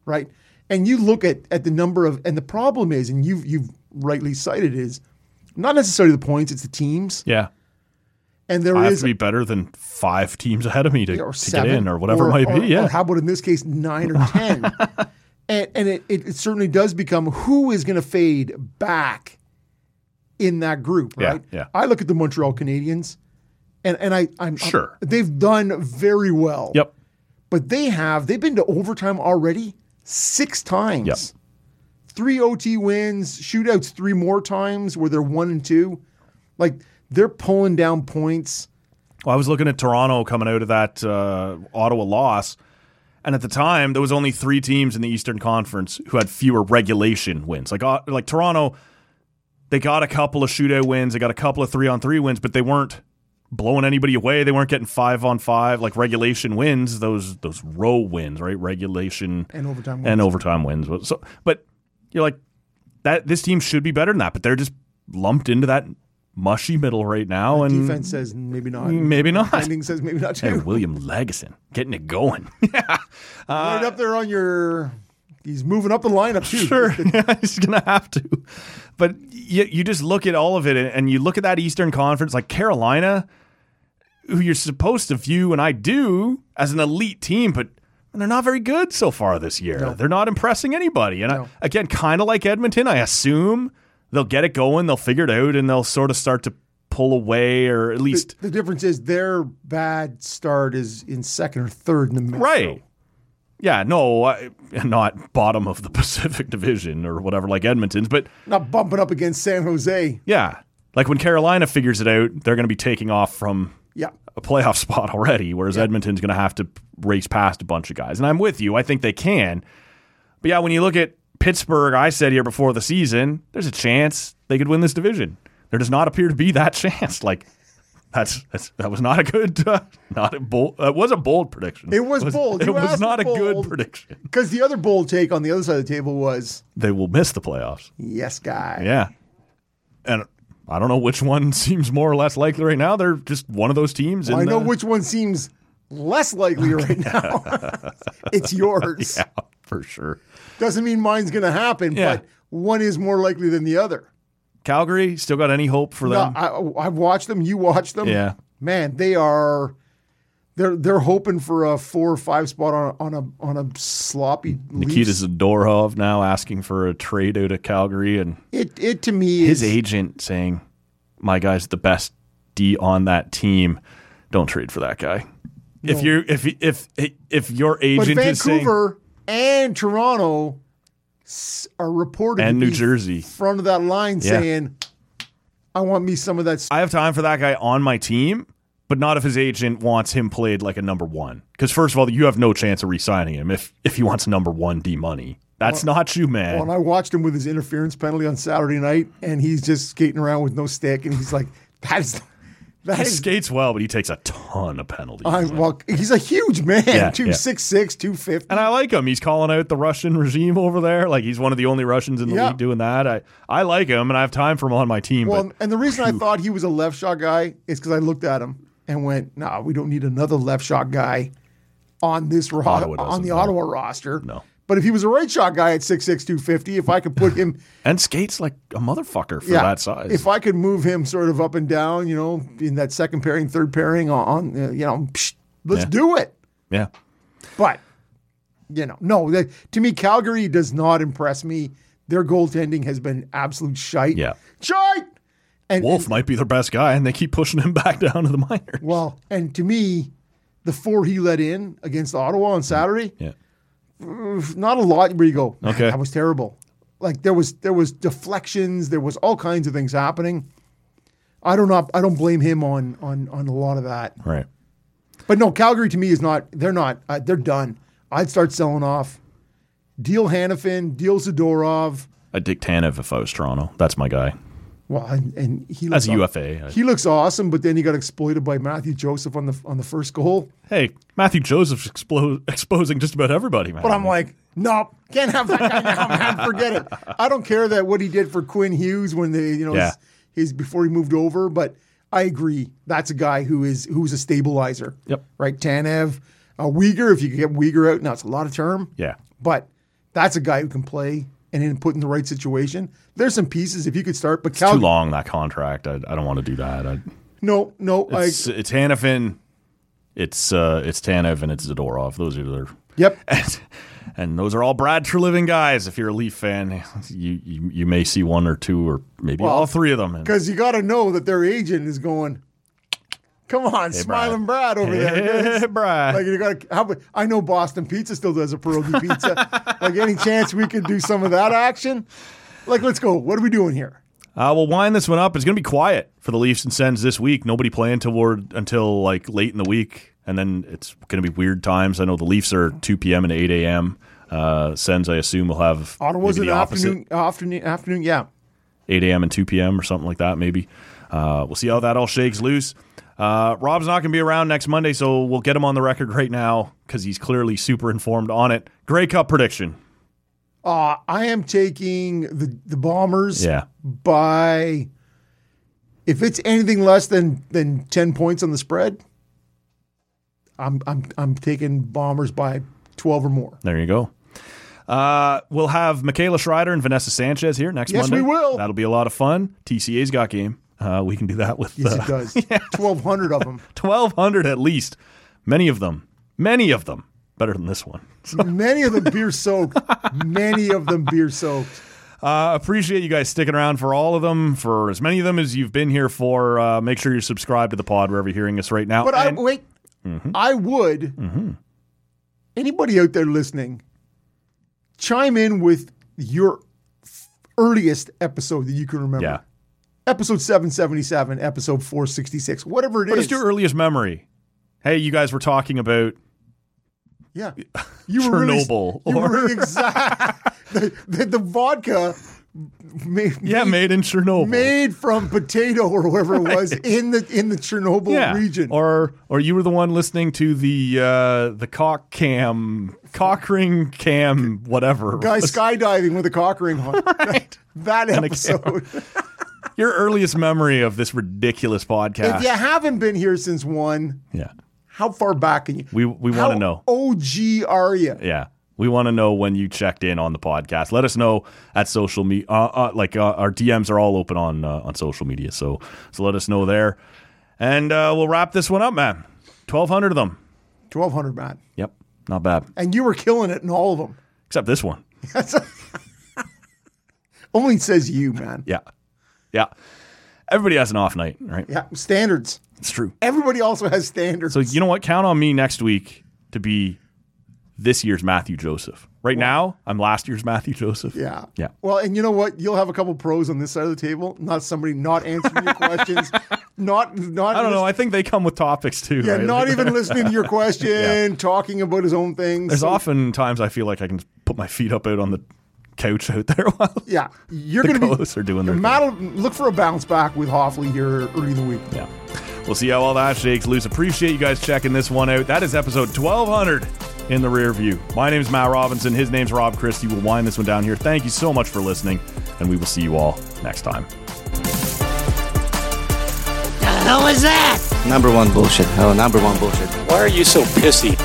Speaker 4: Right? And you look at at the number of and the problem is, and you've you've rightly cited is not necessarily the points, it's the teams.
Speaker 3: yeah.
Speaker 4: And there is
Speaker 3: I have to be better than five teams ahead of me to,
Speaker 4: or
Speaker 3: to get
Speaker 4: seven
Speaker 3: in or whatever
Speaker 4: or-
Speaker 3: it might
Speaker 4: or-
Speaker 3: be. Yeah.
Speaker 4: Or how about in this case nine or ten? and and it, it, it certainly does become who is going to fade back in that group,
Speaker 3: Yeah,
Speaker 4: right?
Speaker 3: yeah.
Speaker 4: I look at the Montreal Canadiens, and and I I'm I'm-
Speaker 3: Sure.
Speaker 4: they've done very well.
Speaker 3: yep.
Speaker 4: But they have they've been to overtime already six times.
Speaker 3: Yep.
Speaker 4: Three OT wins, shootouts three more times where they're one and two. Like they're pulling down points.
Speaker 3: Well, I was looking at Toronto coming out of that uh, Ottawa loss, and at the time there was only three teams in the Eastern Conference who had fewer regulation wins. Like uh, like Toronto, they got a couple of shootout wins, they got a couple of three on three wins, but they weren't blowing anybody away. They weren't getting five on five like regulation wins. Those those row wins, right? Regulation
Speaker 4: And overtime
Speaker 3: and
Speaker 4: wins.
Speaker 3: overtime wins. So, but you're like that. This team should be better than that, but they're just lumped into that mushy middle right now, and
Speaker 4: Defense says maybe not.
Speaker 3: maybe not.
Speaker 4: Ending says maybe not too.
Speaker 3: Hey, William Legison, getting it going.
Speaker 4: right up there on your. He's moving up the lineup too.
Speaker 3: sure, he's gonna have to. But you, you just look at all of it, and, and you look at that Eastern Conference, like Carolina, who you're supposed to view, and I do, as an elite team, but they're not very good so far this year. They're not impressing anybody. And I, again, kind of like Edmonton, I assume they'll get it going, they'll figure it out, and they'll sort of start to pull away, or at least
Speaker 4: The difference is their bad start is in second or third in the Metro.
Speaker 3: Right. Yeah, no, I, not bottom of the Pacific Division or whatever, like Edmonton's. But
Speaker 4: Not bumping up against San Jose.
Speaker 3: yeah, like when Carolina figures it out, they're going to be taking off from
Speaker 4: Yeah.
Speaker 3: a playoff spot already, whereas Edmonton's going to have to race past a bunch of guys. And I'm with you. I think they can. But yeah, when you look at Pittsburgh, I said here before the season, there's a chance they could win this division. There does not appear to be that chance. Like, that's, that's that was not a good, uh, not a bold. That was a bold prediction.
Speaker 4: It was bold.
Speaker 3: It
Speaker 4: You
Speaker 3: was
Speaker 4: asked
Speaker 3: not a
Speaker 4: for
Speaker 3: good
Speaker 4: bold.
Speaker 3: prediction.
Speaker 4: Because the other bold take on the other side of the table was
Speaker 3: they will miss the playoffs.
Speaker 4: yes, guy.
Speaker 3: Yeah. And I don't know which one seems more or less likely right now. They're just one of those teams.
Speaker 4: I
Speaker 3: in
Speaker 4: know
Speaker 3: the,
Speaker 4: which one seems less likely right now. it's yours.
Speaker 3: Yeah, for sure.
Speaker 4: Doesn't mean mine's going to happen,
Speaker 3: Yeah.
Speaker 4: but one is more likely than the other.
Speaker 3: Calgary still got any hope for
Speaker 4: No,
Speaker 3: them?
Speaker 4: I, I've watched them. You watch them.
Speaker 3: Yeah.
Speaker 4: man, they are. They're they're hoping for a four or five spot on a, on a on a sloppy.
Speaker 3: Nikita
Speaker 4: Leafs.
Speaker 3: Zadorov now asking for a trade out of Calgary, and
Speaker 4: It it to me
Speaker 3: his
Speaker 4: is
Speaker 3: agent saying, my guy's the best D on that team. Don't trade for that guy. If you if if if your
Speaker 4: But
Speaker 3: agent is saying
Speaker 4: Vancouver and Toronto s- are reported
Speaker 3: and
Speaker 4: to
Speaker 3: New
Speaker 4: be
Speaker 3: Jersey,
Speaker 4: front of that line
Speaker 3: Yeah.
Speaker 4: saying, "I want me some of that." s-
Speaker 3: I have time for that guy on my team, but not if his agent wants him played like a number one. Because first of all, you have no chance of re-signing him if if he wants number one D money. That's not you, man.
Speaker 4: Well, and I watched him with his interference penalty on Saturday night, and he's just skating around with no stick, and he's like, "That is, that
Speaker 3: he
Speaker 4: is."
Speaker 3: skates well, but he takes a ton of penalties.
Speaker 4: I, well, he's a huge man,
Speaker 3: Yeah,
Speaker 4: two
Speaker 3: yeah.
Speaker 4: six six, two fifty.
Speaker 3: and I like him. He's calling out the Russian regime over there. Like he's one of the only Russians in the
Speaker 4: Yeah.
Speaker 3: league doing that. I, I like him, and I have time for him on my team.
Speaker 4: Well,
Speaker 3: but
Speaker 4: and the reason I thought he was a left shot guy is because I looked at him and went, "Nah, we don't need another left shot guy on this ro-
Speaker 3: Ottawa
Speaker 4: on
Speaker 3: doesn't,
Speaker 4: the
Speaker 3: no.
Speaker 4: Ottawa roster."
Speaker 3: No.
Speaker 4: But if he was a right shot guy at six six two fifty, if I could put him,
Speaker 3: and skates like a motherfucker for
Speaker 4: yeah,
Speaker 3: that size.
Speaker 4: If I could move him sort of up and down, you know, in that second pairing, third pairing, on uh, you know, psh, let's
Speaker 3: Yeah.
Speaker 4: do it.
Speaker 3: yeah,
Speaker 4: But you know, no, that, to me, Calgary does not impress me. Their goaltending has been absolute shite.
Speaker 3: Yeah.
Speaker 4: shite. And,
Speaker 3: Wolf might be their best guy, and they keep pushing him back down to the minors.
Speaker 4: Well, and to me, the four he let in against Ottawa on Saturday,
Speaker 3: Mm. Yeah.
Speaker 4: not a lot where you go, "Man,
Speaker 3: Okay.
Speaker 4: that was terrible. Like there was there was deflections, there was all kinds of things happening. I don't know. I don't blame him on on on a lot of that.
Speaker 3: Right.
Speaker 4: But no, Calgary to me is not. They're not. Uh, they're done. I'd start selling off. Deal Hannafin. Deal Zadorov.
Speaker 3: I'd take Tanev if I was Toronto. That's my guy.
Speaker 4: Well, and, and he looks
Speaker 3: As a uh,
Speaker 4: aw-
Speaker 3: UFA. I-
Speaker 4: He looks awesome, but then he got exploited by Matthew Joseph on the on the first goal.
Speaker 3: hey, Matthew Joseph's explo- exposing just about everybody, man.
Speaker 4: But I'm like, nope, can't have that guy now, man. Forget it. I don't care that what he did for Quinn Hughes when they, you know,
Speaker 3: Yeah.
Speaker 4: his, his before he moved over. But I agree, that's a guy who is who's a stabilizer.
Speaker 3: Yep.
Speaker 4: Right, Tanev, uh, Uyghur. If you could get Uyghur out, now it's a lot of term.
Speaker 3: Yeah.
Speaker 4: But that's a guy who can play and then put in the right situation. There's some pieces if you could start, but
Speaker 3: Too
Speaker 4: Calgary.
Speaker 3: long, that contract. I, I don't want to do that. I,
Speaker 4: No, no, I,
Speaker 3: it's, it's Hanifin, it's, uh, it's Tanev, and it's Zadorov. Those are their.
Speaker 4: yep.
Speaker 3: And, and those are all Brad Treliving guys. If you're a Leaf fan, you, you, you may see one or two or maybe all three of them. And-
Speaker 4: Because you got to know that their agent is going, come on, smiling Brad, over there.
Speaker 3: Hey, Brad.
Speaker 4: Like you got how about- I know Boston Pizza still does a pierogi pizza. like any chance we could do some of that action? Like let's go. What are we doing here?
Speaker 3: Uh, we'll wind this one up. It's going to be quiet for the Leafs and Sens this week. Nobody playing toward until like late in the week, and then it's going to be weird times. I know the Leafs are 2 p.m. and 8 a.m. Uh, Sens, I assume, will have
Speaker 4: Ottawa's
Speaker 3: maybe
Speaker 4: an
Speaker 3: the opposite,
Speaker 4: afternoon, afternoon, afternoon. Yeah,
Speaker 3: 8 a.m. and 2 p.m. or something like that. Maybe uh, we'll see how that all shakes loose. Uh, Rob's not going to be around next Monday, so we'll get him on the record right now because he's clearly super informed on it. Grey Cup prediction.
Speaker 4: uh, I am taking the the Bombers.
Speaker 3: Yeah.
Speaker 4: by if it's anything less than than ten points on the spread, I'm I'm I'm taking Bombers by twelve or more.
Speaker 3: There you go. Uh, we'll have Michaela Schreider and Vanessa Sanchez here next
Speaker 4: Yes,
Speaker 3: Monday.
Speaker 4: we will.
Speaker 3: That'll be a lot of fun. TCA's got game. Uh, we can do that with
Speaker 4: Yes,
Speaker 3: uh,
Speaker 4: it does. Twelve hundred of them.
Speaker 3: 1,200 at least. Many of them. Many of them. Better than this one.
Speaker 4: Many of them beer soaked. Many of them beer soaked.
Speaker 3: Uh, appreciate you guys sticking around for all of them, for as many of them as you've been here for. Uh, make sure you're subscribed to the pod wherever you're hearing us right now.
Speaker 4: But I
Speaker 3: And-
Speaker 4: wait.
Speaker 3: Mm-hmm.
Speaker 4: I would. Anybody out there listening, chime in with your f- earliest episode that you can remember.
Speaker 3: yeah.
Speaker 4: Episode seven seventy seven, episode four sixty six, whatever it
Speaker 3: What
Speaker 4: is.
Speaker 3: is your earliest memory? Hey, you guys were talking about
Speaker 4: yeah, you were really-
Speaker 3: Chernobyl
Speaker 4: you were
Speaker 3: or-
Speaker 4: really exact. the, the, the vodka. Made,
Speaker 3: yeah, made in Chernobyl.
Speaker 4: made from potato or whatever it was in the in the Chernobyl region.
Speaker 3: Or or you were the one listening to the uh, the cock cam, cock ring cam, whatever. it
Speaker 4: guy
Speaker 3: was.
Speaker 4: skydiving with a cock ring on. That episode.
Speaker 3: Your earliest memory of this ridiculous podcast.
Speaker 4: If you haven't been here since one,
Speaker 3: yeah.
Speaker 4: how far back can you?
Speaker 3: We we
Speaker 4: How
Speaker 3: want to know.
Speaker 4: OG are you?
Speaker 3: Yeah. We want to know when you checked in on the podcast. Let us know at social media. Uh, uh, like uh, our DMs are all open on uh, on social media, so so let us know there, and uh, we'll wrap this one up, man. Twelve hundred of them.
Speaker 4: Twelve hundred, Matt,
Speaker 3: Yep, not bad.
Speaker 4: and you were killing it in all of them.
Speaker 3: Except this one.
Speaker 4: Only says you, man.
Speaker 3: Yeah. Yeah. Everybody has an off night, right?
Speaker 4: Yeah, standards.
Speaker 3: It's true.
Speaker 4: Everybody also has standards.
Speaker 3: So you know what? Count on me next week to be this year's Matthew Joseph. Right now, I'm last year's Matthew Joseph.
Speaker 4: Yeah.
Speaker 3: Yeah.
Speaker 4: Well, and you know what? You'll have a couple pros on this side of the table. Not somebody not answering your questions. Not not.
Speaker 3: I don't know.
Speaker 4: lis-
Speaker 3: I think they come with topics too.
Speaker 4: yeah,
Speaker 3: right?
Speaker 4: not
Speaker 3: Like,
Speaker 4: even listening to your question, talking about his own things.
Speaker 3: There's
Speaker 4: So,
Speaker 3: often times I feel like I can put my feet up out on the couch out there while
Speaker 4: Yeah, you're
Speaker 3: the
Speaker 4: going to be.
Speaker 3: co-hosts are doing their thing.
Speaker 4: Matt, look for a bounce back with Hoffley here early in the week.
Speaker 3: Yeah. We'll see how all that shakes loose. Appreciate you guys checking this one out. That is episode 1200 in the rear view. My name's Matt Robinson. His name's Rob Christie. We'll wind this one down here. Thank you so much for listening, and we will see you all next time.
Speaker 5: The hell was that?
Speaker 6: Number one bullshit. Oh, number one bullshit.
Speaker 7: Why are you so pissy?